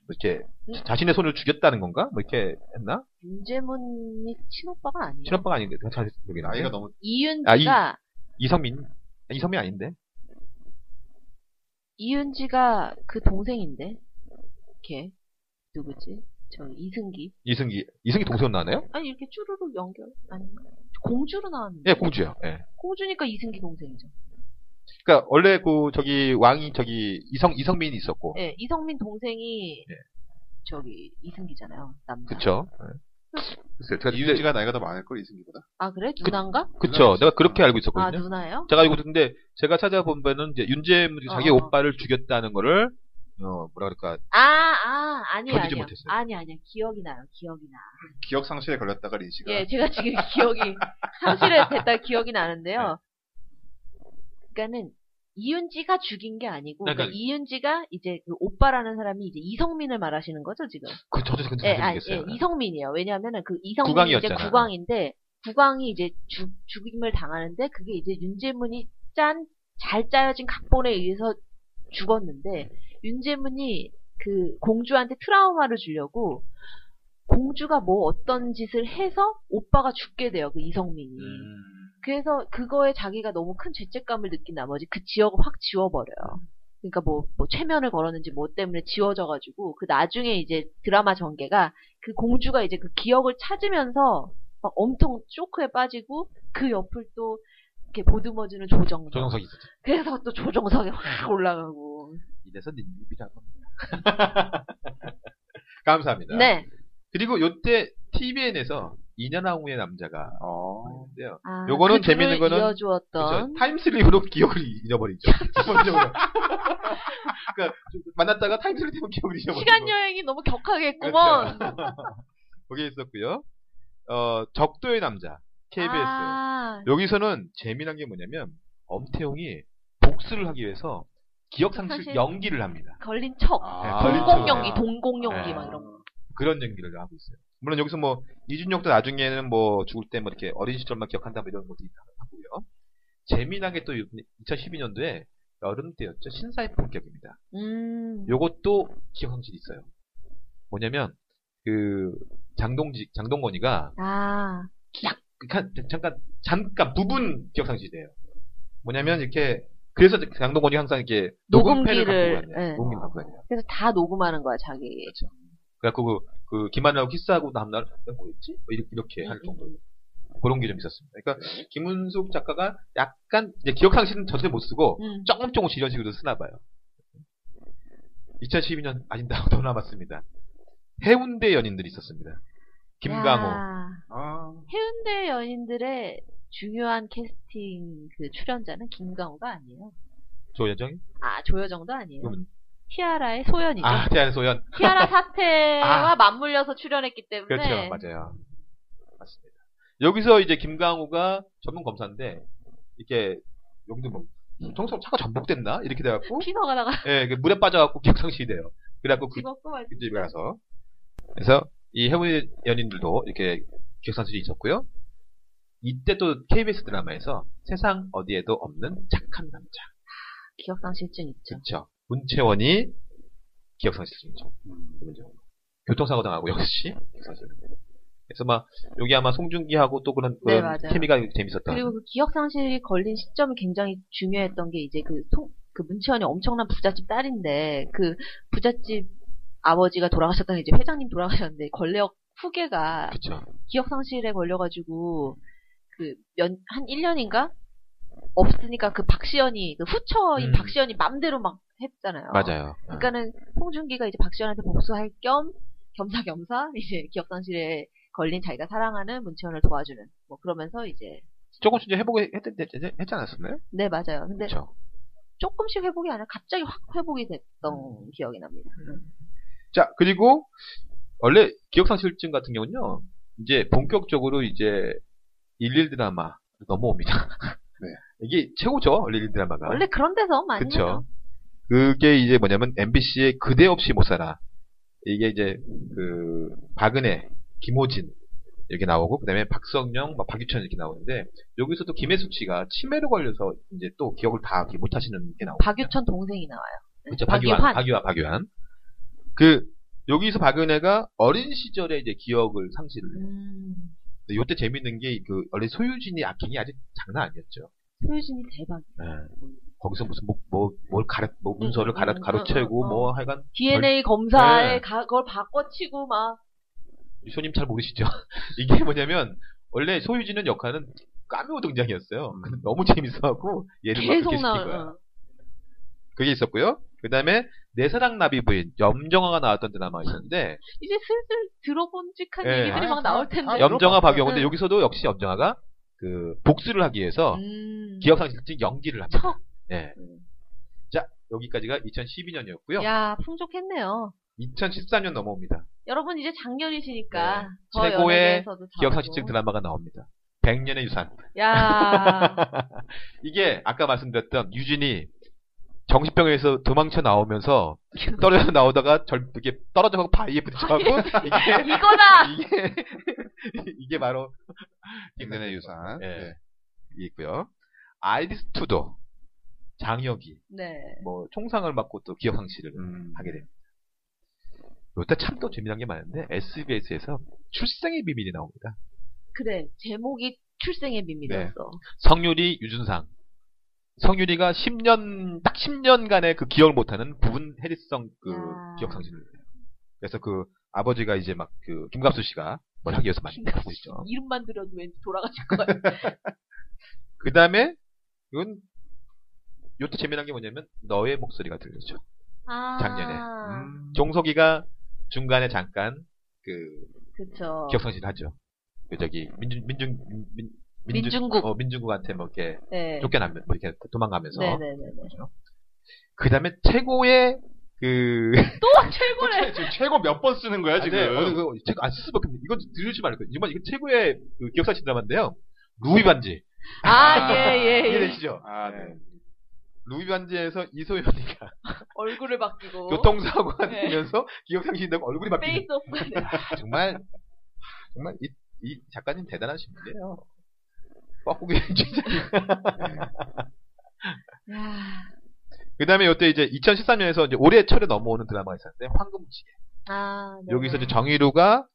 Speaker 4: 뭐 이렇게
Speaker 2: 음?
Speaker 4: 자신의 손을 죽였다는 건가? 뭐 이렇게 했나?
Speaker 2: 윤재문이 친오빠가 아니에요.
Speaker 4: 친오빠가 아닌데 잘 기억이 나.
Speaker 3: 나이가 너무
Speaker 2: 이윤지가
Speaker 4: 이성민 이성민 아닌데?
Speaker 2: 이... 윤지가그 동생인데. 걔 누구지? 저 이승기.
Speaker 4: 이승기 이승기 동생으로 나왔나요?
Speaker 2: 아니 이렇게 쭈루룩 연결 아닌가? 공주로 나왔는데.
Speaker 4: 예, 공주요. 예.
Speaker 2: 공주니까 이승기 동생이죠.
Speaker 4: 그러니까 원래 그 저기 왕이 저기 이성 이성민이 있었고.
Speaker 2: 예, 이성민 동생이
Speaker 4: 어. 예.
Speaker 2: 저기 이승기잖아요. 남자.
Speaker 4: 그쵸? 예. 글쎄, 제가 이제-
Speaker 3: 이윤지가 나이가 더 많을 걸 이승기보다.
Speaker 2: 아 그래? 누난가?
Speaker 4: 그쵸. 내가 그렇게 알고
Speaker 2: 아
Speaker 4: 있었거든요.
Speaker 2: 누나예요?
Speaker 4: 제가 알고 있는데 제가 찾아본 바는 이제 윤재문이 자기
Speaker 2: 어.
Speaker 4: 오빠를 죽였다는 거를
Speaker 6: 어, 뭐라 그럴까.
Speaker 2: 아, 아, 아니,
Speaker 6: 견디지
Speaker 2: 아니.
Speaker 6: 못했어요.
Speaker 2: 아니, 아니. 기억이 나요, 기억이 나.
Speaker 3: 기억 상실에 걸렸다가 린
Speaker 4: 아.
Speaker 3: 씨가
Speaker 2: 예, 제가 지금 *laughs* 기억이, 상실에 됐다 기억이 나는데요. 그러니까는, 이윤지가 죽인 게 아니고,
Speaker 6: 그러니까-
Speaker 2: 그러니까 이윤지가 이제 그 오빠라는 사람이 이제 이성민을 말하시는 거죠, 지금?
Speaker 6: 그, 저도 근데
Speaker 2: 예,
Speaker 6: 잘
Speaker 2: 아, 예,
Speaker 6: 모르겠어요.
Speaker 2: 이성민이에요. 왜냐하면은 그 이성민이 이제
Speaker 6: 구광이었잖아.
Speaker 2: 구광인데, 구광이 이제 죽, 죽임을 당하는데, 그게 이제 윤재문이 짠, 잘 짜여진 각본에 의해서 죽었는데, 윤재문이 그 공주한테 트라우마를 주려고, 공주가 뭐 어떤 짓을 해서 오빠가 죽게 돼요, 그 이성민이.
Speaker 6: 음,
Speaker 2: 그래서 그거에 자기가 너무 큰 죄책감을 느낀 나머지 그 지역을 확 지워버려요. 그러니까 뭐, 뭐 최면을 걸었는지 뭐 때문에 지워져가지고 그 나중에 이제 드라마 전개가 그 공주가 이제 그 기억을 찾으면서 막 엄청 쇼크에 빠지고 그 옆을 또 이렇게 보듬어주는 조정석.
Speaker 6: 조정석이 있었죠.
Speaker 2: 그래서 또 조정석이
Speaker 4: 네.
Speaker 2: 확 올라가고.
Speaker 6: 이래서 님이라고.
Speaker 4: *laughs* 감사합니다.
Speaker 2: 네.
Speaker 4: 그리고 요때 TVN에서 2년 후의 남자가
Speaker 3: 어.
Speaker 4: 있는데요.
Speaker 2: 아,
Speaker 4: 요거는
Speaker 2: 그 둘을
Speaker 4: 재밌는 거는
Speaker 2: 이어주었던
Speaker 4: 타임슬립으로 기억을
Speaker 2: *laughs*
Speaker 4: 잊어버리죠. 기본적으로. 그러니까 좀 만났다가 타임슬립으로 기억을 잊어버리죠.
Speaker 2: 시간 여행이 너무 격하게 했구먼.
Speaker 4: 거기에 있었고요. 어, 적도의 남자 *laughs* KBS.
Speaker 2: 아,
Speaker 4: 여기서는 재미난 게 뭐냐면 엄태웅이 복수를 하기 위해서 기억상실
Speaker 2: 사실-
Speaker 4: 연기를 합니다.
Speaker 2: 걸린
Speaker 3: 네,
Speaker 2: 척.
Speaker 4: 아,
Speaker 2: 동공
Speaker 4: 걸린
Speaker 2: 연기,
Speaker 4: 척.
Speaker 2: 동공 연기
Speaker 4: 네.
Speaker 2: 막 이런 거.
Speaker 4: 그런 연기를 하고 있어요. 물론 여기서 뭐 이준혁도 나중에는 뭐 죽을 때 뭐 이렇게 어린 시절만 기억한다 뭐 이런 것도 있다 하고요. 재미나게 또 2012년도에 여름 때였죠. 신사의 품격입니다.
Speaker 2: 음.
Speaker 4: 요것도 기억상실이 있어요. 뭐냐면 그 장동직 장동건이가
Speaker 2: 아,
Speaker 4: 잠깐 잠깐 잠깐 부분 기억상실이에요. 뭐냐면 이렇게 그래서 장동건이 항상 이렇게 녹음팬을
Speaker 2: 녹음기를,
Speaker 4: 갖고
Speaker 2: 예.
Speaker 4: 다녀요. 녹음기를 갖고 다녀요.
Speaker 2: 그래서 다 녹음하는 거야, 자기.
Speaker 4: 그렇죠. 그래갖고 그, 그 김한나하고 키스하고 다음날 뭐였지? 뭐 이렇게, 이렇게 할 정도로 그런 게 좀 있었습니다. 그러니까 김은숙 작가가 약간 이제 기억상실은 전체 못 쓰고
Speaker 2: 음.
Speaker 4: 조금 조금씩 이런 식으로 쓰나 봐요. 2012년 아닌데 *laughs* 더 남았습니다. 해운대 연인들이 있었습니다. 김강호.
Speaker 2: 야,
Speaker 3: 아,
Speaker 2: 해운대 연인들의 중요한 캐스팅 그 출연자는 김강호가 아니에요.
Speaker 4: 조여정?
Speaker 2: 아, 조여정도 아니에요.
Speaker 4: 그럼-
Speaker 2: 티아라의 소연이죠.
Speaker 4: *laughs* 아, 태안의 소연.
Speaker 2: 티아라 사태와 맞물려서 출연했기 때문에.
Speaker 4: 그렇죠. 맞아요. 맞습니다. 여기서 이제 김강호가 전문 검사인데, 이렇게, 여기도 뭐, 정서 차가 전복됐나? 이렇게 돼갖고,
Speaker 2: 피서 가다가
Speaker 4: 예, 이게 물에 빠져갖고 *laughs* 기억상실이 돼요. 그래갖고 그
Speaker 2: 집었고 말고.
Speaker 4: 집에 가서. 그래서 이 해운의 연인들도 이렇게 기억상실이 있었고요. 이때 또 KBS 드라마에서 세상 어디에도 없는 착한 남자.
Speaker 2: 기억상실증 있죠.
Speaker 4: 그쵸. 문채원이 기억상실증이죠. 기본적으로. 교통사고 당하고 역시 기억상실. 그래서 막 여기 아마 송중기하고 또 그런,
Speaker 2: 네,
Speaker 4: 그런
Speaker 2: 맞아요.
Speaker 4: 케미가 재밌었던.
Speaker 2: 그리고 그 기억상실이 걸린 시점이 굉장히 중요했던 게 이제 그 통, 그 문채원이 엄청난 부잣집 딸인데 그 부잣집 아버지가 돌아가셨다는 이제 회장님 돌아가셨는데 권력 후계가
Speaker 4: 그쵸.
Speaker 2: 기억상실에 걸려가지고 그몇한 1년인가 없으니까 그 박시연이 그 후처인
Speaker 4: 음.
Speaker 2: 박시연이 맘대로 막 했잖아요.
Speaker 4: 맞아요.
Speaker 2: 그러니까는 홍준기가 이제 박시연한테 복수할 겸 겸사겸사 이제 기억상실에 걸린 자기가 사랑하는 문채원을 도와주는 뭐 그러면서 이제
Speaker 4: 조금씩 이제 해보고 했, 했, 했, 했지 않았었나요?
Speaker 2: 네 맞아요. 근데
Speaker 4: 그쵸.
Speaker 2: 조금씩 회복이 아니라 갑자기 확 회복이 됐던
Speaker 4: 음.
Speaker 2: 기억이 납니다.
Speaker 4: 자, 그리고 원래 기억상실증 같은 경우는요, 이제 본격적으로 이제 일일 드라마 넘어옵니다.
Speaker 3: 네.
Speaker 4: *laughs* 이게 최고죠, 원래 일일 드라마가.
Speaker 2: 원래 그런 데서 많이 해요.
Speaker 4: 그쵸. 그게 이제 뭐냐면 MBC의 그대 없이 못 살아. 이게 이제 그 박은혜, 김호진 이렇게 나오고 그다음에 박성영, 막 박유천 이렇게 나오는데 여기서 또 김혜숙 씨가 치매로 걸려서 이제 또 기억을 다 못 하시는 게 나오고.
Speaker 2: 박유천 동생이 나와요.
Speaker 4: 그렇죠.
Speaker 2: 박유환.
Speaker 4: 박유환, 박유환, 박유환. 그 여기서 박은혜가 어린 시절에 이제 기억을 상실을. 해요. 근데 요때 재밌는 게 그 원래 소유진이 악행이 아직 장난 아니었죠.
Speaker 2: 소유진이 대박.
Speaker 4: 예. 거기서 무슨 뭐뭘 가르 뭐 문서를 가르
Speaker 2: 음, 음,
Speaker 4: 가로채고
Speaker 2: 음, 음.
Speaker 4: 뭐 하여간
Speaker 2: DNA 검사에
Speaker 4: 네.
Speaker 2: 가- 그걸 바꿔치고 막
Speaker 4: 우리 손님 잘 모르시죠? *laughs* 이게 뭐냐면 원래 소유진은 역할은 까미오 등장이었어요. 근데 너무 재밌어하고 얘를
Speaker 2: 음.
Speaker 4: 그 막
Speaker 2: 계속
Speaker 4: 이렇게 시킨 거야.
Speaker 2: 나와요. 어.
Speaker 4: 그게 있었고요. 그 다음에 내 사랑 나비 부인 염정아가 나왔던 드라마 있었는데
Speaker 2: 이제 슬슬 들어본 직한
Speaker 4: 네.
Speaker 2: 얘기들이
Speaker 3: 아,
Speaker 2: 막
Speaker 3: 다-
Speaker 2: 나올
Speaker 3: 다
Speaker 2: 텐데.
Speaker 3: 여-
Speaker 4: 염정아 박영 근데
Speaker 2: 네.
Speaker 4: 여기서도 역시 염정아가 그 복수를 하기 위해서
Speaker 2: 음.
Speaker 4: 기억상실증 연기를 합니다.
Speaker 2: 척.
Speaker 4: 예.
Speaker 2: 음.
Speaker 4: 자 여기까지가 2012년이었고요.
Speaker 2: 야, 풍족했네요.
Speaker 4: 2013년 넘어옵니다.
Speaker 2: 여러분 이제 장렬이시니까
Speaker 4: 네.
Speaker 2: 더
Speaker 4: 최고의
Speaker 2: 연예계에서도 잘하고.
Speaker 4: 기억상실증 드라마가 나옵니다. 100년의 유산. *laughs*
Speaker 2: 야,
Speaker 4: 이게 아까 말씀드렸던 유진이 정신병에서 도망쳐 나오면서 떨어져 나오다가 절 이게 떨어져서 바위에 부딪혀갖고 *laughs* 이게
Speaker 2: 이거다.
Speaker 4: 이게 *laughs* 이게 바로
Speaker 3: 인간의 유산.
Speaker 4: 예.
Speaker 3: 네.
Speaker 4: 이게 있고요. 아이디스 투도 장혁이
Speaker 2: 네.
Speaker 4: 뭐 총상을 맞고 또 기억 상실을
Speaker 3: 음.
Speaker 4: 하게 됩니다. 요때 참 또 재미난 게 많은데 SBS에서 출생의 비밀이 나옵니다.
Speaker 2: 그래. 제목이 출생의
Speaker 4: 네.
Speaker 2: 비밀이었어.
Speaker 4: 성유리 유준상. 성유리가 10년 딱 10년간의 그 기억을 못하는 부분 해리성 그
Speaker 2: 아.
Speaker 4: 기억 상실을 해요. 그래서 그 아버지가 이제 막 그 김갑수 씨가 뭘 하기 위해서 많이
Speaker 2: 김갑수
Speaker 4: 하고 있죠.
Speaker 2: 이름만 들어도 왠지 돌아가실 것 같아.
Speaker 4: 그 다음에 이건 요때 재미난 게 뭐냐면 너의 목소리가 들리죠.
Speaker 2: 아,
Speaker 4: 작년에.
Speaker 3: 음.
Speaker 4: 종석이가 중간에 잠깐 그
Speaker 2: 그쵸.
Speaker 4: 기억 상실을 하죠. 그 저기 민중 민중 민, 민- 민중-
Speaker 2: 민중국.
Speaker 4: 어, 민중국한테 뭐 이렇게
Speaker 2: 네.
Speaker 4: 쫓겨나면 뭐 이렇게 도망가면서
Speaker 2: 네네네.
Speaker 4: 그 다음에 최고의 그
Speaker 2: 또 최고래.
Speaker 3: 지금 최고 몇 번 쓰는 거야,
Speaker 4: 아,
Speaker 3: 지금?
Speaker 4: 네, 어느 그 최고 안 수밖에 없는 이건 들으지 말고 이건 이건 최고의 그 기억사실 드라마인데요. 루이 반지
Speaker 2: 아, 예, 예, 예.
Speaker 4: 이해되시죠?
Speaker 3: 아, 네.
Speaker 4: 루이 반지에서 이소연이가
Speaker 2: 얼굴을 바뀌고.
Speaker 4: 교통사고가
Speaker 2: 네.
Speaker 4: 되면서 기억상실이 되고 얼굴이 바뀌는
Speaker 2: 페이스 오프.
Speaker 4: *laughs* 아, 정말 정말 이, 이 작가님 대단하신 분이에요. 뻐꾸기 *laughs* 진짜.
Speaker 2: 야.
Speaker 4: 그 다음에 이때 이제 2013년에서 이제 올해 철에 넘어오는 드라마가 있었는데 황금지게.
Speaker 2: 아, 네.
Speaker 4: 여기서 이제 정의루가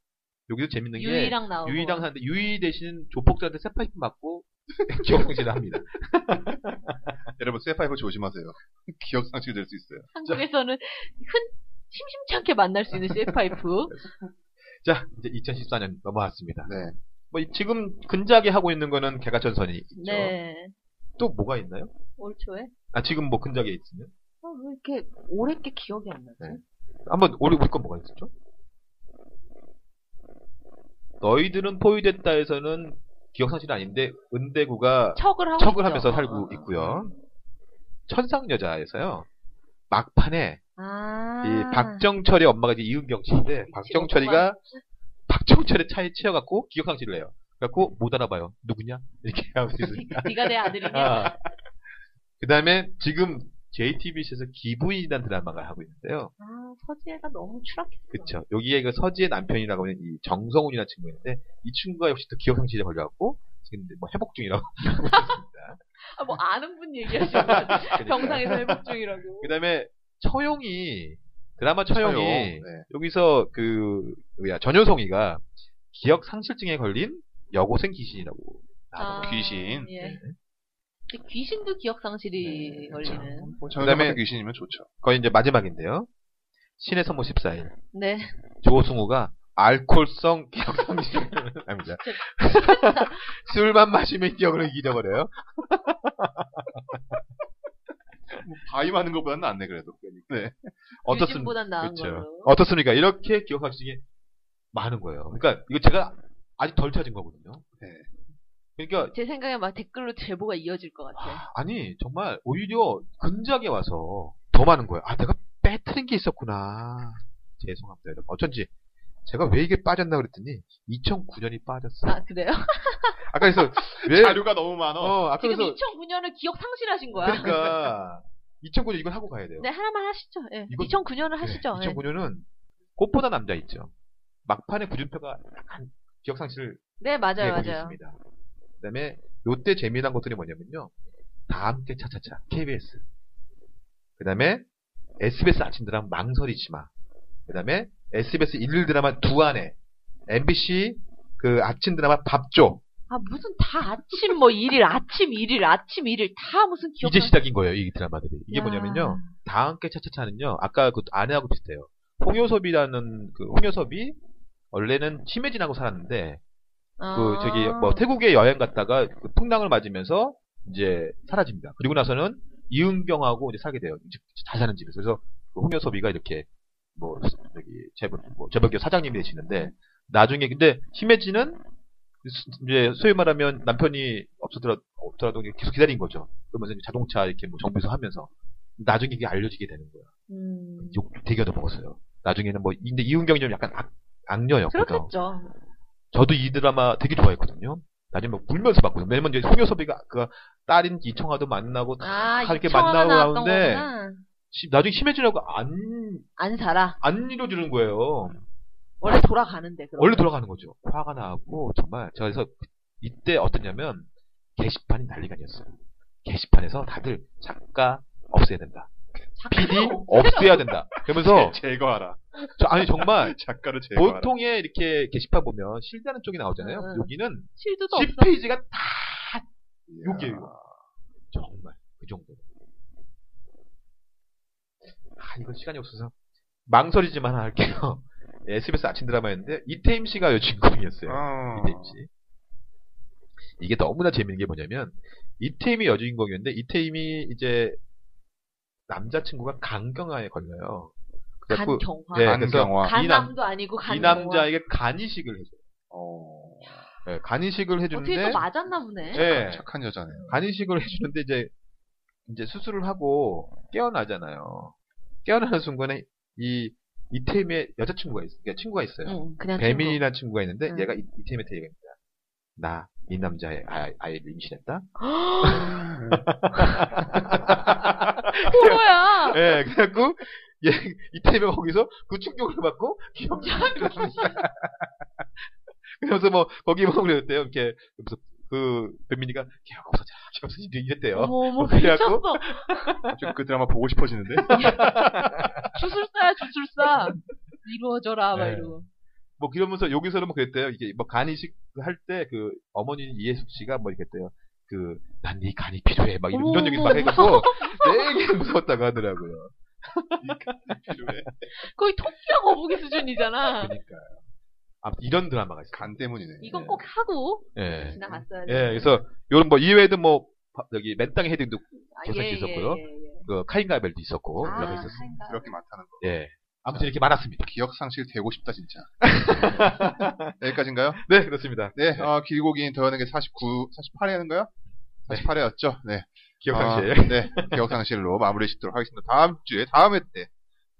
Speaker 4: 여기서 재밌는 게
Speaker 2: 유이랑 나오고.
Speaker 4: 유이랑 하는데 유이 대신 조폭들한테 세파이프 맞고 *laughs* 기억상실을 합니다. *laughs*
Speaker 3: 여러분, 세파이브 조심하세요. 기억상실 될 수 있어요.
Speaker 2: 한국에서는 흔 심심찮게 만날 수 있는
Speaker 4: *laughs*
Speaker 2: 셰파이프.
Speaker 4: 자, 이제 2014년 넘어왔습니다.
Speaker 3: 네.
Speaker 4: 뭐 이- 지금 근작에 하고 있는 거는 개가천선이 있죠.
Speaker 2: 네.
Speaker 4: 또 뭐가 있나요?
Speaker 2: 올 초에.
Speaker 4: 아 지금 뭐 근작에 있으면
Speaker 2: 어, 왜 이렇게 오랫게 기억이 안 나지?
Speaker 4: 네. 한번 우리 우리 건 뭐가 있었죠? 너희들은 포위됐다에서는 기억상실 아닌데 은대구가
Speaker 2: 척을 하고
Speaker 4: 척을
Speaker 2: 있죠.
Speaker 4: 하면서
Speaker 2: 어,
Speaker 4: 살고
Speaker 2: 어.
Speaker 4: 있고요. 천상여자에서요. 막판에
Speaker 2: 아.
Speaker 4: 이 박정철의 엄마가 이제 이은경 씨인데 박정철이가 박정철의 차에 치여갖고 기억상실을 해요. 그래갖고 못 알아봐요. 누구냐? 이렇게 *laughs* 하면서
Speaker 2: *laughs*
Speaker 4: 있으니까.
Speaker 2: 네가 내 아들이냐?
Speaker 4: 아. 그 다음에 지금 JTBC에서 기부인이라는 드라마가 하고 있는데요.
Speaker 2: 아, 서지혜가 너무 추락했어.
Speaker 4: 그쵸. 여기에 그 서지의 남편이라고 하는 이 정성훈이라는 친구인데, 이 친구가 역시 또 기억상실에 걸려갖고, 지금 이제 뭐 회복 중이라고.
Speaker 2: 아, 뭐 아는 분 얘기하시는 거지. 병상에서 회복 중이라고.
Speaker 4: *laughs* 그 다음에 처용이, 드라마
Speaker 3: 차용.
Speaker 4: 처용이,
Speaker 3: 네.
Speaker 4: 여기서 그, 뭐야, 전효성이가 기억상실증에 걸린 여고생 귀신이라고.
Speaker 2: 아,
Speaker 3: 귀신.
Speaker 2: 예. 근데 귀신도 기억상실이 걸리는.
Speaker 3: 뭐,
Speaker 4: 그다음에-
Speaker 3: 그다음에 귀신이면 좋죠.
Speaker 4: 거의 이제 마지막인데요. 신의 선모 14일.
Speaker 2: 네.
Speaker 4: 조승우가 알코올성 기억상실을 *laughs* 합니다. 술만 마시면 기억을 잊어버려요.
Speaker 3: 바위 많은 것보다는 낫네, 그래도. 네.
Speaker 4: 어떻습니까?
Speaker 2: 귀신보단 나은
Speaker 4: 그렇죠.
Speaker 2: 걸로.
Speaker 4: 어떻습니까? 이렇게 기억하시기 많은 거예요. 그러니까 이거 제가 아직 덜 찾은 거거든요.
Speaker 3: 네.
Speaker 4: 그러니까
Speaker 2: 제 생각에 막 댓글로 제보가 이어질 것 같아.
Speaker 4: 아니 정말 오히려 근작에 와서 더 많은 거예요. 아 내가 빼뜨린 게 있었구나. 죄송합니다 여러분. 어쩐지 제가 왜 이게 빠졌나 그랬더니 2009년이 빠졌어.
Speaker 2: 아, 그래요?
Speaker 4: 아까 그래서 왜
Speaker 3: 자료가 너무 많아.
Speaker 4: 네. 어, 아까
Speaker 2: 지금
Speaker 4: 그래서
Speaker 2: 2009년을 기억 상실하신 거야.
Speaker 4: 그러니까 2009년 이건 하고 가야 돼요.
Speaker 2: 네, 하나만 하시죠. 예.
Speaker 4: 네, 이거-
Speaker 2: 2009년을 하시죠. 예.
Speaker 4: 2009년은 꽃보다 남자 있죠. 막판에 구준표가 약간 기억 상실을
Speaker 2: 네, 맞아요,
Speaker 4: 네, 거기
Speaker 2: 맞아요.
Speaker 4: 있습니다. 그다음에 요때 재미난 것들이 뭐냐면요. 다 함께 차차차 KBS. 그다음에 SBS 아침 드라마 망설이 지마. 그다음에 SBS 일일 드라마 두안에 MBC 그 아침 드라마 밥조.
Speaker 2: 아, 무슨 다 아침 뭐 일일, 아침 일일, 아침 일일 다 무슨 기억
Speaker 4: 이제
Speaker 2: 상실-
Speaker 4: 시작인 거예요, 이 드라마들이. 이게
Speaker 2: 야.
Speaker 4: 뭐냐면요. 다 함께 차차차는요. 아까 그 아내하고 비슷해요. 홍효섭이라는 그 홍효섭이 원래는 심혜진하고 살았는데 그
Speaker 2: 아.
Speaker 4: 저기 뭐 태국에 여행 갔다가 그 풍랑을 맞으면서 이제 사라집니다. 그리고 나서는 이은경하고 이제 살게 돼요. 이제 잘 사는 집에서 그래서 그 홍여섭이가 이렇게 뭐 저기 재벌 뭐 재벌기업 사장님이 되시는데 나중에 근데 심혜진은 수- 이제 소위 말하면 남편이 없었더라, 없더라도 이제 계속 기다린 거죠. 그러면서 이제 자동차 이렇게 뭐 정비소 하면서 나중에 이게 알려지게 되는 거야.
Speaker 2: 음.
Speaker 4: 욕 되게 얻어먹었어요. 나중에는 뭐 근데 이은경이 좀 약간 악, 악녀였거든.
Speaker 2: 그렇겠죠.
Speaker 4: 저도 이 드라마 되게 좋아했거든요. 나중에 막 울면서 봤거든요. 왜냐면 이제 소녀섭이가 그 딸인 이청아도 만나고 다
Speaker 2: 아,
Speaker 4: 이렇게
Speaker 2: 이청아가
Speaker 4: 만나고
Speaker 2: 나왔던
Speaker 4: 나오는데
Speaker 2: 거구나.
Speaker 4: 시- 나중에 심해지려고 안
Speaker 2: 안 살아.
Speaker 4: 안 이루어지는 거예요.
Speaker 2: 원래 돌아가는데. 그러면.
Speaker 4: 원래 돌아가는 거죠. 화가 나고 정말 제가 그래서 이때 어땠냐면 게시판이 난리가 아니었어요. 게시판에서 다들 작가 없애야 된다.
Speaker 2: 작가가 *laughs*
Speaker 4: PD 없애야 된다. 그러면서
Speaker 3: 제거하라.
Speaker 4: 저- 아니
Speaker 2: *laughs*
Speaker 4: 정말
Speaker 3: 작가를 제거하라.
Speaker 4: 보통에 이렇게 게시판 보면 실다는 쪽이 나오잖아요.
Speaker 2: 응, 응.
Speaker 4: 여기는
Speaker 2: 실드도 네, 없어.
Speaker 4: 10페이지가 다
Speaker 3: 이야.
Speaker 4: 욕이에요. 이거. 정말 그 정도. 아 이건 시간이 없어서 망설이지만 하나 할게요. *laughs* 예, SBS 아침 드라마였는데 이태임 씨가 여주인공이었어요.
Speaker 3: 아.
Speaker 4: 이태임 씨. 이게 너무나 재밌는 게 뭐냐면 이태임이 여주인공이었는데 이태임이 이제 남자친구가 간경화에 걸려요. 그래갖고
Speaker 2: 간경화.
Speaker 4: 예, 그래서
Speaker 3: 안경화.
Speaker 4: 이
Speaker 2: 간남도 아니고
Speaker 4: 이
Speaker 2: 간경화.
Speaker 4: 남자에게 간이식을 해줘요.
Speaker 3: 어,
Speaker 4: 예, 간이식을
Speaker 2: 어떻게
Speaker 4: 해주는데
Speaker 2: 또 맞았나 보네.
Speaker 4: 예,
Speaker 3: 착한 여자네요.
Speaker 4: 간이식을 *laughs* 해주는데 이제 이제 수술을 하고 깨어나잖아요. 깨어나는 순간에 이 이태임의 여자친구가 있, 그러니까 친구가 있어요.
Speaker 2: 응, 그냥 친구.
Speaker 4: 배민이라는 친구가 있는데
Speaker 2: 응.
Speaker 4: 얘가 이- 이태임한테 얘기합니다. 나 이 남자의 아, 아이를 임신했다.
Speaker 2: 뭐.
Speaker 4: *laughs*
Speaker 2: 포로야.
Speaker 4: 예, 그래갖고 얘 이태임이 거기서 그 충격을 받고
Speaker 2: 그
Speaker 4: 기억나는 그래서 뭐 거기 뭐 그랬대요. 이렇게 무슨 그 배민이가 걔가 없어져, 걔가 없어져 이랬대요.
Speaker 2: 어머 뭐 어머
Speaker 4: 그래갖고
Speaker 2: 미쳤어.
Speaker 3: 갑자기 그 드라마 보고 싶어지는데? *laughs*
Speaker 2: 주술사야 주술사. 이루어져라 막
Speaker 4: 네.
Speaker 2: 이러고.
Speaker 4: 뭐 그러면서 여기서는 뭐 그랬대요. 이게 뭐 간이식 할 때 그 어머니 이혜숙 씨가 뭐 이랬대요. 그 난 네 간이 필요해 막 이런, 이런 얘기 막
Speaker 2: 어머,
Speaker 4: 해갖고 되게 무서웠다고 하더라고요.
Speaker 3: 필요해.
Speaker 2: 거의 토끼와 거북이 수준이잖아.
Speaker 4: 그러니까 아, 이런 드라마가 있어요.
Speaker 3: 간 때문이네.
Speaker 2: 이건
Speaker 4: 예.
Speaker 2: 꼭 하고
Speaker 4: 예.
Speaker 2: 지나갔어야
Speaker 4: 예,
Speaker 2: 돼.
Speaker 4: 그래서 요런 뭐 이외에도 뭐 바- 여기 맨땅의 헤딩도
Speaker 2: 아,
Speaker 4: 조사지 있었고요. 그 카인가벨도 있었고
Speaker 2: 예. 아,
Speaker 4: 이렇게 있었어요.
Speaker 2: 하인가.
Speaker 3: 이렇게 많다는 거.
Speaker 4: 예. 아무튼 이렇게 많았습니다.
Speaker 3: 기억 상실 되고 싶다
Speaker 4: *laughs*
Speaker 3: 진짜. 여기까지인가요?
Speaker 4: 네, 그렇습니다.
Speaker 3: 네,
Speaker 4: 네.
Speaker 3: 어, 길고 긴 더현에게 49, 48회인가요? 48회였죠. 네.
Speaker 4: 기억상실.
Speaker 3: 아, 네, 기억 상실로 마무리 짓도록 하겠습니다. 다음 주에 다음 회 때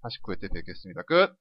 Speaker 3: 49회 때 뵙겠습니다. 끝.